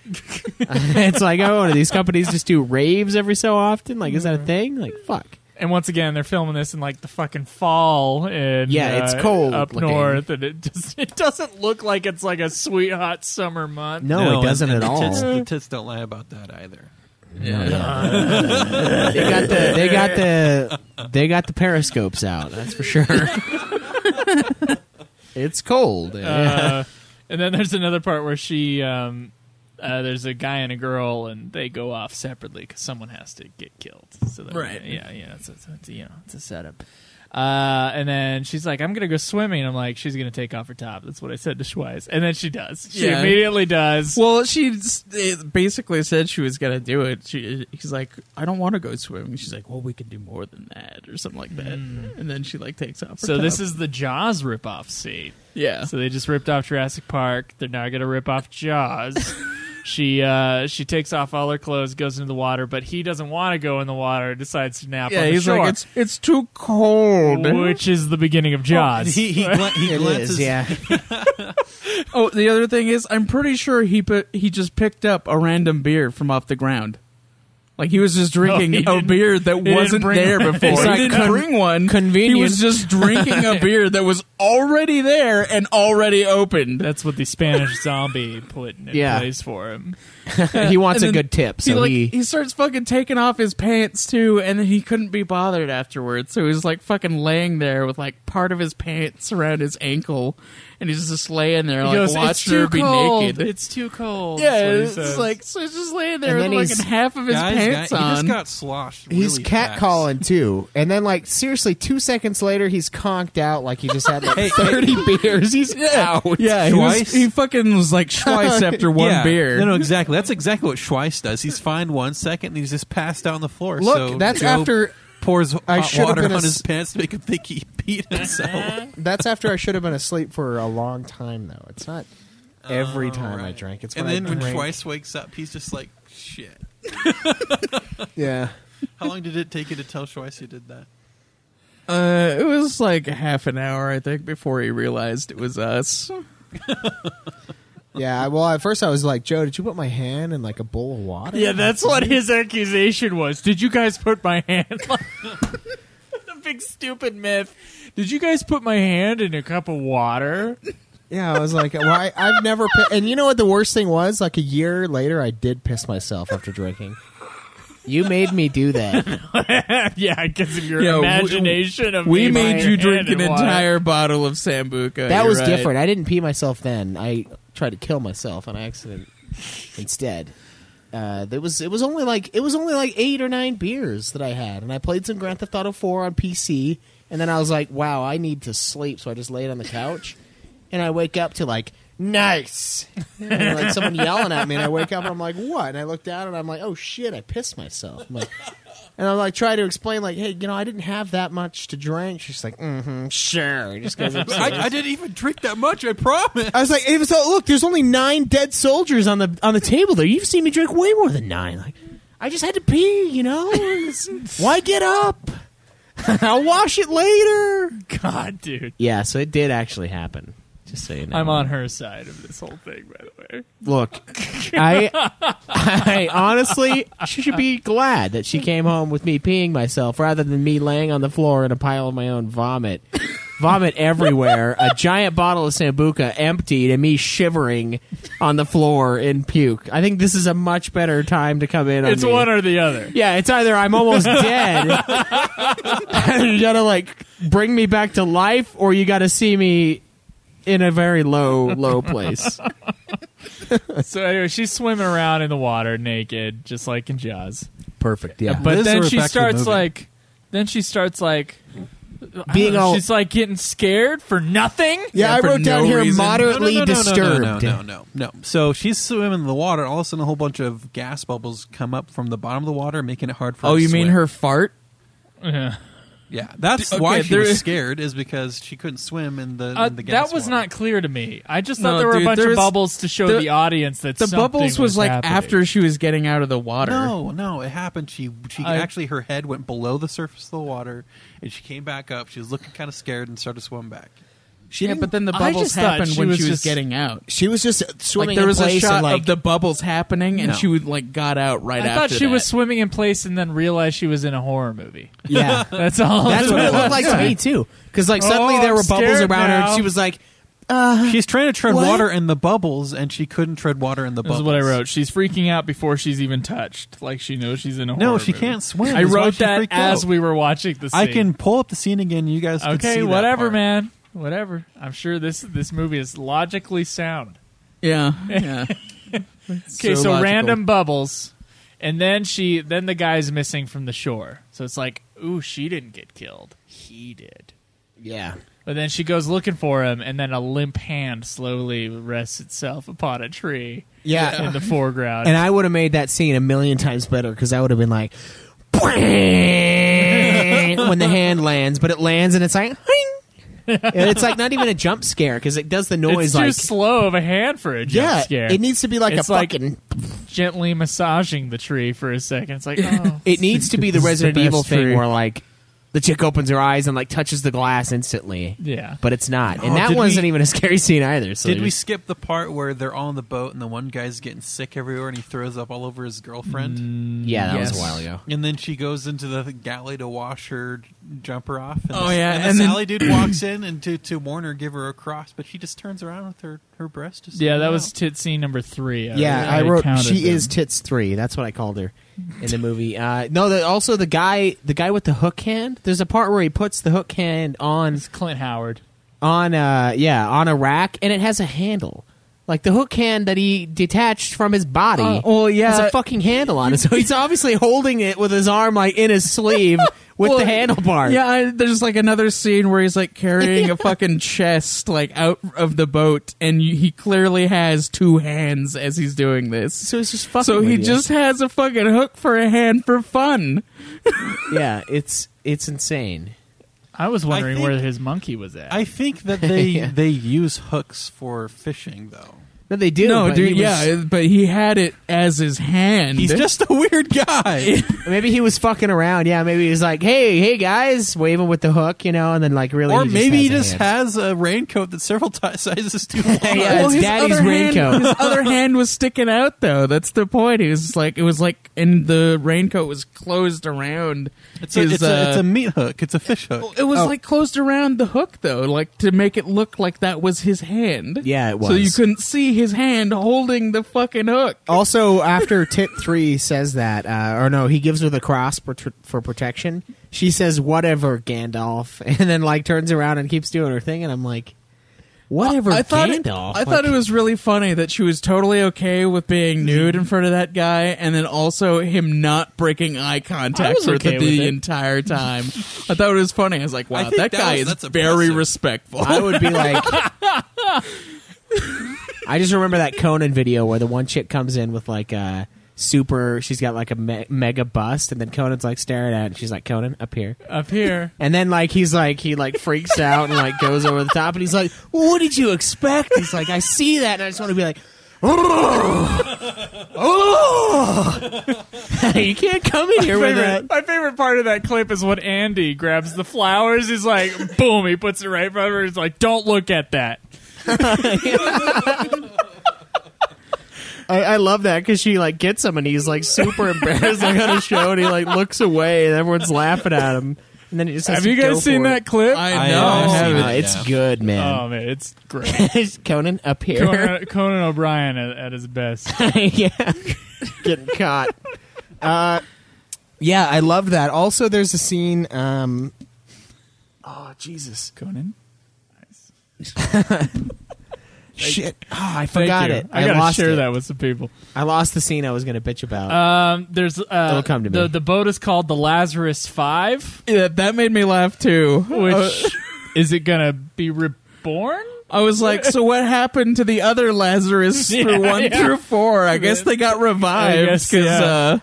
B: it's like, oh, do these companies just do raves every so often? Like, is that a thing? Like, fuck.
G: And once again, they're filming this in like the fucking fall, and
B: Yeah, it's
G: uh,
B: cold
G: up
B: looking.
G: north, and it just it doesn't look like it's like a sweet hot summer month.
B: No, it
E: and-
B: doesn't
E: and
B: at
E: the
B: all.
E: Tits, the tits don't lie about that either.
B: they got the they got the they got the periscopes out. That's for sure. it's cold.
G: Uh, and then there's another part where she, um, uh, there's a guy and a girl, and they go off separately because someone has to get killed. So that,
F: Right.
G: yeah, yeah, it's, it's, it's, you know, it's a setup. Uh, and then she's like, "I'm gonna go swimming." I'm like, "She's gonna take off her top." That's what I said to Schweiz, and then she does. She
F: Yeah.
G: immediately does.
F: Well, she s- it basically said she was gonna do it. She, he's like, I don't want to go swimming. She's like, Well, we can do more than that, or something like that. And then she like takes off. Her
G: So this
F: top.
G: is the Jaws ripoff scene.
F: Yeah.
G: So they just ripped off Jurassic Park. They're now gonna rip off Jaws. she uh, she takes off all her clothes, goes into the water, but he doesn't want to go in the water. Decides to nap.
F: yeah.
G: on the
F: He's
G: shore.
F: like, It's it's too cold.
G: which is the beginning of Jaws.
F: Oh, he- he glan- he It glances- is,
B: yeah.
F: oh, the other thing is, I'm pretty sure he put, he just picked up a random beer from off the ground. Like he was just drinking
B: he
F: a
B: didn't-
F: beer that
B: he didn't
F: wasn't
B: bring-
F: there
B: he
F: before.
B: didn't bring
F: one.
B: Convenient.
F: He was just drinking a beer that was already there and already opened.
G: That's what the Spanish zombie put in
B: Yeah.
G: place for him.
B: he wants
F: And
B: a
F: then
B: good tip, so
F: he, like,
B: he,
F: starts fucking taking off his pants too, and then he couldn't be bothered afterwards, so he was like fucking laying there with like part of his pants around his ankle, and he's just laying there
G: He
F: like
G: goes, "It's
F: watching her
G: too
F: be
G: cold.
F: naked.
G: It's too cold.
F: Yeah,
G: That's what he
F: it's
G: says.
F: like so he's just laying there
B: And
F: with
B: then
F: like
B: he's-
F: half of his
E: Guys,
F: pants
E: guy-
F: on.
E: He just got sloshed. Really
B: he's
E: fast.
B: catcalling too, and then like seriously, two seconds later, he's conked out like he just had like thirty beers. He's
F: yeah,
B: out.
F: yeah. He, was,
E: Schweiss.
F: he fucking was like Schweiss after one
E: Yeah.
F: beer.
E: No, no, exactly. That's exactly what Schweiss does. He's fine one second, and he's just passed out on the floor.
B: Look,
E: so
B: that's
E: Joe
B: after
E: pours
B: I
E: hot
B: should've
E: water
B: been a
E: on
B: s-
E: his pants to make him think he beat himself.
B: That's after I should have been asleep for a long time though. It's not every time I drink. It's
E: and
B: when
E: then
B: I
E: when
B: drink.
E: Schweiss wakes up, he's just like, "Shit."
B: Yeah.
E: How long did it take you to tell Schweiss you did that?
F: Uh, it was like half an hour, I think, before he realized it was us.
B: Yeah, I- well, at first I was like, Joe, did you put my hand in like a bowl of water?
G: Yeah, that's what his accusation was. Did you guys put my hand? the big stupid myth. Did you guys put my hand in a cup of water?
B: Yeah, I was like, well, I, I've never. Pi- and you know what the worst thing was? Like a year later, I did piss myself after drinking. You made me do that.
G: yeah, because of your
F: Yeah, we-
G: imagination of
F: we
G: me putting
F: made
G: your
F: you
G: hand
F: drink
G: in
F: an
G: water.
F: entire bottle of sambuca.
B: that
F: you're
B: was
F: right.
B: different. I didn't pee myself then. I tried to kill myself on accident instead. Uh, there was it was only like it was only like eight or nine beers that I had, and I played some Grand Theft Auto Four on PC, and then I was like, "Wow, I need to sleep," so I just laid on the couch, and I wake up to like nice, and, like someone yelling at me, and I wake up and I'm like, "What?" And I look down and I'm like, "Oh shit, I pissed myself." I'm like, and I'm like trying to explain like, "Hey, you know, I didn't have that much to drink." She's like, "Mm-hmm, sure," just goes upstairs.
E: I, I didn't even drink that much. I promise.
B: I was like, it was, oh, look, there's only nine dead soldiers on the on the table there. You've seen me drink way more than nine. Like, I just had to pee, you know. Why get up? I'll wash it later.
G: God, dude.
B: Yeah, so it did actually happen. Just so you know,
G: I'm on her side of this whole thing, by the way.
B: Look, I, I honestly, she should be glad that she came home with me peeing myself rather than me laying on the floor in a pile of my own vomit. Vomit everywhere, a giant bottle of Sambuca emptied, and me shivering on the floor in puke. I think this is a much better time to come in on
G: It's
B: me.
G: one or the other.
B: Yeah, it's either I'm almost dead, and you gotta like bring me back to life, or you gotta see me in a very low, low place.
G: so anyway, she's swimming around in the water naked, just like in Jaws.
B: Perfect.
G: But then she starts like, then she starts like, I
B: Being
G: don't know,
B: all-
G: she's like getting scared for nothing.
B: Yeah, I wrote down here moderately
E: no, no, no,
B: disturbed.
E: No, no, no, no, no. So she's swimming in the water. All of a sudden, a whole bunch of gas bubbles come up from the bottom of the water, making it hard for.
F: Oh,
E: her to
F: you mean
E: swim.
F: her fart?
G: Yeah.
E: Yeah, that's
F: D- okay,
E: why she
F: there
E: was
F: is-
E: scared is because she couldn't swim in the,
G: Uh,
E: in the gas.
G: that was
E: water.
G: not clear to me. I just thought
F: No,
G: there were
F: dude,
G: a bunch
F: there
G: of
F: is-
G: bubbles to show
F: the-
G: the, audience that
F: The bubbles was, like
G: happening.
F: after she was getting out of the water.
E: No, no, it happened. She she
F: I-
E: actually her head went below the surface of the water, and she came back up. She was looking kind of scared and started to swim back.
F: She yeah, but then the
G: I
F: bubbles
G: just thought
F: happened
G: she
F: when
G: was
F: she was
G: just-
F: getting out.
B: She was just swimming
F: Like there
B: in
F: was a
B: place
F: shot
B: and, like-
F: of the bubbles happening, and
B: No.
F: she would like got out right
G: I
F: after.
G: thought she
F: that.
G: was swimming in place and then realized she was in a horror movie.
B: Yeah.
G: that's all.
B: That's what it looked like to me too. Because like suddenly
G: Oh,
B: there
G: I'm
B: were bubbles
G: scared
B: around her,
G: now.
B: and she was like, uh,
E: She's trying to tread
B: What?
E: water in the bubbles, and she couldn't tread water in the
G: This
E: bubbles.
G: is what I wrote. She's freaking out before she's even touched, like she knows she's in a
E: No,
G: horror
E: she
G: movie.
E: can't swim.
G: I
E: That's why
G: wrote
E: she
G: that
E: freaked
G: as
E: out.
G: we were watching the scene.
E: I can pull up the scene again. You guys can see
G: Okay,
E: that
G: whatever,
E: part.
G: man. Whatever. I'm sure this this movie is logically sound.
F: Yeah, yeah.
G: Okay, so, random bubbles, and then she then the guy's missing from the shore. So it's like ooh, she didn't get killed. He did.
B: Yeah.
G: But then she goes looking for him, and then a limp hand slowly rests itself upon a tree.
B: Yeah.
G: In the foreground.
B: And I would have made that scene a million times better because I would have been like, when the hand lands, but it lands and it's like, and it's like not even a jump scare because it does the noise
G: it's too
B: like
G: slow of a hand for a jump
B: Yeah,
G: scare.
B: it needs to be like
G: It's
B: a
G: like
B: fucking-
G: gently massaging the tree for a second. It's like oh,
B: it needs to be the
G: It's
B: Resident
G: best
B: Evil thing
G: tree.
B: where like the chick opens her eyes and like touches the glass instantly.
G: Yeah.
B: but it's not, and
E: Oh,
B: that
E: did
B: wasn't
E: we-
B: even a scary scene either. So
E: Did we
B: there's-
E: skip the part where they're all on the boat and the one guy's getting sick everywhere and he throws up all over his girlfriend?
G: Mm.
B: yeah, that was a while ago.
E: And then she goes into the galley to wash her jumper off. And
F: Oh,
E: the,
F: yeah,
E: and, the
F: and then-
E: Sally dude walks in and to to warn her, give her a cross, but she just turns around with her her breast. Just
G: yeah, that
E: hanging
G: was
E: out.
G: tit scene number three.
B: Yeah, I, wrote
G: Uh, counted
B: she
G: them.
B: is tits three. That's what I called her in the movie. Uh, no, the, also the guy, the guy with the hook hand. There's a part where he puts the hook hand on
G: Clint Howard
B: on uh yeah on a rack, and it has a handle. Like the hook hand that he detached from his body.
F: Oh, oh, yeah.
B: has a fucking handle on it. So he's obviously holding it with his arm like in his sleeve with the handlebar.
F: Yeah, I, there's like another scene where he's like carrying a fucking chest like out of the boat, and you, he clearly has two hands as he's doing this. So
B: it's just fucking.
F: So he
B: with you.
F: just has a fucking hook for a hand for fun.
B: yeah, it's it's insane.
G: I was wondering
E: think-
G: where his monkey was at.
E: I think that they
G: Yeah.
E: they use hooks for fishing though.
B: No, they do.
F: No,
B: but
F: dude.
B: he was-
F: yeah, but he had it as his hand.
E: He's just a weird guy.
B: maybe he was fucking around. Yeah, maybe he was like, "Hey, hey guys," waving with the hook, you know, and then like really,
E: or maybe he
B: has
E: just
B: a hand.
E: has a raincoat that's several ti sizes too long.
B: Yeah, it's
F: his
B: daddy's
F: other
B: raincoat.
F: Hand, his other hand was sticking out though. That's the point. He was like, it was like, and the raincoat was closed around.
E: It's a,
F: his,
E: it's, a, it's
F: uh,
E: a meat hook. It's a fish hook.
F: It was
G: Oh.
F: like closed around the hook though, like to make it look like that was his hand.
B: Yeah, it
F: So
B: was.
F: you couldn't see his hand holding the fucking hook.
B: Also, after Tip Three says that, uh, or no, he gives her the cross for, tr- for protection. She says, "Whatever, Gandalf," and then like turns around and keeps doing her thing. And I'm like, "Whatever,
F: I thought it,
B: Gandalf."
F: I thought it was really funny that she was totally okay with being nude in front of that guy, and then also him not breaking eye
G: I
F: contact
G: was
F: with
G: okay
F: the
G: with it.
F: entire time. I thought it was funny. I was like,
G: I
F: wow,
G: think
F: that,
G: that
F: guy
G: was-
F: is
G: that's
F: very respectful.
B: I would be like, I just remember that Conan video where the one chick comes in with like a super. She's got like a me- mega bust, and then Conan's like staring at it. And she's like, "Conan, up here."
F: up here.
B: And then like he's like he like freaks out and like goes over the top and he's like, "What did you expect?" He's like, "I see that and I just want to be like, oh, oh." you can't come in here
G: my
B: with
G: favorite,
B: that."
G: my favorite part of that clip is when Andy grabs the flowers. He's like, boom, he puts it right in front of her. He's like, don't look at that.
B: I, I love that because she like gets him and he's like super embarrassed like on a show and he like looks away and everyone's laughing at him. And then he just has
F: Have
B: to
F: you
B: go
F: guys seen
B: for it.
F: that clip?
B: I know.
F: I have
B: Uh,
F: it,
B: it's
F: yeah.
B: good,
G: Oh,
B: man.
G: man, it's great.
B: Conan up here.
G: Conan, Conan O'Brien at, at his best.
B: yeah, getting caught. Uh, yeah, I love that. Also, there's a scene. Um, oh Jesus,
G: Conan!
B: Shit, oh, I
G: Thank
B: forgot
G: you.
B: it.
G: Ah, I gotta
B: lost
G: share
B: it.
G: that with some people.
B: I lost the scene I was gonna bitch about.
G: Um, there's uh,
B: It'll come to me.
G: the the boat is called the Lazarus Five,
F: Yeah, that made me laugh too.
G: which
F: Uh,
G: is it gonna be reborn?
F: I was like, so what happened to the other Lazarus
G: Yeah,
F: for one
G: yeah.
F: through four? I guess they got revived
G: guess,
F: 'cause,
G: yeah.
F: uh,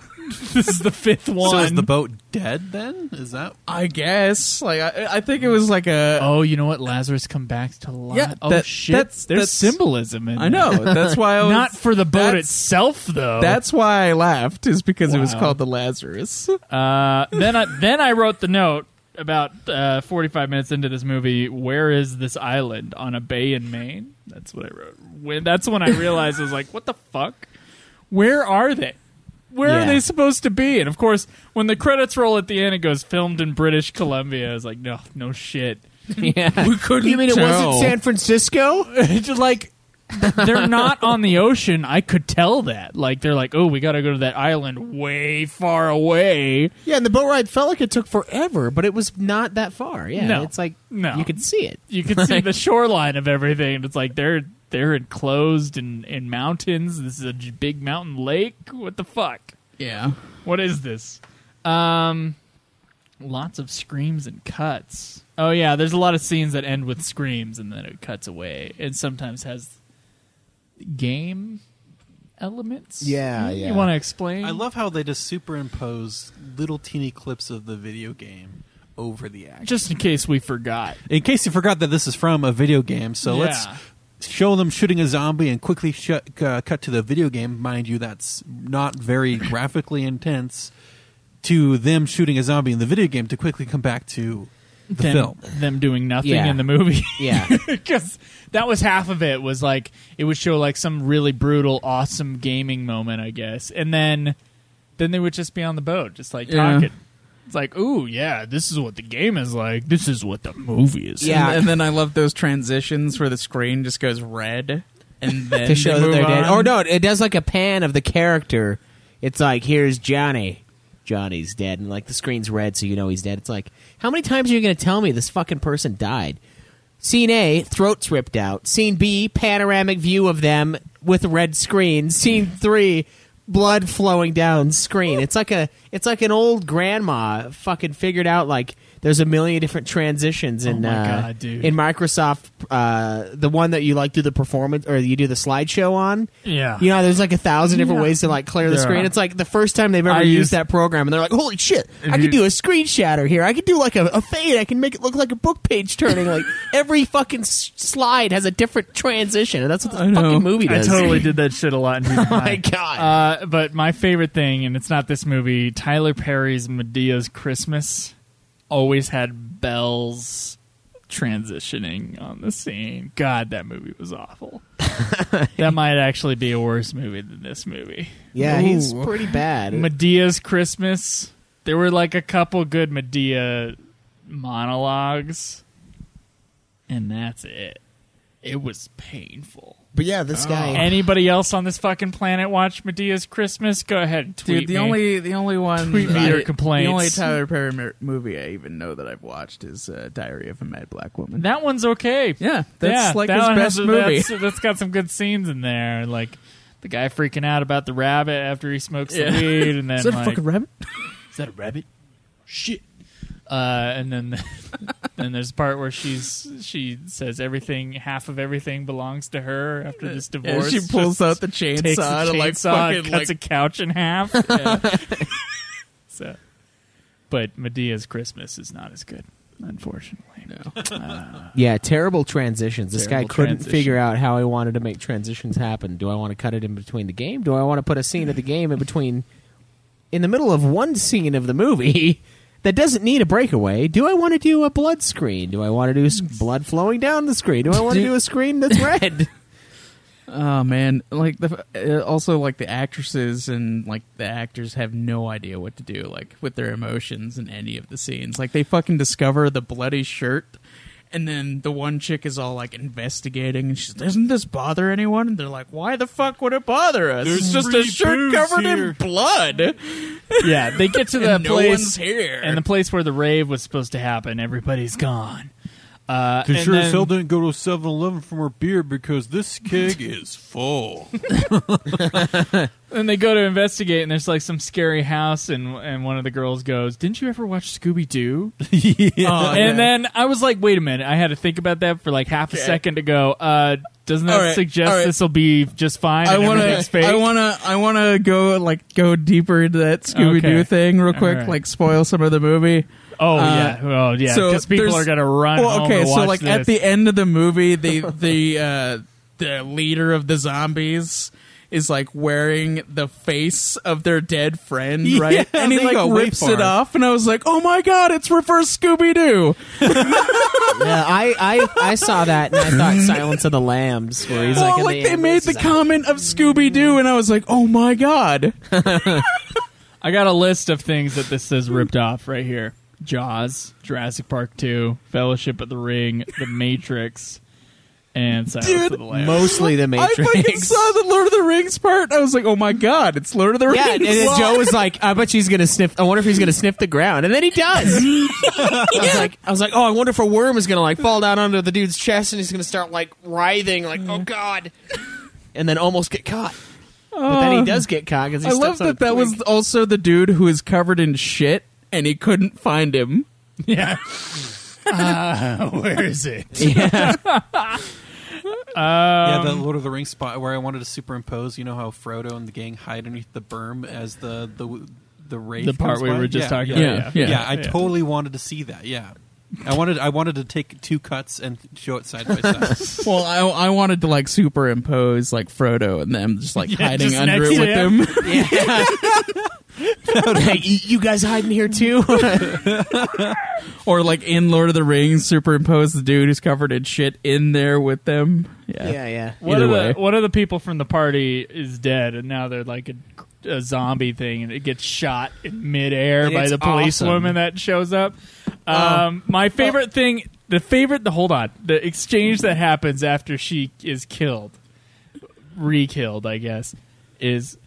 G: this is the fifth one.
E: So is the boat dead then? Is that
F: I guess. Like I, I think it was like a.
G: Oh, you know what? Lazarus come back to life.
F: Yeah,
G: oh
F: that-
G: shit!
F: that's-
G: There's
F: that's-
G: symbolism in.
F: I know.
G: that.
F: That's why I was-
G: Oh. not for the boat
F: that's-
G: itself though.
F: That's why I laughed is because it was
G: Wow.
F: called the Lazarus.
G: Uh, then I then I wrote the note about uh, 45 minutes into this movie. Where is this island on a bay in Maine? That's what I wrote. When that's when I realized I was like, what the fuck? Where are they? Where
F: Yeah.
G: are they supposed to be? And of course, when the credits roll at the end, it goes filmed in British Columbia. I was like, no, no shit.
B: yeah,
F: We couldn't.
B: you mean it wasn't San Francisco?
G: Just like they're not on the ocean. I could tell that. Like they're like, oh, we got to go to that island way far away.
B: Yeah, and the boat ride felt like it took forever, but it was not that far. Yeah,
G: No.
B: it's like
G: No.
B: you could see it.
G: you can see the shoreline of everything. and It's like they're they're enclosed in, in mountains. This is a j- big mountain lake. What the fuck?
F: Yeah.
G: What is this? Um, Lots of screams and cuts. Oh yeah, there's a lot of scenes that end with screams and then it cuts away. It sometimes has game elements. Hmm,
E: Yeah,
G: you,
E: yeah.
G: You want to explain?
E: I love how they just superimpose little teeny clips of the video game over the action.
G: Just in case we forgot.
E: In case you forgot that this is from a video game, so
G: Yeah.
E: let's show them shooting a zombie and quickly sh- uh, cut to the video game. Mind you, that's not very graphically intense. To them shooting a zombie in the video game to quickly come back to the
G: them,
E: film.
G: them doing nothing
E: Yeah.
G: in the movie.
E: Yeah.
G: because that was half of it. Was like it would show like some really brutal, awesome gaming moment, I guess, and then then they would just be on the boat, just like
F: Yeah.
G: talking. It's like, ooh, yeah, this is what the game is like. This is what the movie is.
F: Yeah,
G: like.
F: and, then I love those transitions where the screen just goes red, and then
B: to show
F: they
B: that
F: move
B: they're dead.
F: on.
B: Or no, it does like a pan of the character. It's like here's Johnny. Johnny's dead, and like the screen's red, so you know he's dead. It's like how many times are you going to tell me this fucking person died? Scene A, throats ripped out. Scene B, panoramic view of them with a red screen. Scene three, blood flowing down screen. It's like a, it's like an old grandma fucking figured out like there's a million different transitions
F: Oh
B: in
G: my
B: uh,
G: God, dude.
B: in Microsoft, uh, the one that you like do the performance or you do the slideshow on.
G: Yeah.
B: You know, there's like a thousand different
G: Yeah.
B: ways to like clear the
G: Yeah.
B: screen. It's like the first time they've ever
G: I
B: used
G: use-
B: that program and they're like, holy shit,
G: If
B: I
G: you-
B: can do a screen shatter here. I can do like a, a fade. I can make it look like a book page turning. like every fucking s- slide has a different transition. And that's what the fucking movie does.
G: I totally did that shit a lot. In junior
B: Oh my
G: high.
B: God.
G: Uh, but my favorite thing, and it's not this movie, Tyler Perry's Medea's Christmas always had bells transitioning on the scene. God, that movie was awful. that might actually be a worse movie than this movie.
B: Yeah, he's pretty bad.
G: Medea's Christmas. There were like a couple good Medea monologues, and that's it. It was painful.
B: But yeah, this guy.
G: Oh. Anybody else on this fucking planet watch Medea's Christmas? Go ahead, and tweet
F: Dude, the
G: me.
F: only the only one
G: Tweet me
F: I-
G: your complaints.
F: The only Tyler Perry mo- movie I even know that I've watched is uh, Diary of a Mad Black Woman.
G: That one's okay.
F: Yeah, that's
G: Yeah,
F: like
G: that
F: his
G: one
F: best
G: has-
F: movie.
G: that's- that's got some good scenes in there, like the guy freaking out about the rabbit after he smokes
F: Yeah.
G: the weed, and then
F: Is that a
G: like,
F: fucking rabbit?
G: Is that a rabbit? Shit. Uh, and then then there's a part where she's she says everything half of everything belongs to her after this
F: Yeah,
G: divorce.
F: she pulls
G: Just
F: out the
G: takes
F: chainsaw and, like,
G: chainsaw and
F: fucking,
G: cuts
F: like-
G: a couch in half. so, but Medea's Christmas is not as good, unfortunately. No.
B: Yeah, terrible transitions. This
G: Terrible
B: guy couldn't
G: transition.
B: figure out how he wanted to make transitions happen. Do I want to cut it in between the game? Do I want to put a scene of the game in between in the middle of one scene of the movie that doesn't need a breakaway? Do I want to do a blood screen? Do I want to do s- blood flowing down the screen? Do I want to do a screen that's red?
F: Oh man, like the uh, also like the actresses and like the actors have no idea what to do like with their emotions in any of the scenes. Like they fucking discover the bloody shirt and then the one chick is all like investigating and she's doesn't this bother anyone? And they're like, "Why the fuck would it bother us?
G: There's
F: it's just
G: three
F: a shirt
G: boobs
F: covered
G: here."
F: in blood."
G: yeah, they get to
F: And
G: the
F: no
G: place
F: one's here.
G: and the place where the rave was supposed to happen. Everybody's gone. Uh,
E: They
G: and
E: sure as
G: then-
E: hell didn't go to 7 Eleven for more beer because this keg is full.
G: And they go to investigate, and there's like some scary house, and and one of the girls goes, "Didn't you ever watch Scooby Doo?"
F: Oh,
G: and
F: yeah.
G: then I was like, "Wait a minute!" I had to think about that for like half a
F: Okay.
G: second to go. Uh, doesn't that
F: All right,
G: suggest
F: all right.
G: this will be just fine?
F: I
G: and
F: want
G: everything's
F: to.
G: fake?
F: I want to. I want to go like go deeper into that Scooby Doo
G: Okay.
F: thing real
G: All
F: quick.
G: right.
F: Like spoil some of the movie.
G: Oh, yeah. Oh, yeah, 'cause people
F: uh, there's-
G: are gonna run
F: Well,
G: home
F: okay.
G: to
F: so
G: watch
F: like at
G: this.
F: the end of the movie, the the uh, the leader of the zombies is like wearing the face of their dead friend,
D: Yeah,
F: right? And he
D: they
F: like
D: go way
F: rips
D: far.
F: it off, and I was like, oh my god, it's reverse Scooby Doo.
B: yeah, I, I I saw that and I thought Silence of the Lambs, where he's
F: well,
B: like, in
F: Oh, like,
B: the
F: they
B: ambulance,
F: made the
B: he's like,
F: comment of Scooby Doo, and I was like, oh my god.
G: I got a list of things that this says ripped off right here: Jaws, Jurassic Park Two, Fellowship of the Ring, The Matrix, and Silence of the Lambs.
B: mostly the Matrix.
F: I fucking saw the Lord of the Rings part. And I was like, oh my god, it's Lord of the Rings.
B: Yeah, and then Joe was like, "I bet she's gonna sniff. I wonder if he's gonna sniff the ground." And then he does. I was like, "I was like, oh, I wonder if a worm is gonna like fall down onto the dude's chest and he's gonna start like writhing, like oh god," and then almost get caught. Oh. But then he does get caught because he
F: I
B: steps
F: love
B: on a
F: that that was
B: twig.
F: also the dude who is covered in shit and he couldn't find him.
A: Yeah. Uh, where is it?
F: Yeah.
E: yeah, the
F: Um,
E: Lord of the Rings spot where I wanted to superimpose. You know how Frodo and the gang hide underneath the berm as the the the wraith.
G: The part
E: comes
G: we
E: by?
G: were just
E: Yeah,
G: talking
E: yeah,
G: about,
E: Yeah,
G: yeah.
E: Yeah, I
G: Yeah.
E: totally wanted to see that. Yeah, I wanted I wanted to take two cuts and show it side by side.
F: well, I, I wanted to like superimpose like Frodo and them just like hiding
E: just
F: under
E: next
F: it
E: to
F: with
E: him.
F: them.
B: Hey, you you guys hiding here too?
F: or like in Lord of the Rings, superimpose the dude who's covered in shit in there with them. Yeah,
G: One
F: Either
G: of
F: way,
G: the one of the people from the party is dead, and now they're like a, a zombie thing, and it gets shot in midair
F: And
G: by
F: it's
G: the police
F: awesome.
G: woman that shows up. Um, my favorite thing, the favorite, the hold on, the exchange that happens after she is killed, re-killed, I guess, is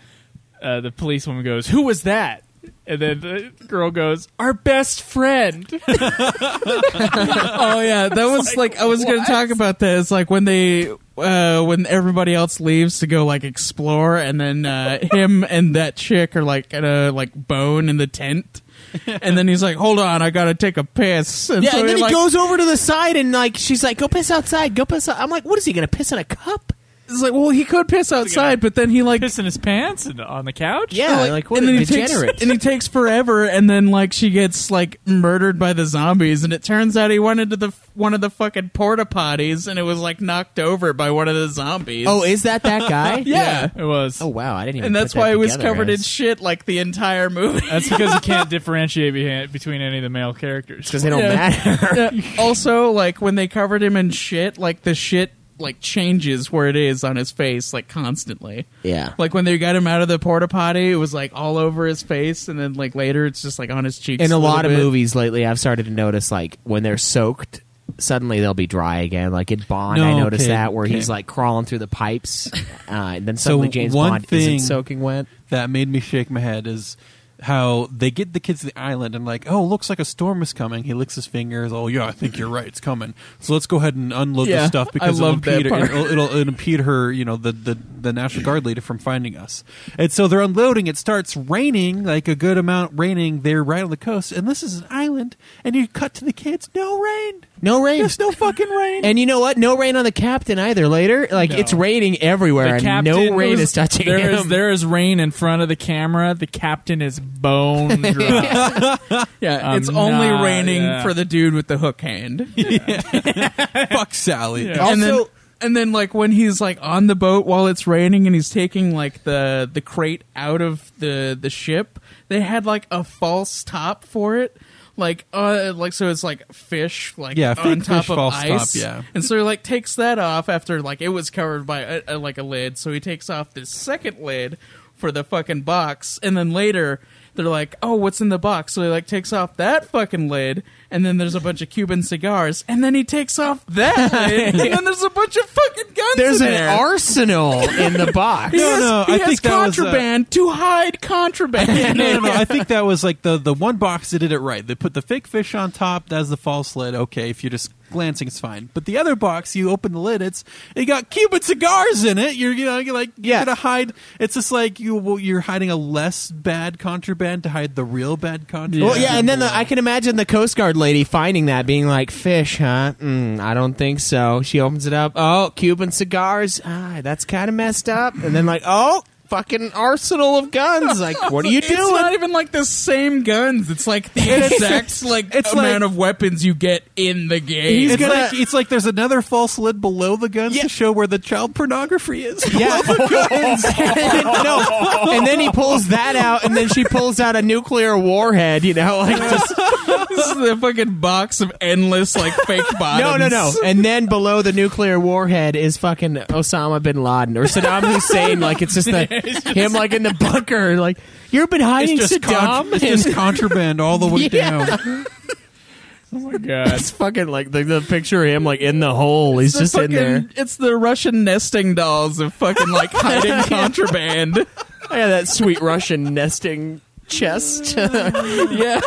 G: uh, the police woman goes, "Who was that?" And then the girl goes, "Our best friend."
F: oh yeah, that was like, I was going to talk about this. Like when they, uh, when everybody else leaves to go like explore, and then uh, him and that chick are like at a like bone in the tent, and then he's like, "Hold on, I got to take a piss." And
B: yeah,
F: so
B: and then
F: like,
B: he goes over to the side and like she's like, "Go piss outside, go piss." Out. I'm like, "What is he gonna piss in a cup?"
F: It's like, well, he could piss outside, but then he like
G: piss in his pants and on the couch.
B: Yeah, like, what
F: and
B: a
F: then he takes,
B: degenerate.
F: and he takes forever, and then like she gets like murdered by the zombies, and it turns out he went into the one of the fucking porta potties, and it was like knocked over by one of the zombies.
B: Oh, is that that guy?
F: yeah.
G: it was.
B: Oh wow, I didn't. even
F: and that's
B: put that
F: why it was
B: together
F: covered in
B: as-
F: shit like the entire movie.
G: That's because you can't differentiate beha- between any of the male characters
B: 'Cause they don't
F: Yeah.
B: matter.
F: Yeah. Uh, Also, like when they covered him in shit, like the shit like changes where it is on his face like constantly.
B: Yeah.
F: Like when they got him out of the porta potty, it was like all over his face, and then like later it's just like on his cheeks.
B: in a lot of
F: little bit.
B: movies lately i've started to notice like when they're soaked suddenly they'll be dry again like in bond i
E: No,
B: noticed
E: okay,
B: that where
E: okay.
B: he's like crawling through the pipes uh, and then suddenly james bond isn't soaking wet
E: That made me shake my head is how they get the kids to the island and like, oh, looks like a storm is coming. He licks his fingers. Oh yeah, I think you're right. It's coming. So let's go ahead and unload
F: Yeah,
E: this stuff
F: I
E: because it'll
F: love that
E: impede,
F: part.
E: it'll, it'll, it'll impede her, you know, the, the the national guard leader from finding us. And so they're unloading. It starts raining like a good amount raining. They're right on the coast, and this is an island. And you cut to the kids. No rain.
B: no rain
E: There's no fucking rain.
B: and you know what no rain on the captain either later like
G: No.
B: it's raining everywhere
G: The
B: and
G: captain
B: no rain
G: was-
B: is touching
G: there
B: him
G: is- there is rain in front of the camera. The captain is bone dry.
F: Yeah,
G: Um,
F: it's only
G: nah,
F: raining
G: yeah.
F: for the dude with the hook hand.
E: Fuck Sally.
F: And then,
E: Also-
F: and then like when he's like on the boat while it's raining and he's taking like the the crate out of the the ship, they had like a false top for it. Like uh like so it's like fish like
E: Yeah,
F: on
E: fake
F: top
E: fish
F: of
E: false top,
F: ice.
E: yeah.
F: And so he like takes that off after like it was covered by a, a, like a lid, so he takes off this second lid for the fucking box, and then later they're like, "Oh, what's in the box?" So he like takes off that fucking lid, and then there's a bunch of Cuban cigars, and then he takes off that lid, and then there's a bunch of fucking guns.
B: there's
F: in
B: an
F: there.
B: arsenal in the box
F: He has, he has
E: That was, uh,
F: contraband to hide contraband.
E: no, no, no. I think that was like the the one box that did it right. They put the fake fish on top. That's the false lid. Okay, if you're just glancing, it's fine. But the other box, you open the lid, it's it got Cuban cigars in it. You're you know you're like you're gonna hide. It's just like you well, you're hiding a less bad contraband to hide the real bad contraband.
B: Well, yeah, and then the, I can imagine the Coast Guard lady finding that, being like, "Fish, huh? Mm, I don't think so." She opens it up. Oh, Cuban cigars. Ah, that's kind of messed up. And then like, oh, fucking arsenal of guns. Like, what are you
F: It's not
B: doing?
F: even like the same guns. It's like the
E: It's-
F: exact like
E: it's
F: amount
E: like-
F: of weapons you get in the game.
E: It's, like, it's like there's another false lid below the guns to show where the child pornography is.
B: Yeah.
E: Below the guns.
B: no. And then he pulls that out, and then she pulls out a nuclear warhead. You know, like just
F: this is a fucking box of endless like fake
B: no,
F: bottoms.
B: no, no. And then below the nuclear warhead is fucking Osama bin Laden or Saddam Hussein. Like it's just the him like in the bunker. Like you've been hiding
E: It's just,
B: Saddam.
E: con- it's just contraband all the way
B: Yeah.
E: down.
G: oh my god.
B: It's fucking like the, the picture of him like in the hole. He's
F: It's the
B: just
F: fucking,
B: in there.
F: It's the Russian nesting dolls of fucking like hiding contraband.
B: I got that sweet Russian nesting chest.
F: Yeah.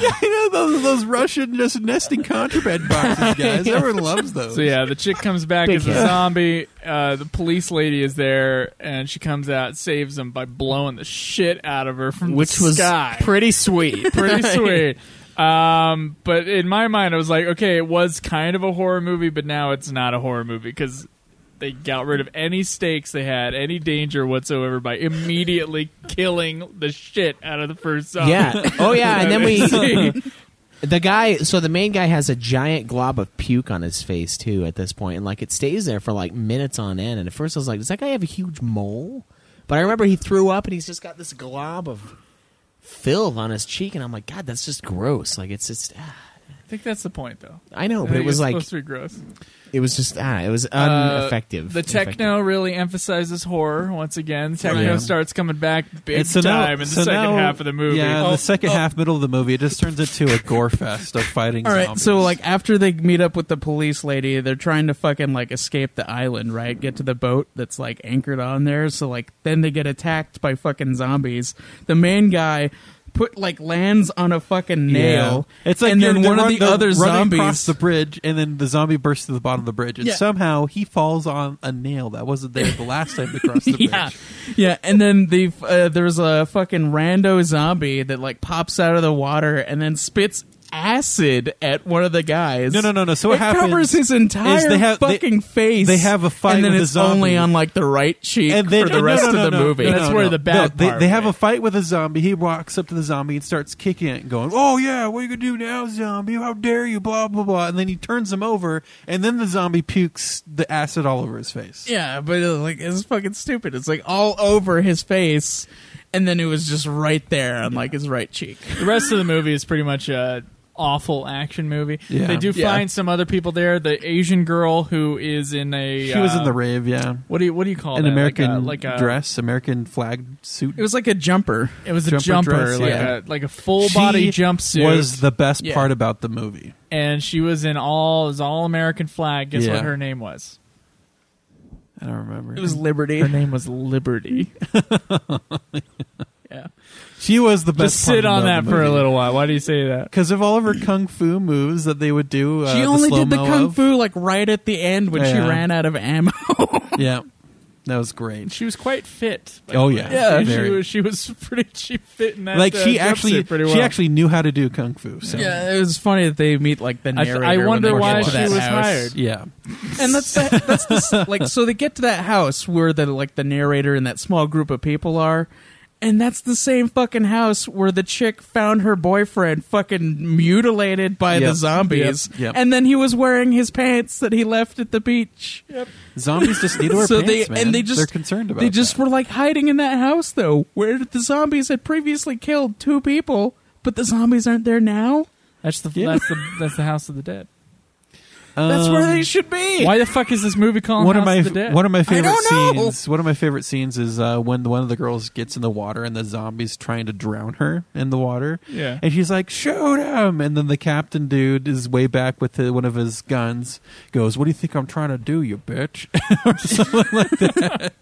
E: yeah, you know those those Russian just nesting contraband boxes, guys. Everyone loves those.
G: So yeah, the chick comes back
E: Big
G: as a
E: hit.
G: zombie. Uh, the police lady is there, and she comes out, saves them by blowing the shit out of her from
B: Which
G: the
B: was
G: sky.
B: pretty sweet.
G: pretty sweet. Um, but in my mind, I was like, okay, it was kind of a horror movie, but now it's not a horror movie because they got rid of any stakes they had, any danger whatsoever by immediately killing the shit out of the first zombie.
B: Yeah. Oh yeah, and then we the guy so the main guy has a giant glob of puke on his face too at this point and like it stays there for like minutes on end and at first I was like, does that guy have a huge mole? But I remember he threw up and he's just got this glob of filth on his cheek and I'm like, god, that's just gross. Like it's just ah.
G: I think that's the point, though.
B: I know,
G: I
B: but it
G: think
B: was
G: it's
B: like-
G: supposed to be gross.
B: it was just ah, it was
G: Uh,
B: ineffective.
G: the techno really emphasizes horror once again. Techno
E: Right.
G: starts coming back big
E: And so now-
G: time in the
E: so
G: second
E: now-
G: half of the movie.
E: Yeah,
G: Oh,
E: the second
G: oh,
E: half, middle of the movie, it just turns into a gore fest of fighting
F: All right,
E: zombies.
F: so like after they meet up with the police lady, they're trying to fucking like escape the island, right? Get to the boat that's like anchored on there. So like then they get attacked by fucking zombies. The main guy put like lands on a fucking nail.
E: Yeah. It's like
F: and
E: you're-
F: then
E: they're
F: one of
E: run-
F: the
E: they're
F: other
E: running
F: zombies
E: across the bridge, and then the zombie bursts to the bottom of the bridge, and
F: Yeah.
E: somehow he falls on a nail that wasn't there the last time they crossed the bridge.
F: yeah, yeah, and then the uh, there's a fucking rando zombie that like pops out of the water and then spits acid at one of the guys.
E: No, no, no, no. So what
F: it
E: happens
F: covers his
E: is
F: entire
E: they have- they-
F: fucking face.
E: they have a fight
F: and then
E: with a
F: it's
E: zombie.
F: only on like the right cheek
E: And then
F: for the
E: no,
F: rest
E: no, no,
F: of the
E: no,
F: movie.
E: no, no, no. No, they, they have a fight with a zombie. He walks up to the zombie and starts kicking it, and going, "Oh yeah, what are you gonna do now, zombie? How dare you?" Blah blah blah. And then he turns him over, and then the zombie pukes the acid all over his face.
F: yeah, but uh, like it's fucking stupid. It's like all over his face, and then it was just right there on like his right cheek.
G: The rest of the movie is pretty much a awful action movie.
F: Yeah.
G: They do
F: Yeah.
G: find some other people there. The Asian girl who is in a
E: She was
G: uh,
E: in the rave, yeah.
G: What do you what do you call
E: an
G: that? Like a-
E: American
G: like a-
E: dress, American flag suit?
F: It was like a jumper.
G: It was a jumper, like a like a full
E: She
G: body jumpsuit.
E: Was the best
G: Yeah.
E: part about the movie?
G: and she was in all it was all American flag. Guess
E: Yeah.
G: what her name was?
E: I don't remember.
F: It was Liberty.
G: Her name was Liberty. yeah.
E: She was the best.
G: Just sit on that for a little while. Why do you say that?
E: Because of all of her kung fu moves that they would do, uh,
F: she
E: the
F: only did the
E: slow-mo
F: kung
E: of.
F: fu like right at the end when she
E: Yeah.
F: ran out of ammo.
E: Yeah, that was great.
G: She was quite fit. by
E: Oh,
G: the
E: yeah.
G: way.
E: Yeah.
G: She-
E: Very.
G: she was she was pretty she fit in that.
E: like
G: uh,
E: she
G: jumpsuit
E: actually,
G: pretty well.
E: she actually knew how to do kung fu. So.
F: Yeah, it was funny that they meet like the
G: I th-
F: narrator.
G: I
F: when
G: wonder
F: they get
G: why
F: to
G: she
F: that
G: was
F: house.
G: hired.
E: Yeah.
F: and that's the, that's the, s- like so they get to that house where the like the narrator and that small group of people are, and that's the same fucking house where the chick found her boyfriend fucking mutilated by
E: Yep.
F: the zombies,
E: Yep. Yep.
F: and then he was wearing his pants that he left at the beach.
E: Zombies just need to wear
F: so
E: pants,
F: they
E: man.
F: and they just
E: They're concerned about
F: They just were like hiding in that house though, where the zombies had previously killed two people, but the zombies aren't there now.
G: That's the
F: Yeah.
G: that's the that's the House of the Dead.
F: That's where
E: Um,
F: they should be.
G: Why the fuck is this movie called
E: one
G: House
E: of my
G: of the Dead?
E: one of my favorite
F: don't know.
E: scenes. One of my favorite scenes is uh, when the, one of the girls gets in the water and the zombies trying to drown her in the water.
G: Yeah.
E: and she's like, "Shoot him!" And then the captain dude is way back with the, one of his guns. Goes, "What do you think I'm trying to do, you bitch?" or something like that.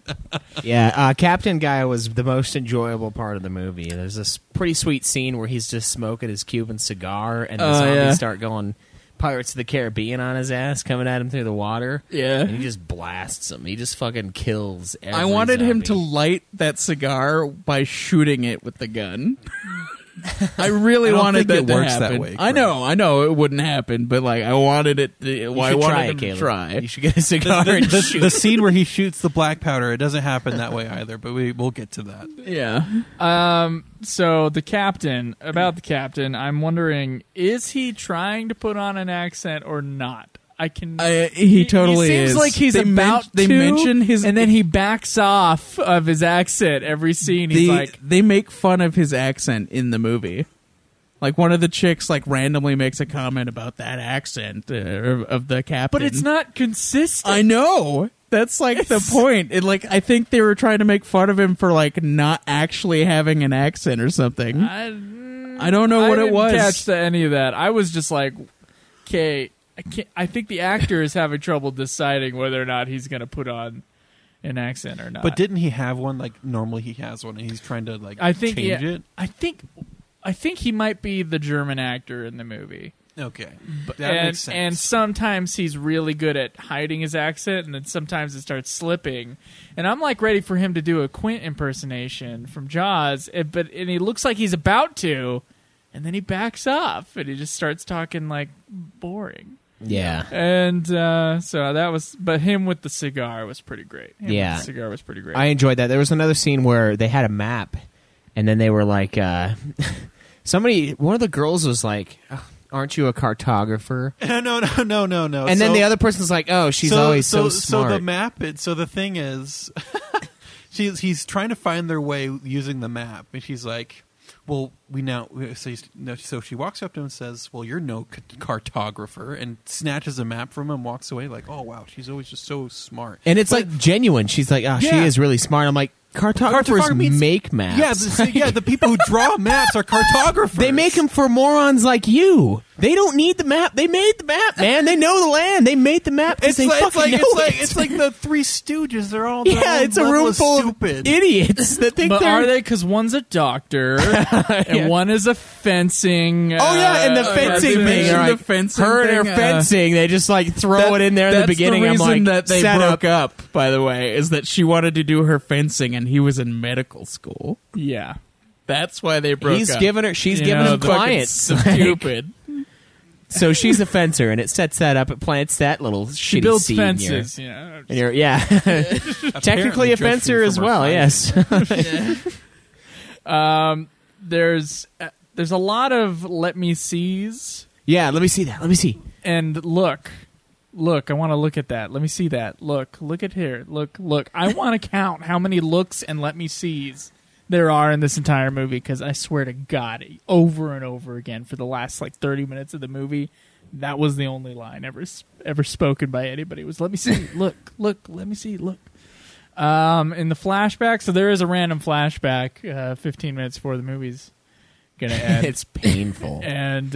B: Yeah, uh, Captain Guy was the most enjoyable part of the movie. There's this pretty sweet scene where he's just smoking his Cuban cigar, and the
F: Oh,
B: zombies
F: yeah.
B: start going Pirates of the Caribbean on his ass, coming at him through the water.
F: Yeah.
B: and he just blasts them. He just fucking kills. Every
F: I wanted him to
B: zombie.
F: light that cigar by shooting it with the gun. I really
E: I don't
F: wanted that
E: think it
F: to
E: works that
F: happen.
E: way,
F: I know, I know it wouldn't happen, but like I wanted it. To, well, I
B: should
F: wanted
B: try it,
F: him
B: Caleb.
F: to try.
B: You should get a cigar
E: the,
B: and
E: the-
B: shoot.
E: the scene where he shoots the black powder. It doesn't happen that way either, but we we'll get to that.
F: Yeah.
G: Um. So the captain about the captain. I'm wondering, is he trying to put on an accent or not? I can.
F: I- he totally
G: seems
F: is.
G: like he's
F: They men-
G: about.
F: they
G: to,
F: mention his-
G: and then he backs off of his accent every scene. He's
F: They
G: like,
F: they make fun of his accent in the movie. Like one of the chicks, like randomly makes a comment about that accent uh, of the captain.
G: but it's not consistent.
F: I know. That's like the point. It like I think they were trying to make fun of him for like not actually having an accent or something.
B: Uh,
G: I,
F: I don't know
G: I
F: what it
G: didn't
F: was.
G: Catch to any of that. I was just like, okay. I, can't, I think the actor is having trouble deciding whether or not he's going to put on an accent or not.
E: But didn't he have one like normally he has one and he's trying to like
G: I think
E: change
G: yeah,
E: it?
G: I think I think he might be the German actor in the movie.
E: Okay.
G: But-
E: That
G: and,
E: makes sense.
G: and sometimes he's really good at hiding his accent, and then sometimes it starts slipping. And I'm like ready for him to do a Quint impersonation from Jaws, and, but and he looks like he's about to, and then he backs up and he just starts talking like boring.
B: Yeah.
G: And uh, so that was, but him with the cigar was pretty great. Him with
B: yeah,
G: the cigar was pretty great.
B: I enjoyed that. There was another scene where they had a map, and then they were like, uh, somebody, one of the girls was like, "Ugh, "Aren't you a cartographer?"
E: No, no, no, no, no, no.
B: And then the other person's like, "Oh, she's always so smart."
E: So the map. It, so the thing is, she's he's trying to find their way using the map, and she's like, "Well, we now." So, he's, no, so she walks up to him and says, "Well, you're no c- cartographer," and snatches a map from him, and walks away. Like, oh wow, she's always just so smart.
B: and it's like genuine. She's like, "Oh, she
E: Yeah.
B: is really smart." I'm like, cartographers
E: Cartographer means-
B: make maps.
E: Yeah, the, so- yeah. The people who draw maps are cartographers.
B: They make them for morons like you. They don't need the map. They made the map, man. They know the land. They made the map. 'cause
E: It's
B: they
E: like, it's
B: fucking
E: like,
B: know
E: it's,
B: it.
E: like, it's like the Three Stooges. They're all they're
B: yeah,
E: all
B: it's a
E: level
B: room full of
E: stupid.
B: idiots that think
G: but
B: they're
G: are they? Because one's a doctor and one is a fencing.
B: Oh yeah, and the
G: uh,
B: fencing
G: uh,
B: thing. They're
G: the
B: like, her and her fencing. they just like uh, throw
F: Uh, That-
B: it in there at
F: that's
B: the beginning.
F: The
B: I'm
F: reason
B: like,
F: that they
B: set
F: broke
B: up.
F: up. By the way, is that she wanted to do her fencing, and he was in medical school.
G: Yeah,
F: that's why they broke.
B: He's
F: up.
B: giving her. She's
F: You
B: giving
F: know,
B: him
F: the fucking
B: clients.
F: Stupid.
B: so she's a fencer, and it sets that up. It plants that little.
G: She
B: shitty
G: builds
B: seed in your-
G: fences, you know.
B: in your- yeah. Technically a
G: judging
B: fencer
G: from
B: as
G: her
B: well. Yes.
G: um, there's uh, there's a lot of let me sees
B: yeah. Let me see that. Let me see.
G: and look, look. I want to look at that. Let me see that. Look, look at here. Look, look. I want to count how many looks and let me sees there are in this entire movie because I swear to God, over and over again for the last like thirty minutes of the movie. That was the only line ever s- ever spoken by anybody. Was let me see, look, look, let me see, look. Um, in the flashback, so there is a random flashback uh, 15 minutes before the movie's gonna end.
B: It's painful.
G: and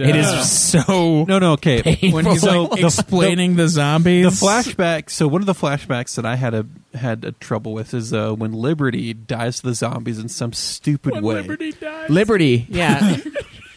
G: uh,
B: It is so
E: no no okay
F: When he's
E: So
F: like, explaining the,
E: The
F: zombies,
E: flashback. So one of the flashbacks that I had a had a trouble with is uh, when Liberty dies to the zombies in some stupid way.
G: Liberty dies.
B: Liberty. Yeah.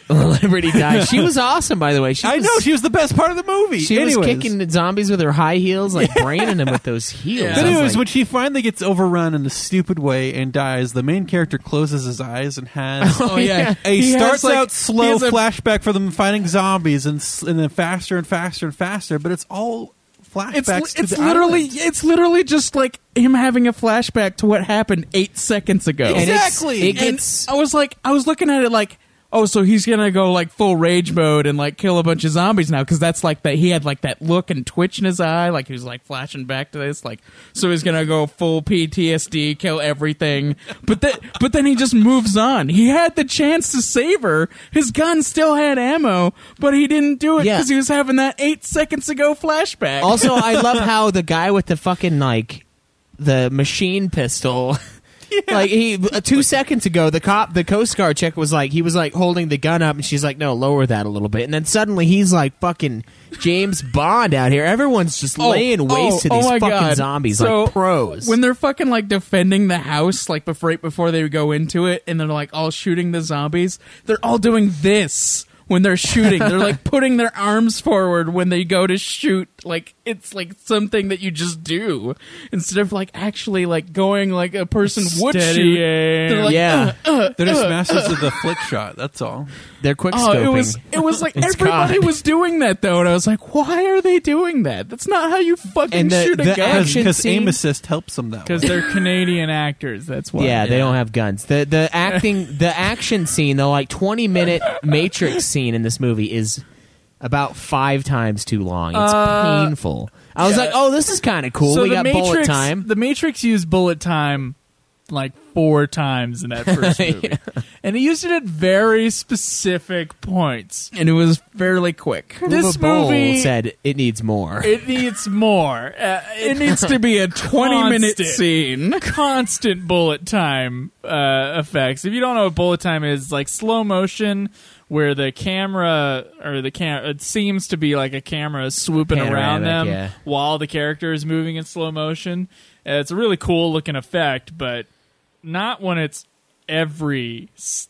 B: Liberty dies. She was awesome, by the way. She
E: I
B: was-
E: know she was the best part of the movie.
B: She
E: anyways.
B: was kicking the zombies with her high heels, like braining them with those heels. I
E: But
B: was
E: anyways,
B: like,
E: when she finally gets overrun in a stupid way and dies, the main character closes his eyes and has
F: Oh, yeah.
E: a
F: He has,
E: starts
F: like-
E: out
F: he
E: slow
F: has a-
E: flashback for them fighting zombies and s- and then faster and faster and faster. But it's all flashbacks.
F: It's,
E: to
F: it's
E: the
F: literally
E: island.
F: it's literally just like him having a flashback to what happened eight seconds ago.
E: And it's- Exactly. it
F: And
E: gets-
F: I was like, I was looking at it like, oh, so he's gonna go like full rage mode and like kill a bunch of zombies now because that's like that. He had like that look and twitch in his eye, like he was like flashing back to this, like so he's gonna go full PTSD, kill everything. But then, but then he just moves on. He had the chance to save her. His gun still had ammo, but he didn't do it
B: Yeah.
F: because he was having that eight seconds ago flashback.
B: also, I love how the guy with the fucking like the machine pistol. Like he uh, two seconds ago, the cop, the Coast Guard check was like he was like holding the gun up, and she's like, "No, lower that a little bit." And then suddenly he's like fucking James Bond out here. Everyone's just laying waste to
F: oh
B: these
F: my
B: fucking
F: God.
B: zombies
F: So,
B: like pros.
F: When they're fucking like defending the house, like before right before they go into it, and they're like all shooting the zombies, they're all doing this when they're shooting. they're like putting their arms forward when they go to shoot. Like it's like something that you just do instead of like actually like going like a person would shoot.
G: Steady
F: They're
G: aim.
F: like,
B: Yeah.
F: uh, uh,
E: They're just
F: uh,
E: masters
F: uh.
E: of the flick shot. That's all.
B: They're quick
F: Oh, it was it was like
B: It's
F: everybody
B: God.
F: was doing that though, and I was like, "Why are they doing that? That's not how you fucking
B: And the-
F: shoot a
B: the
F: gun."
B: action
E: because aim
B: scene-
E: assist helps them that way.
G: because they're Canadian actors. That's why.
B: Yeah, they don't have guns. the The acting, the action scene, the like twenty minute Matrix scene in this movie is about five times too long. It's
G: Uh,
B: painful. I was
G: yeah.
B: like, oh, this is kind of cool.
G: So
B: we
G: the
B: got
G: Matrix,
B: bullet time.
G: The Matrix used bullet time like four times in that first movie, and he used it at very specific points.
F: and it was fairly quick.
G: This
B: Uwe Boll
G: movie-
B: said it needs more.
G: It needs more. Uh,
F: It needs to be a 20-minute scene.
G: Constant bullet time uh, effects. If you don't know what bullet time is, like slow motion where the camera or the camera it seems to be like a camera swooping
B: Panoramic,
G: around them
B: yeah.
G: while the character is moving in slow motion. Uh, it's a really cool looking effect, but not when it's every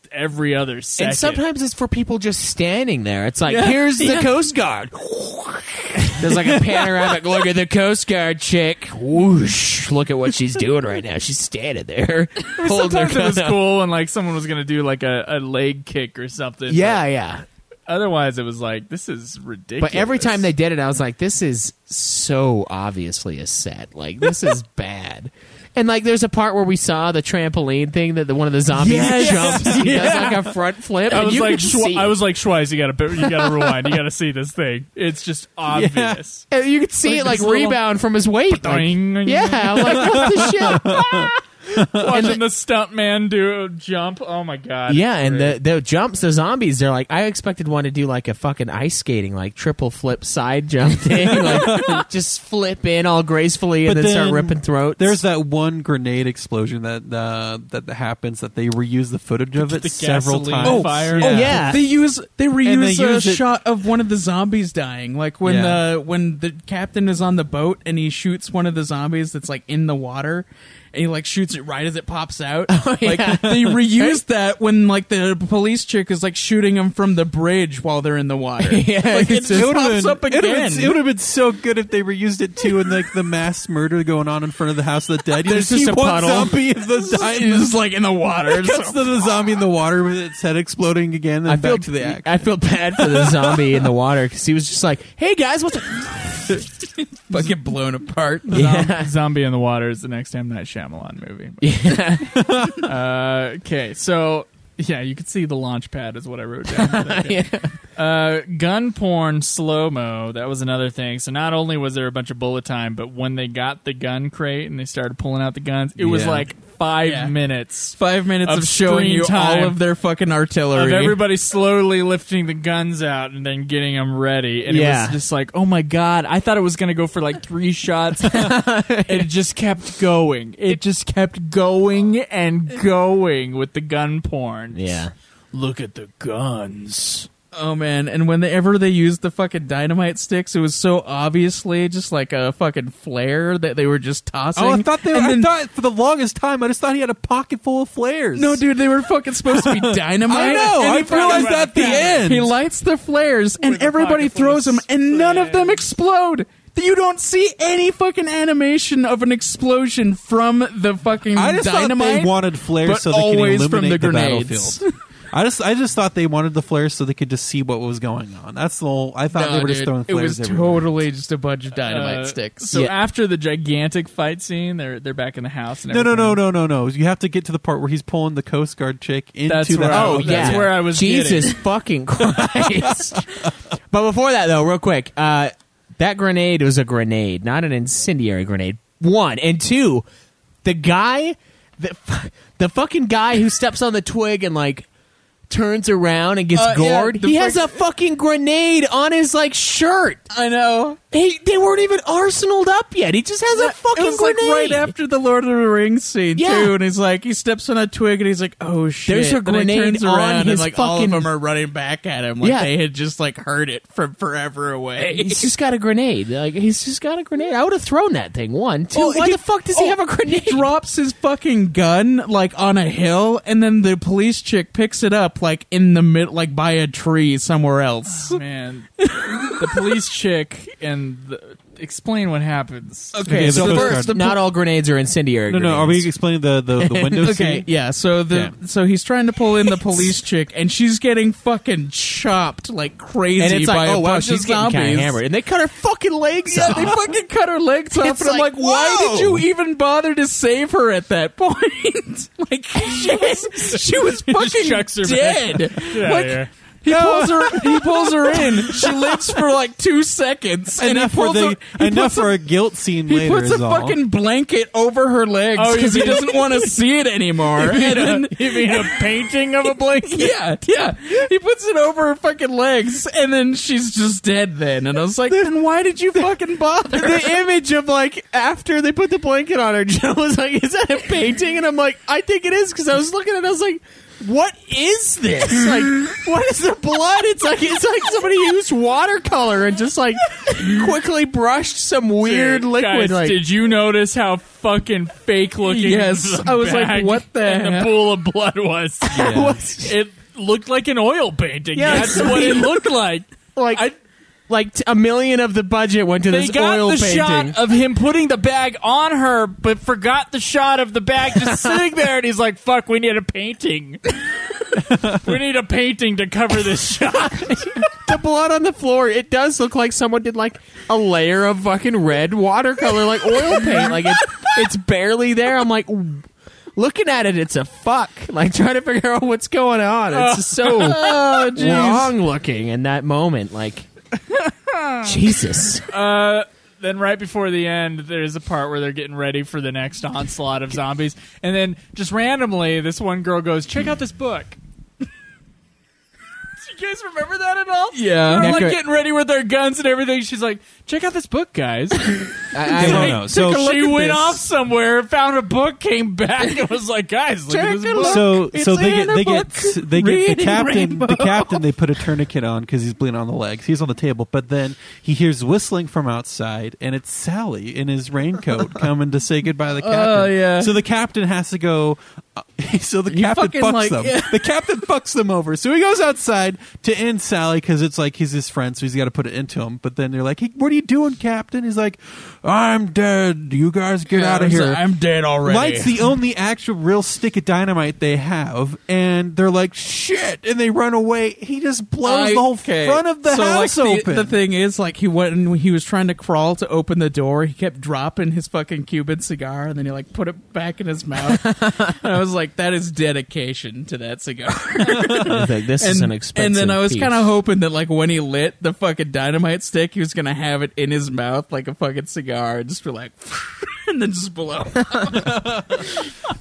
G: every other second.
B: And sometimes it's for people just standing there. It's like,
G: Yeah.
B: here's the
G: Yeah.
B: Coast Guard. There's like a panoramic look at the Coast Guard chick. Whoosh! Look at what she's doing right now. She's standing there, holding her
G: Sometimes it was
B: gun up.
G: cool when like someone was gonna do like a, a leg kick or something.
B: Yeah,
G: but
B: yeah.
G: Otherwise, it was like this is ridiculous.
B: But every time they did it, I was like, this is so obviously a set. Like, this is bad. And like, there's a part where we saw the trampoline thing that the, one of the zombies
G: Yes.
B: jumps. He does
G: Yeah.
B: like a front flip.
G: I
B: and
G: was
B: you
G: like,
B: could see
G: Schw-
B: it.
G: I was like, Schweiz, you gotta, you gotta rewind, you gotta see this thing. It's just obvious.
B: And you could see
G: Like
B: it like
G: this little-
B: rebound from his weight. Like,
G: Ba-doing.
B: yeah, I'm like, what the shit?
G: Watching the stuntman do a jump. Oh my god.
B: Yeah, and the, the jumps, the zombies, they're like, I expected one to do like a fucking ice skating, like triple flip side jump thing, like just flip in all gracefully and then, start ripping throats.
E: There's that one grenade explosion that uh, that happens that they reuse the footage of it
G: The
E: several
G: gasoline
E: times.
B: Oh,
E: Oh,
G: fire.
F: Oh, They use they
E: And they
F: reuse a
E: use it-
F: shot of one of the zombies dying, like when
E: Yeah.
F: the when the captain is on the boat and he shoots one of the zombies that's like in the water, and he like shoots it right as it pops out. Like
B: yeah.
F: they reused that when like the police chick is like shooting them from the bridge while they're in the water. like, it
E: It's
F: just pops up
E: it would have
F: again.
E: been, it would have been so good if they reused it too in like the mass murder going on in front of the house of the dead. You
F: There's
E: see
F: just a
E: one
F: puddle.
E: zombie in the dying,
F: It's just, like, in the water.
E: It cuts to the zombie in the water with its head exploding again. And I
B: feel-
E: back to the act.
B: I feel bad for the zombie in the water because he was just like, hey guys, what's
F: fucking blown apart.
G: Zom-
B: Yeah.
G: Um, Zombie in the Water is the next M. Night Shyamalan movie. uh, okay, so yeah, you could see the launch pad is what I wrote down. for that. uh, gun porn slow mo. That was another thing. So not only was there a bunch of bullet time, but when they got the gun crate and they started pulling out the guns, it was
F: Yeah.
G: like five
F: Yeah.
G: minutes.
F: Five minutes of,
G: Of
F: showing
G: screen
F: you
G: time.
F: all of their fucking
G: Of
F: artillery.
G: everybody slowly lifting the guns out and then getting them ready, and it
F: Yeah.
G: was just like, oh my god! I thought it was gonna go for like three shots. it just kept going. It just kept going and going with the gun porn.
B: Yeah.
G: Look at the guns.
F: Oh man! And whenever they used the fucking dynamite sticks, it was so obviously just like a fucking flare that they were just tossing.
E: Oh, I thought they. Were,
F: And
E: I
F: then-
E: thought for the longest time, I just thought he had a pocket full of flares.
F: no, dude, they were fucking supposed to be dynamite.
E: I know,
F: And
E: I
F: he fucking-
E: realized that at the end.
F: He lights the flares, and everybody throws them, and none of them explode. You don't see any fucking animation of an explosion from the fucking
E: I just
F: dynamite.
E: thought they wanted flares
F: but
E: so they
F: always
E: could illuminate
F: from the, grenades.
E: battlefield. I just, I just thought they wanted the flares so they could just see what was going on. That's the whole. I thought
F: No,
E: they were just
F: dude,
E: throwing
F: it
E: flares.
F: was
E: everywhere. Uh-huh.
F: totally just a bunch of dynamite
G: Uh,
F: sticks.
G: So after the gigantic fight scene, they're they're back in the house. And
E: No, no,
G: everything.
E: no, no, no, no. You have to get to the part where he's pulling the Coast Guard chick into
G: That's
E: the
G: where I-
E: house.
G: oh, that's where I was
B: Jesus fucking
G: getting.
B: Christ. but before that, though, real quick, uh, that grenade was a grenade, not an incendiary grenade. One and two, the guy, the, fu- the fucking guy who steps on the twig and like turns around and gets
F: Uh, yeah,
B: gored.
F: the
B: he
F: frick-
B: has a fucking grenade on his like shirt.
F: I know.
B: They they weren't even arsenaled up yet. He just has a fucking
F: it was
B: grenade.
F: like right after the Lord of the Rings scene
B: Yeah.
F: too, and he's like, he steps on a twig and he's like, "Oh shit!"
B: There's a
F: Then he
B: grenade
F: turns
B: on
F: around and
B: his
F: like all of
B: fucking-
F: them are running back at him, like
B: Yeah.
F: they had just like heard it from forever away.
B: He's just got a grenade. Like he's just got a grenade. I would have thrown that thing. One, two. Why the fuck does he have a grenade?
F: oh, He drops his fucking gun like on a hill, and then the police chick picks it up like in the mid, like by a tree somewhere else.
G: man. the police chick and the, explain what happens.
F: Okay, so first, the
B: not all grenades are incendiary.
E: No, no. Are we explaining the the, the window
F: okay,
E: scene?
F: yeah. So the
E: Yeah.
F: so he's trying to pull in the police chick, and she's getting fucking chopped like crazy.
B: And it's
F: by
B: like,
F: a
B: oh wow,
F: bunch
B: she's
F: of
B: getting kind
F: zombies.
B: of hammered, and they cut her fucking legs
F: Yeah,
B: off.
F: they fucking cut her legs off,
B: It's
F: and I'm
B: like,
F: like, why
B: whoa!
F: did you even bother to save her at that point? like, she was, she was fucking
G: chucks her back.
F: dead.
G: Get outta
F: like,
G: here.
F: he pulls her. He pulls her in. She lives for like two seconds, and
E: enough
F: he
E: for
F: pulls
E: the
F: her, he
E: enough
F: puts a-
E: for a guilt scene
F: he
E: later.
F: puts a
E: is all.
F: fucking blanket over her legs
G: Oh, you
F: because he
G: mean-
F: doesn't want to see it anymore.
G: You mean,
F: and then,
G: a, you mean a painting of a blanket?
F: yeah, yeah, he puts it over her fucking legs, and then she's just dead. Then, and I was like, then why did you fucking bother?
B: the image of like after they put the blanket on her, Joe was like, "Is that a painting?" And I'm like, "I think it is," because I was looking at, it, I was like, what is this? Like, what is the blood? It's like it's like somebody used watercolor and just like quickly brushed some weird
G: Dude,
B: liquid.
G: guys,
B: like,
G: did you notice how fucking fake looking?
B: Yes,
G: the
B: I was like,
G: bag
B: what the
G: and
B: heck?
G: the pool of blood was?
B: Yeah. Was-
G: it looked like an oil painting.
B: Yeah,
G: That's what it looked like.
B: Like, like t- a million of the budget went to
G: They
B: this
G: got
B: oil
G: the
B: painting.
G: shot of him putting the bag on her, but forgot the shot of the bag just sitting there. And he's like, "Fuck, we need a painting. we need a painting to cover this shot."
B: the blood on the floor. It does look like someone did like a layer of fucking red watercolor, like oil paint. Like it's it's barely there. I'm like. w- Looking at it, it's a fuck. Like trying to figure out what's going on. It's just so
G: Oh, jeez.
B: wrong looking in that moment. Like Jesus.
G: Uh, then right before the end, there's a part where they're getting ready for the next onslaught of zombies, and then just randomly, this one girl goes, "Check out this book." Do you guys remember that at all?
B: Yeah.
G: they're like
B: Necker-
G: getting ready with their guns and everything. She's like, "Check out this book, guys."
B: I- I don't know.
G: So
B: So-
G: she
B: Look at
G: went
B: this.
G: off somewhere, found a book, came back, and was like, "Guys, look at this book."
E: So so they get they get they get the captain the captain they put a tourniquet on because he's bleeding on the legs he's on the table but then he hears whistling from outside and it's Sally in his raincoat coming to say goodbye to the
F: Oh,
E: captain
F: yeah.
E: so the captain has to go uh, so the captain
F: fucking,
E: fucks
F: like-
E: them the captain fucks them over so he goes outside to end Sally because it's like he's his friend so he's got to put it into him but then they're like hey what are you doing captain he's like I'm dead you guys get
F: Yeah,
E: out of
F: he's
E: here
F: like, "I'm dead already."
E: Light's the only actual real stick of dynamite they have, and they're like, shit, and they run away. He just blows the whole front of the
F: so, like,
E: house open.
F: The, thing is, like he went and he was trying to crawl to open the door. He kept dropping his fucking Cuban cigar, and then he like put it back in his mouth. and I was like, that is dedication to that cigar.
B: was like, "This
F: and,
B: is an
F: And
B: expensive
F: then I was
B: piece."
F: kind of hoping that like when he lit the fucking dynamite stick, he was gonna have it in his mouth like a fucking cigar, and just be like, and then just blow.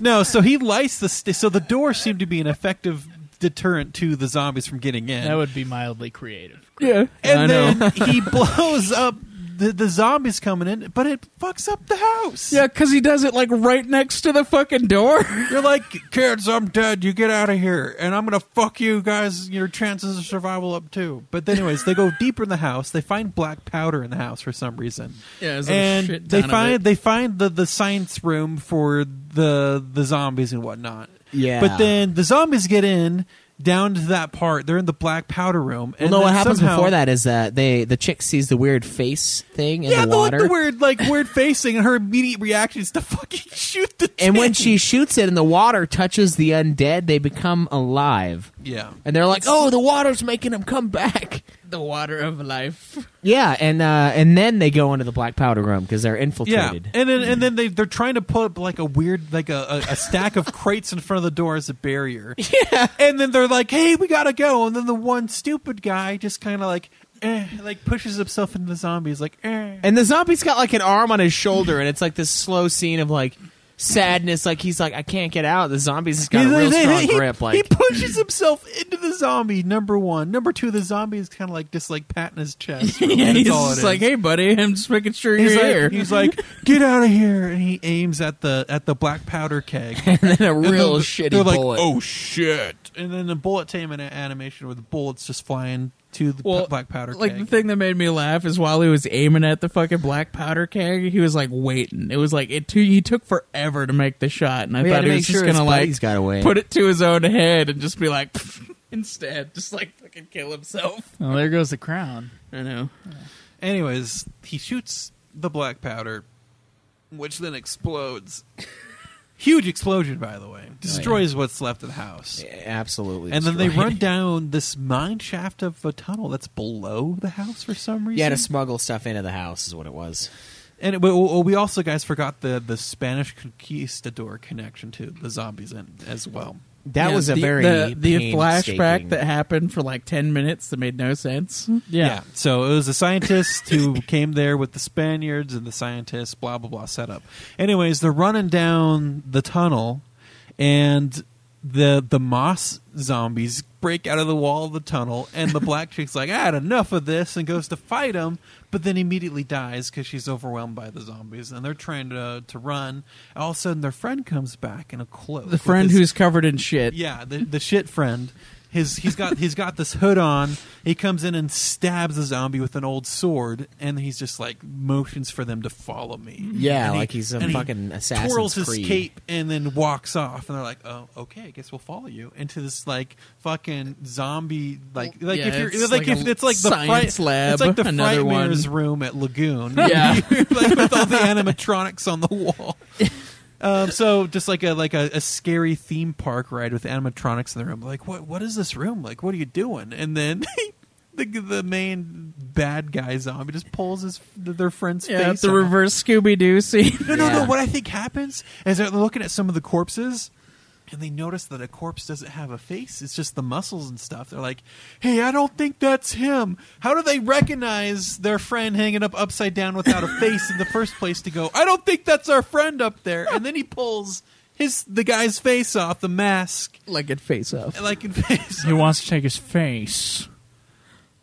E: no, so he lights the st- so the door seemed to be an effective deterrent to the zombies from getting in.
G: That would be mildly creative.
F: yeah,
E: and
G: I know.
E: then he blows up the, the zombies coming in, but it fucks up the house.
F: Yeah, because he does it like right next to the fucking door.
E: You're like, kids, I'm dead. You get out of here, and I'm gonna fuck you guys. Your chances of survival up too. But anyways, they go deeper in the house. They find black powder in the house for some reason.
F: Yeah, there's a
E: and
F: shit
E: they
F: ton of
E: find
F: it.
E: they find the the science room for the the zombies and whatnot.
B: Yeah.
E: But then the zombies get in down to that part. They're in the black powder room.
B: Well,
E: And
B: no,
E: then
B: what happens
E: somehow-
B: before that is that they the chick sees the weird face thing in
E: Yeah,
B: the
E: the, like,
B: water.
E: the weird like weird facing, and her immediate reaction is to fucking shoot the.
B: and when she shoots it and the water touches the undead, they become alive.
E: Yeah.
B: And they're like, "Oh, the water's making them come back."
F: The water of life.
B: Yeah, and uh, and then they go into the black powder room because they're infiltrated.
E: Yeah, and then and then they they're trying to put up like a weird like a, a, a stack of crates in front of the door as a barrier. Yeah, and then they're like, "Hey, we gotta go!" And then the one stupid guy just kind of like, eh, like pushes himself into the zombies, like, eh.
B: And the zombie's got like an arm on his shoulder, and it's like this slow scene of like sadness. Like he's like, "I can't get out." The zombie's just got a real strong
E: he,
B: grip. Like
E: he pushes himself into the zombie. Number one, number two, the zombie is kind of like just like patting his chest.
F: yeah,
E: That's
F: he's
E: all it
F: just
E: is.
F: like, hey, buddy, I'm just making sure
E: He's
F: you're
E: like,
F: here.
E: he's like, get out of here, and he aims at the at the black powder keg, and
B: then a real
E: they're-
B: shitty
E: They're like,
B: bullet.
E: oh shit! And then the bullet tame an- animation with the bullets just flying to the p- black powder
F: like the
E: keg.
F: thing that made me laugh is while he was aiming at the fucking black powder keg, he was like waiting. It was like it too, he took forever to make the shot, and I
B: We had
F: thought
B: to
F: he
B: make
F: was
B: sure
F: just
B: his
F: gonna like
B: buddies got away.
F: put it to his own head and just be like, instead, just like fucking kill himself.
G: Well, there goes the crown.
F: I know.
E: Anyways, he shoots the black powder, which then explodes. Huge explosion, by the
B: Oh,
E: way, destroys what's left of the house.
B: absolutely.
E: And then they
B: destroyed.
E: run down this mine shaft of a tunnel that's below the house for some reason.
B: Yeah, to smuggle stuff into the house is what it was.
E: And we, we we also guys forgot the the Spanish conquistador connection to the zombies in as well.
F: Yeah, the, the, the flashback that happened for like ten minutes that made no sense.
E: Yeah. So it was the scientists who came there with the Spaniards and the scientists, blah blah blah setup. Anyways, they're running down the tunnel and the the moss zombies break out of the wall of the tunnel, and the black chick's like, "I had enough of this," and goes to fight them, but then immediately dies because she's overwhelmed by the zombies, and they're trying to to run. And all of a sudden, their friend comes back in a cloak.
F: The friend who's covered in shit.
E: yeah, the the shit friend. His he's got he's got this hood on. He comes in and stabs a zombie with an old sword, and he's just like motions for them to follow me.
B: Yeah,
E: And he-
B: like he's a
E: and he
B: fucking Assassin's
E: Twirls his
B: Creed.
E: cape and then walks off, and they're like, "Oh, okay, I guess we'll follow you." Into this like fucking zombie like like
F: Yeah,
E: if you're
F: it's
E: like,
F: like
E: if
F: a
E: it's like the
F: science
E: fright,
F: lab,
E: it's like the
F: another
E: Frightmares
F: one.
E: room at Lagoon,
F: Yeah.
E: like with all the animatronics on the wall. Um, so just like a like a, a scary theme park ride with animatronics in the room. Like what what is this room? Like what are you doing? And then the the main bad guy zombie just pulls his their friend's
F: Yeah,
E: face.
F: the
E: off.
F: reverse Scooby Doo scene.
E: No, no, no. What I think happens is they're looking at some of the corpses and they notice that a corpse doesn't have a face. It's just the muscles and stuff. They're like, hey, I don't think that's him. How do they recognize their friend hanging up upside down without a face in the first place to go, I don't think that's our friend up there? And then he pulls his the guy's face off, the mask.
F: Like in face off.
E: Like in face
G: He wants to take his face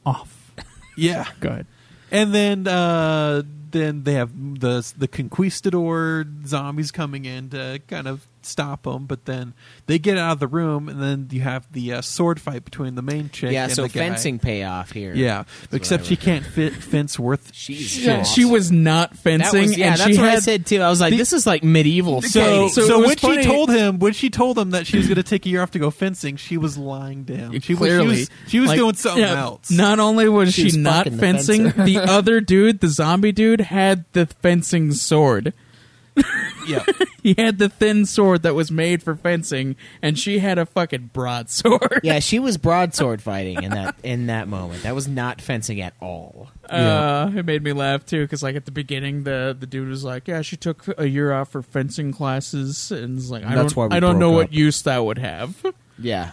G: off.
E: Yeah.
G: Go ahead.
E: And then uh, then they have the the conquistador zombies coming in to kind of stop them, but then they get out of the room, and then you have the uh, sword fight between the main chick.
B: yeah,
E: and
B: so
E: the guy.
B: fencing payoff here.
E: Yeah,
B: That's what
E: except
B: I
E: she can't fit fence worth.
B: She's
F: Yeah, she was not fencing.
B: That was- yeah,
F: and
B: that's
F: she
B: what I
F: had-
B: said too. I was like,
F: the-
B: this is like medieval.
E: So,
B: fighting.
E: so, when she told him, when she told him that she was going to take a year off to go fencing, she was lying to him. She
F: clearly
E: was, she was, she was
F: Like,
E: doing something
F: yeah,
E: else.
F: Not only was
E: She
F: she,
E: was
F: not
E: fucking the
F: fencing,
E: fencer.
F: the other dude, the zombie dude, had the fencing sword.
E: Yeah.
F: he had the thin sword that was made for fencing, and she had a fucking broadsword.
B: yeah, she was broadsword fighting in that in that moment. That was not fencing at all.
F: Uh, it made me laugh too, because like at the beginning, the the dude was like, "Yeah, she took a year off for fencing classes," and it's like, "I
B: That's why
F: don't,
B: we
F: I don't know
B: broke
F: what
B: up.
F: use that would have."
B: Yeah.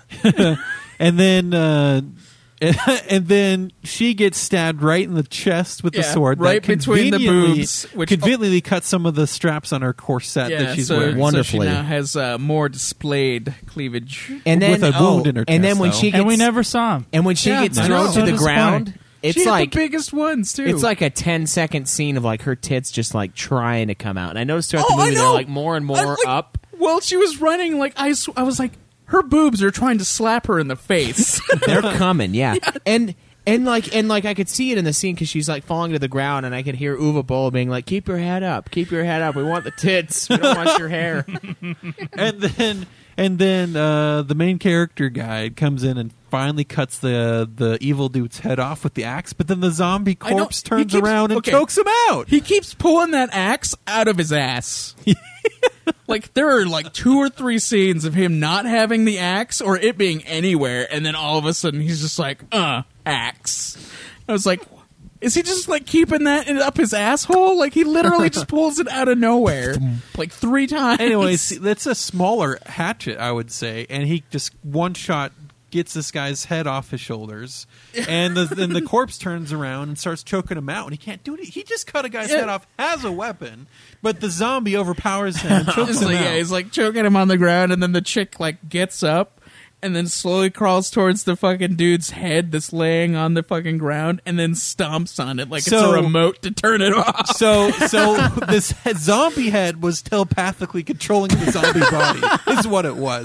E: and then uh, and then she gets stabbed right in the chest with the
F: Yeah,
E: sword, that
F: right between the
E: conveniently-
F: boobs, which-
E: conveniently cut some of the straps on her corset that she's
F: so,
E: wearing.
F: So she now has uh, more displayed cleavage,
B: And then
E: With a
B: oh,
E: wound in her
B: and then
E: chest,
B: when
E: though.
B: she gets,
E: And we
G: never saw him.
B: And when she
F: Yeah,
B: gets
F: I
B: thrown
F: know.
B: to
F: So
B: the
F: disappointing.
B: ground, it's
F: she had
B: like
F: the biggest ones too.
B: It's like a 10 second scene of like her tits just like trying to come out. And I noticed throughout
F: Oh,
B: the
F: I
B: movie they're
F: know!
B: like more and more
F: like-
B: up.
F: Well, she was running like I, sw- I was like her boobs are trying to slap her in the face.
B: They're coming, yeah. And and like and like I could see it in the scene because she's like falling to the ground, and I could hear Uva Bowl being like, "Keep your head up, keep your head up. We want the tits. We don't want your hair."
E: and then and then uh, the main character guy comes in and finally cuts the the evil dude's head off with the axe. But then the zombie
F: I know-
E: corpse
F: he
E: turns
F: keeps-
E: around and
F: okay.
E: chokes him out.
F: He keeps pulling that axe out of his ass. like there are like two or three scenes of him not having the axe or it being anywhere, and then all of a sudden he's just like, "Uh, axe." I was like, "Is he just like keeping that in- up his asshole? Like he literally just pulls it out of nowhere, like three times."
E: Anyways, that's a smaller hatchet, I would say, and he just one shot gets this guy's head off his shoulders, and the, then the corpse turns around and starts choking him out, and he can't do it. He just cut a guy's
F: Yeah.
E: head off as a weapon, but the zombie overpowers him, and chokes
F: It's
E: him
F: like,
E: out.
F: yeah, he's like choking him on the ground, and then the chick like gets up and then slowly crawls towards the fucking dude's head that's laying on the fucking ground, and then stomps on it like
E: So-
F: it's a remote to turn it off.
E: so, so this head, zombie head was telepathically controlling the zombie body. Is what it was.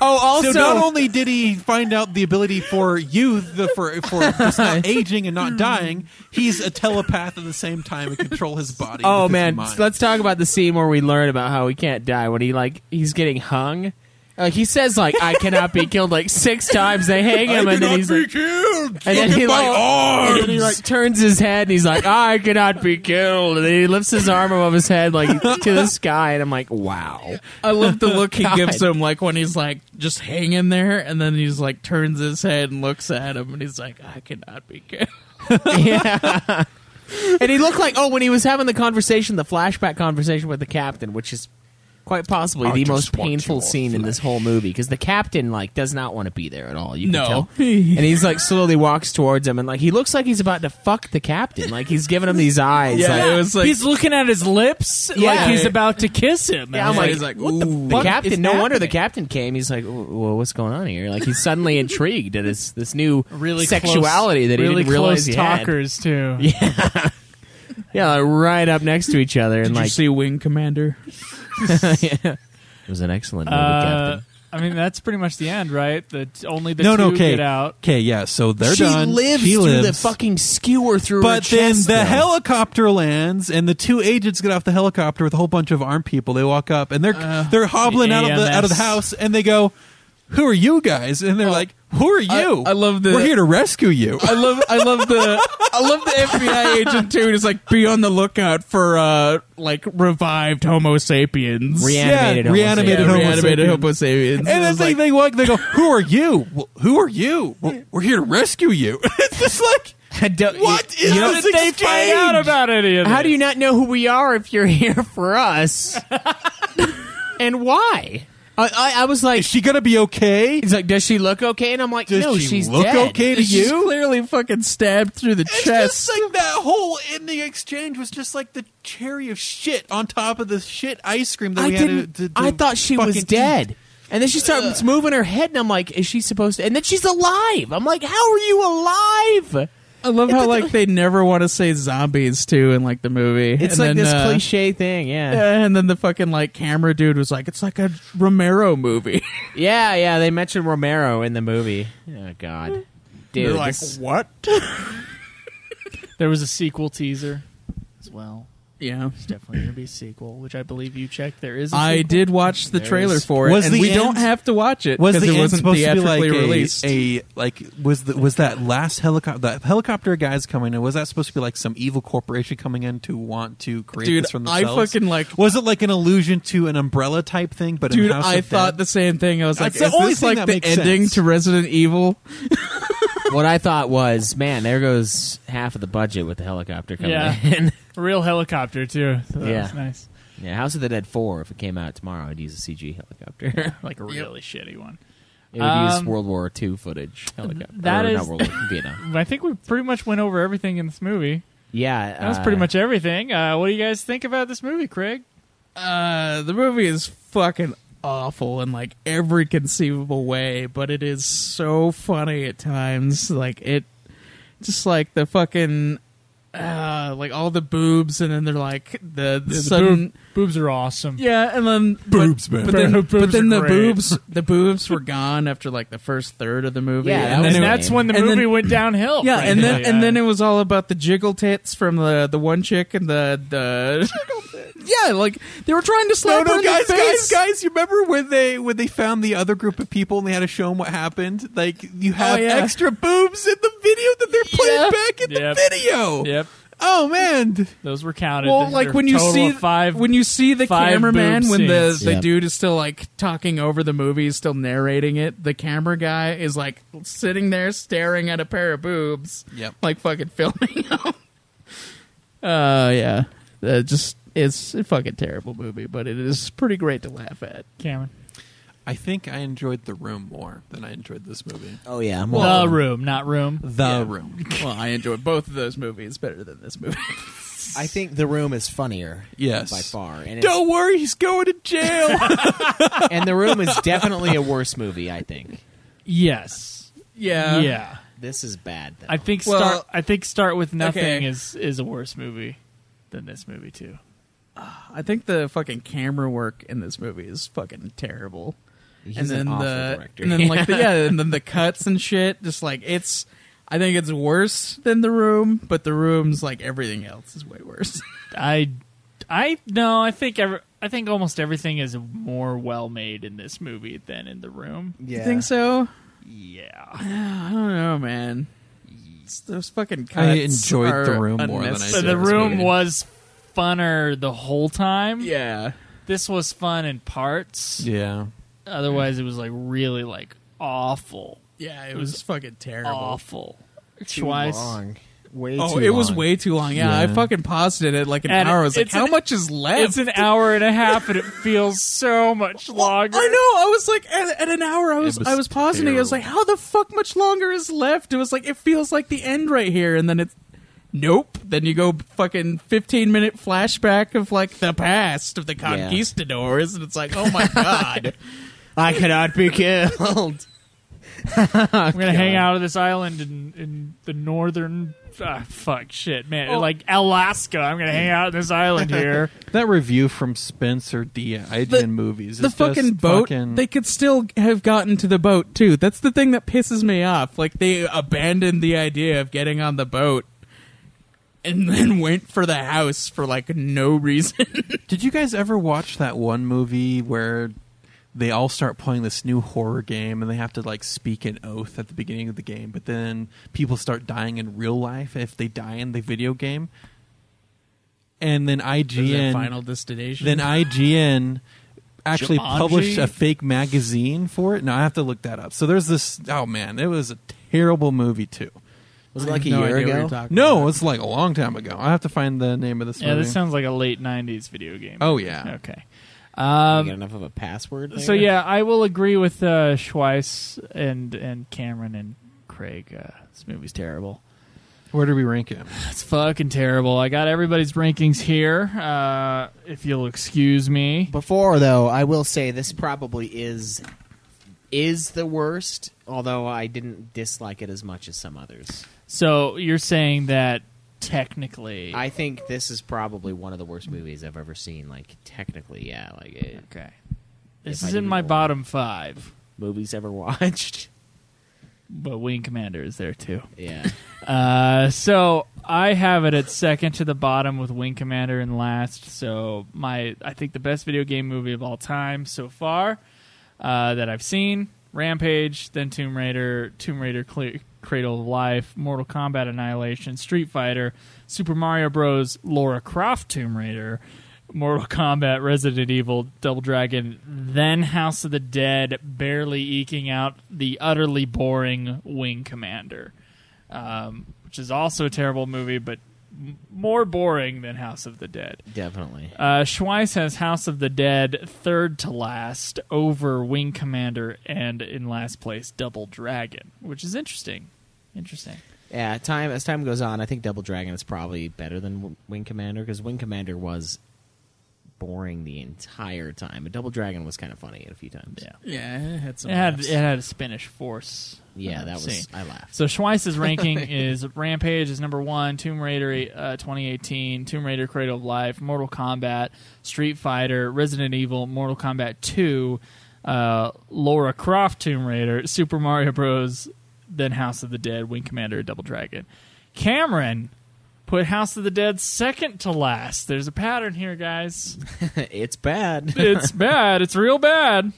F: Oh, also,
E: so not only did he find out the ability for youth, the, for for just not aging and not dying, he's a telepath at the same time and control his body.
B: Oh
E: with his
B: man,
E: mind.
B: let's talk about the scene where we learn about how he can't die when he like he's getting hung. Like he says, like I cannot be killed like six times. They hang him, and then he's like,
E: killed.
B: and then he like, and then he like turns his head, and he's like, I cannot be killed. And then he lifts his arm above his head like to the sky, and I'm like, wow.
F: I love the look he
B: God.
F: gives him, like when he's like just hanging there, and then he's like turns his head and looks at him, and he's like, "I cannot be killed."
B: yeah. And he looked like oh when he was having the conversation, the flashback conversation with the captain, which is Quite possibly
F: I
B: the
F: just
B: most
F: want
B: painful scene in this whole movie because the captain like does not want to be there at all. You can
F: No.
B: tell, and he's like slowly walks towards him, and like he looks like he's about to fuck the captain. Like he's giving him these eyes. like,
G: he's looking at his lips
B: Yeah.
G: like he's about to kiss him.
B: Yeah, I'm like,
G: what the
B: the
G: fuck
B: captain.
G: is
B: no wonder the
G: happening?
B: captain came. He's like, well, what's going on here? Like he's suddenly intrigued at his this new
G: really
B: sexuality
G: close,
B: that he
G: really
B: didn't realize
G: close
B: he had.
G: talkers too. Yeah,
B: Yeah, like, right up next to each other, and
F: Did you
B: like
F: see Wing Commander?
B: yeah. It was an excellent movie, Captain.
G: uh, I mean that's pretty much the end, right? The only the
E: no,
G: two
E: no, okay,
G: get out.
E: okay, yeah. So they're
B: she
E: done.
B: lives
E: she
B: through the
E: lives.
B: fucking skewer through her
E: but then
B: chest,
E: the
B: though.
E: helicopter lands, and the two agents get off the helicopter with a whole bunch of armed people. They walk up, and they're
B: Uh,
E: they're hobbling out of the out of the
F: AMS.
E: house, and they go, "Who are you guys?" And they're
B: Oh.
E: like, "Who are you?"
F: I love the-
E: We're here to rescue you.
F: I love I love the I love the FBI agent too. It's like be on the lookout for uh like revived Homo sapiens,
E: Reanimated Yeah, Homo reanimated sapiens. Homo
F: reanimated
E: sapiens.
F: Homo sapiens.
E: and then they, they walk. They go, "Who are you? Well, Who are you? Well, We're here to rescue you." it's just like what is
B: you know-
E: this
B: Did they
E: exchange?
B: find out
G: about any of
B: How do you not know who we are if you're here for us? and why? I, I, I was like, is
E: she gonna be okay?
B: He's like, does she look okay? And I'm like,
E: Does
B: no,
E: she
B: she's
E: look
B: dead.
E: okay to She's you?
F: clearly fucking stabbed through the
E: It's just like that whole ending exchange was just like the cherry of shit on top of the shit ice cream that
B: I
E: we had.
B: didn't.
E: To, to,
B: I
E: to
B: thought she was
E: fucking
B: dead.
E: eat.
B: And then she starts moving her head, and I'm like, is she supposed to? And then she's alive. I'm like, how are you alive?
F: I love how like they never want to say zombies too in like the movie.
B: It's
F: And
B: like
F: then,
B: this
F: uh,
B: cliche thing, yeah.
F: Yeah, and then the fucking like camera dude was like, "It's like a Romero movie."
B: Yeah, yeah, they mentioned Romero in the movie. Oh god. Dude,
F: They're like,
B: this-
F: "What?"
G: There was a sequel teaser as well.
F: Yeah,
G: there's definitely gonna be a sequel, which I believe you checked. There is. a
F: I
G: sequel.
F: did watch the
G: There
F: trailer
G: is.
F: for it, and we don't have to watch it
E: Was the
F: because it
E: end
F: wasn't
E: supposed to be
F: theatrically
E: like a-
F: released.
E: A, like was the, was that last helicopter the helicopter guys coming in? Was that supposed to be like some evil corporation coming in to want to create
F: Dude,
E: this from
F: I
E: themselves?
F: fucking, like-
E: Was it like an allusion to an umbrella type thing? But
F: Dude,
E: in House
F: I
E: of
F: thought
E: Dead?
F: the same thing. I was
E: That's
F: like,
E: the
F: "Is
E: only
F: this
E: thing
F: like
E: that
F: the
E: makes
F: ending
E: sense.
F: to Resident Evil?"
B: what I thought was, man, there goes half of the budget with the helicopter coming
G: Yeah,
B: in.
G: a real helicopter too. So that
B: yeah.
G: was nice.
B: Yeah, House of the Dead 4, if it came out tomorrow, I'd use a CG helicopter.
G: like a really shitty one.
B: It would use
G: Um,
B: World War II footage helicopter.
G: That
B: or
G: is
B: not World War, Vietnam.
G: I think we pretty much went over everything in this movie.
B: Yeah,
G: That was
B: uh,
G: pretty much everything. Uh, what do you guys think about this movie, Craig?
F: Uh, the movie is fucking awful in like every conceivable way, but it is so funny at times. Like it, just like the fucking, uh, like all the boobs, and then they're like the, the,
G: The
F: sudden.
G: boob- boobs are awesome.
F: Yeah, and then
G: Boobs,
F: but,
G: man.
F: But then,
G: Boobs
F: but then
G: are
F: the
G: great.
F: boobs, the boobs were gone after like the first third of the movie.
G: Yeah, and
F: then it-
G: that's when the
F: and
G: movie
F: then-
G: went downhill.
F: Yeah, and then
G: frankly.
F: and then it was all about the jiggle tits from the the one chick and the the yeah, like they were trying to
E: No,
F: slap her
E: no,
F: in the
E: guys, guys,
F: face.
E: guys! You remember when they when they found the other group of people and they had to show them what happened? Like you have
F: Oh, yeah.
E: extra boobs in the video that they're playing back in
G: Yep.
E: the video.
G: Yep,
E: Oh man!
G: those were counted.
F: Well,
G: There's
F: like
G: a
F: when you
G: total
F: see
G: of five,
F: when you see the
G: five
F: cameraman
G: boob
F: when the
G: scenes.
F: the
G: Yeah.
F: dude is still like talking over the movie, is still narrating it. The camera guy is like sitting there staring at a pair of boobs.
E: Yep.
F: like fucking filming them. Uh, yeah, uh, just it's a fucking terrible movie, but it is pretty great to laugh at.
G: Cameron.
E: I think I enjoyed the room more than I enjoyed this movie.
B: Oh, yeah. I'm
G: the room, not room.
E: The room.
F: Well, I enjoy both of those movies better than this movie.
B: I think The Room is funnier
E: Yes.
B: by far. And, it,
E: Don't worry, he's going to jail.
B: and The Room is definitely a worse movie, I think.
G: Yes.
F: Yeah.
G: Yeah.
B: This is bad, though.
G: I think
F: Uh, Well,
G: start. I think start with nothing
F: okay.
G: is is a worse movie than this movie too.
F: I think the fucking camera work in this movie is fucking terrible.
B: He's
F: and then
B: an awful
F: the
B: director.
F: and then like the, yeah, and then the cuts and shit. Just like it's, I think it's worse than the room, but the room's like everything else is way worse.
G: I, I no. I think every, I think almost everything is more well made in this movie than in the room.
F: You think so?
G: Yeah.
F: Yeah, I don't know, man. It's- Those fucking cuts.
E: I enjoyed
F: are
E: The Room more than I
F: unnecessary.
E: did
G: the
E: this
G: room
E: movie.
G: was funner the whole time.
F: Yeah.
G: This was fun in parts.
E: yeah.
G: Otherwise, it was like really like awful,
F: Yeah, it
G: was
F: was, fucking terrible.
G: awful. Twice.
B: way
F: oh,
B: too
F: it was
B: long.
F: way too long. Yeah, I fucking paused it at like an hour. I was like,
G: it's
F: how
G: an-
F: much is left?
G: It's an hour and a half, and it feels so much longer.
F: I know. I was like, at, at an hour, I was,
G: was
F: I was pausing. it. I was like, how the fuck much longer is left? It was like, it feels like the end right here, and then it's nope. Then you go fucking fifteen minute flashback of like the past of the
B: Yeah.
F: conquistadors, and it's like, oh my god,
B: I cannot be killed.
G: I'm gonna hang out on this island in, in the northern. Ah, fuck shit, man! Like Alaska, I'm gonna hang out on this island here.
E: That review from Spencer D. at IGN movies.
F: the
E: is just
F: fucking boat.
E: fucking-
F: They could still have gotten to the boat too. That's the thing that pisses me off. Like they abandoned the idea of getting on the boat. And then went for the house for like no reason.
E: Did you guys ever watch that one movie where they all start playing this new horror game and they have to like speak an oath at the beginning of the game, but then people start dying in real life if they die in the video game? And then IGN
F: Final Destination?
E: Then IGN actually
F: Jumanji?
E: published a fake magazine for it. Now I have to look that up. So there's this oh man, it was a terrible movie too.
B: Was
G: it I like have a no year idea what ago? you're talking
E: No, it's like a long time ago. I have to find the name of this
G: yeah,
E: movie.
G: this sounds like a late '90s video game.
E: Oh, yeah.
G: Okay. Um,
B: you got enough of a password?
G: So
B: there?
G: yeah, I will agree with uh, Schweiss and and Cameron and Craig. Uh, this movie's terrible.
E: Where do we rank it?
G: It's fucking terrible. I got everybody's rankings here. Uh, if you'll excuse me.
B: Before though, I will say this probably is is the worst. Although I didn't dislike it as much as some others.
G: So you're saying that technically,
B: I think this is probably one of the worst movies I've ever seen. Like technically, yeah. Like it,
G: okay, this is in my bottom five
B: movies ever watched.
G: But Wing Commander is there too.
B: Yeah.
G: Uh, so I have it at second to the bottom with Wing Commander in last. So my, I think the best video game movie of all time so far uh, that I've seen: Rampage, then Tomb Raider, Tomb Raider Cl- Cradle of Life, Mortal Kombat Annihilation, Street Fighter, Super Mario Bros, Laura Croft Tomb Raider. Mortal Kombat, Resident Evil, Double Dragon, then House of the Dead, barely eking out the utterly boring Wing Commander, um, which is also a terrible movie, but m- more boring than House of the Dead.
B: Definitely.
G: Uh, Schweiss has House of the Dead third to last over Wing Commander and in last place Double Dragon, which is interesting. Interesting.
B: Yeah, time as time goes on, I think Double Dragon is probably better than W- Wing Commander because Wing Commander was boring the entire time, but Double Dragon was kind of funny a few times. Yeah,
F: Yeah, it had some.
G: It had,
F: laughs.
G: it had a Spanish force.
B: Yeah,
G: uh,
B: that was-
G: scene.
B: I laughed.
G: So Schweiss's ranking is Rampage is number one, Tomb Raider uh, 2018, Tomb Raider Cradle of Life, Mortal Kombat, Street Fighter, Resident Evil, Mortal Kombat 2, uh, Laura Croft Tomb Raider, Super Mario Bros., then House of the Dead, Wing Commander, Double Dragon. Cameron put House of the Dead second to last. There's a pattern here, guys.
B: it's bad.
G: it's bad. It's real bad.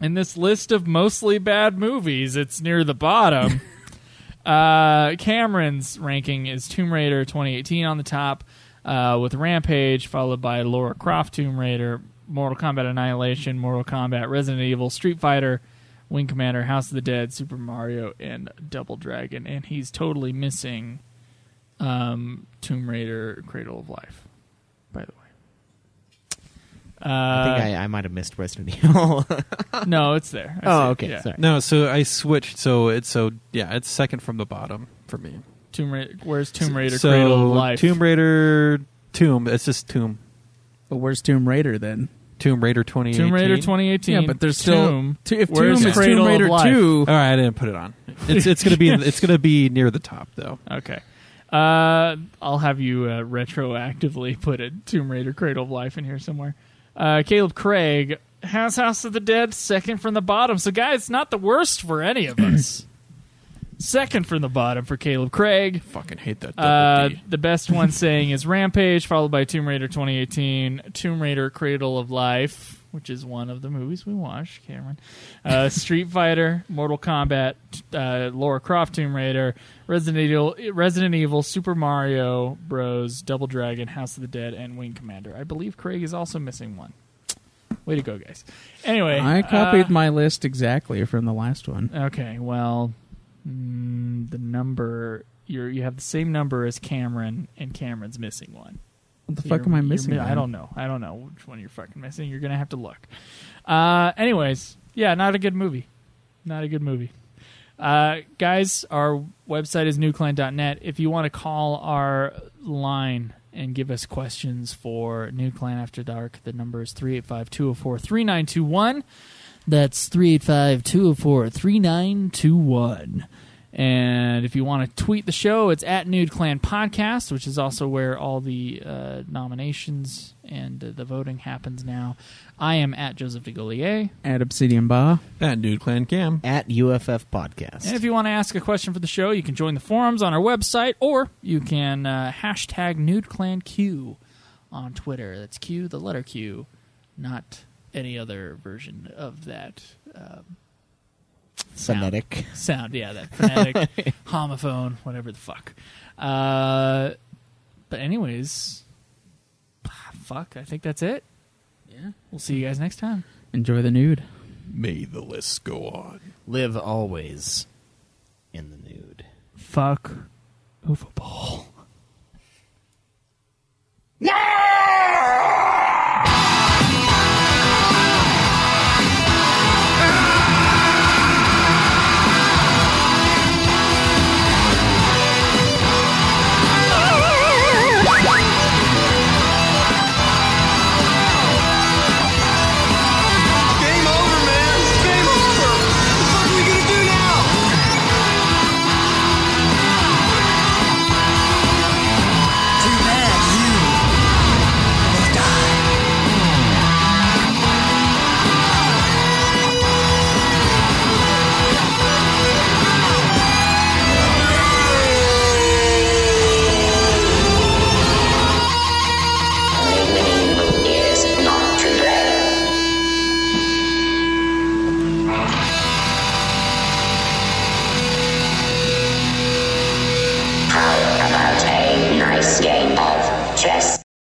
G: In this list of mostly bad movies, it's near the bottom. uh, Cameron's ranking is Tomb Raider 2018 on the top, uh, with Rampage, followed by Laura Croft Tomb Raider, Mortal Kombat Annihilation, Mortal Kombat Resident Evil, Street Fighter, Wing Commander, House of the Dead, Super Mario, and Double Dragon. And he's totally missing um, Tomb Raider Cradle of Life, by the way.
B: I
G: Uh,
B: think I, I might have missed Resident Evil.
G: no, it's there. I
B: oh,
G: see it.
B: okay.
G: Yeah.
B: Sorry.
E: No, so I switched. So it's so yeah, it's second from the bottom for me.
G: Tomb Raider. Where's Tomb Raider?
E: so
G: Cradle of Life.
E: Tomb Raider Tomb. It's just Tomb.
F: But where's Tomb Raider then?
E: Tomb Raider 2018.
G: Tomb Raider 2018.
F: Yeah, but there's still-
G: Tomb.
F: T- if
G: Where's
F: Tomb is
G: Cradle
F: Tomb
G: of
F: Raider
G: Life?
F: 2.
E: All right, I didn't put it on. It's it's gonna be it's gonna be near the top though.
G: Okay. Uh, I'll have you uh, retroactively put a Tomb Raider Cradle of Life in here somewhere. Uh, Caleb Craig has House of the Dead second from the bottom. So, guys, not the worst for any of us. second from the bottom for Caleb Craig.
E: Fucking hate that.
G: Uh, the best one saying is Rampage, followed by Tomb Raider 2018, Tomb Raider Cradle of Life, which is one of the movies we watched, Cameron, uh, Street Fighter, Mortal Kombat, t- uh, Laura Croft Tomb Raider, Resident Evil, Resident Evil, Super Mario Bros, Double Dragon, House of the Dead, and Wing Commander. I believe Craig is also missing one. Way to go, guys. Anyway,
F: I copied
G: uh,
F: my uh, list exactly from the last one.
G: Okay, well, mm, the number You're you have the same number as Cameron, and Cameron's missing one.
F: What the
G: So
F: fuck
G: you're-
F: am I
G: you're
F: missing,
G: mi- I
F: man?
G: don't know. I don't know which one you're fucking missing. You're gonna have to look. Uh, anyways, yeah, not a good movie. Not a good movie. Uh, guys, our website is newclan.net. If you want to call our line and give us questions for New Clan After Dark, the number is 385 204 3921. That's 385 204 3921. And if you want to tweet the show, it's at Nude Clan Podcast, which is also where all the uh, nominations and uh, the voting happens now. I am at Joseph DeGollier.
F: At Obsidian Bar.
E: At Nude Clan Cam.
B: At UFF Podcast.
G: And if you want to ask a question for the show, you can join the forums on our website, or you can uh, hashtag NudeClanQ on Twitter. That's Q, the letter Q, not any other version of that. Um,
B: Phonetic.
G: sound. Yeah, that phonetic homophone, whatever the fuck. Uh, but anyways, ah, fuck. I think that's it. Yeah, we'll see you guys next time.
F: Enjoy the nude.
E: May the list go on.
B: Live always in the nude.
G: Fuck. Ufa ball.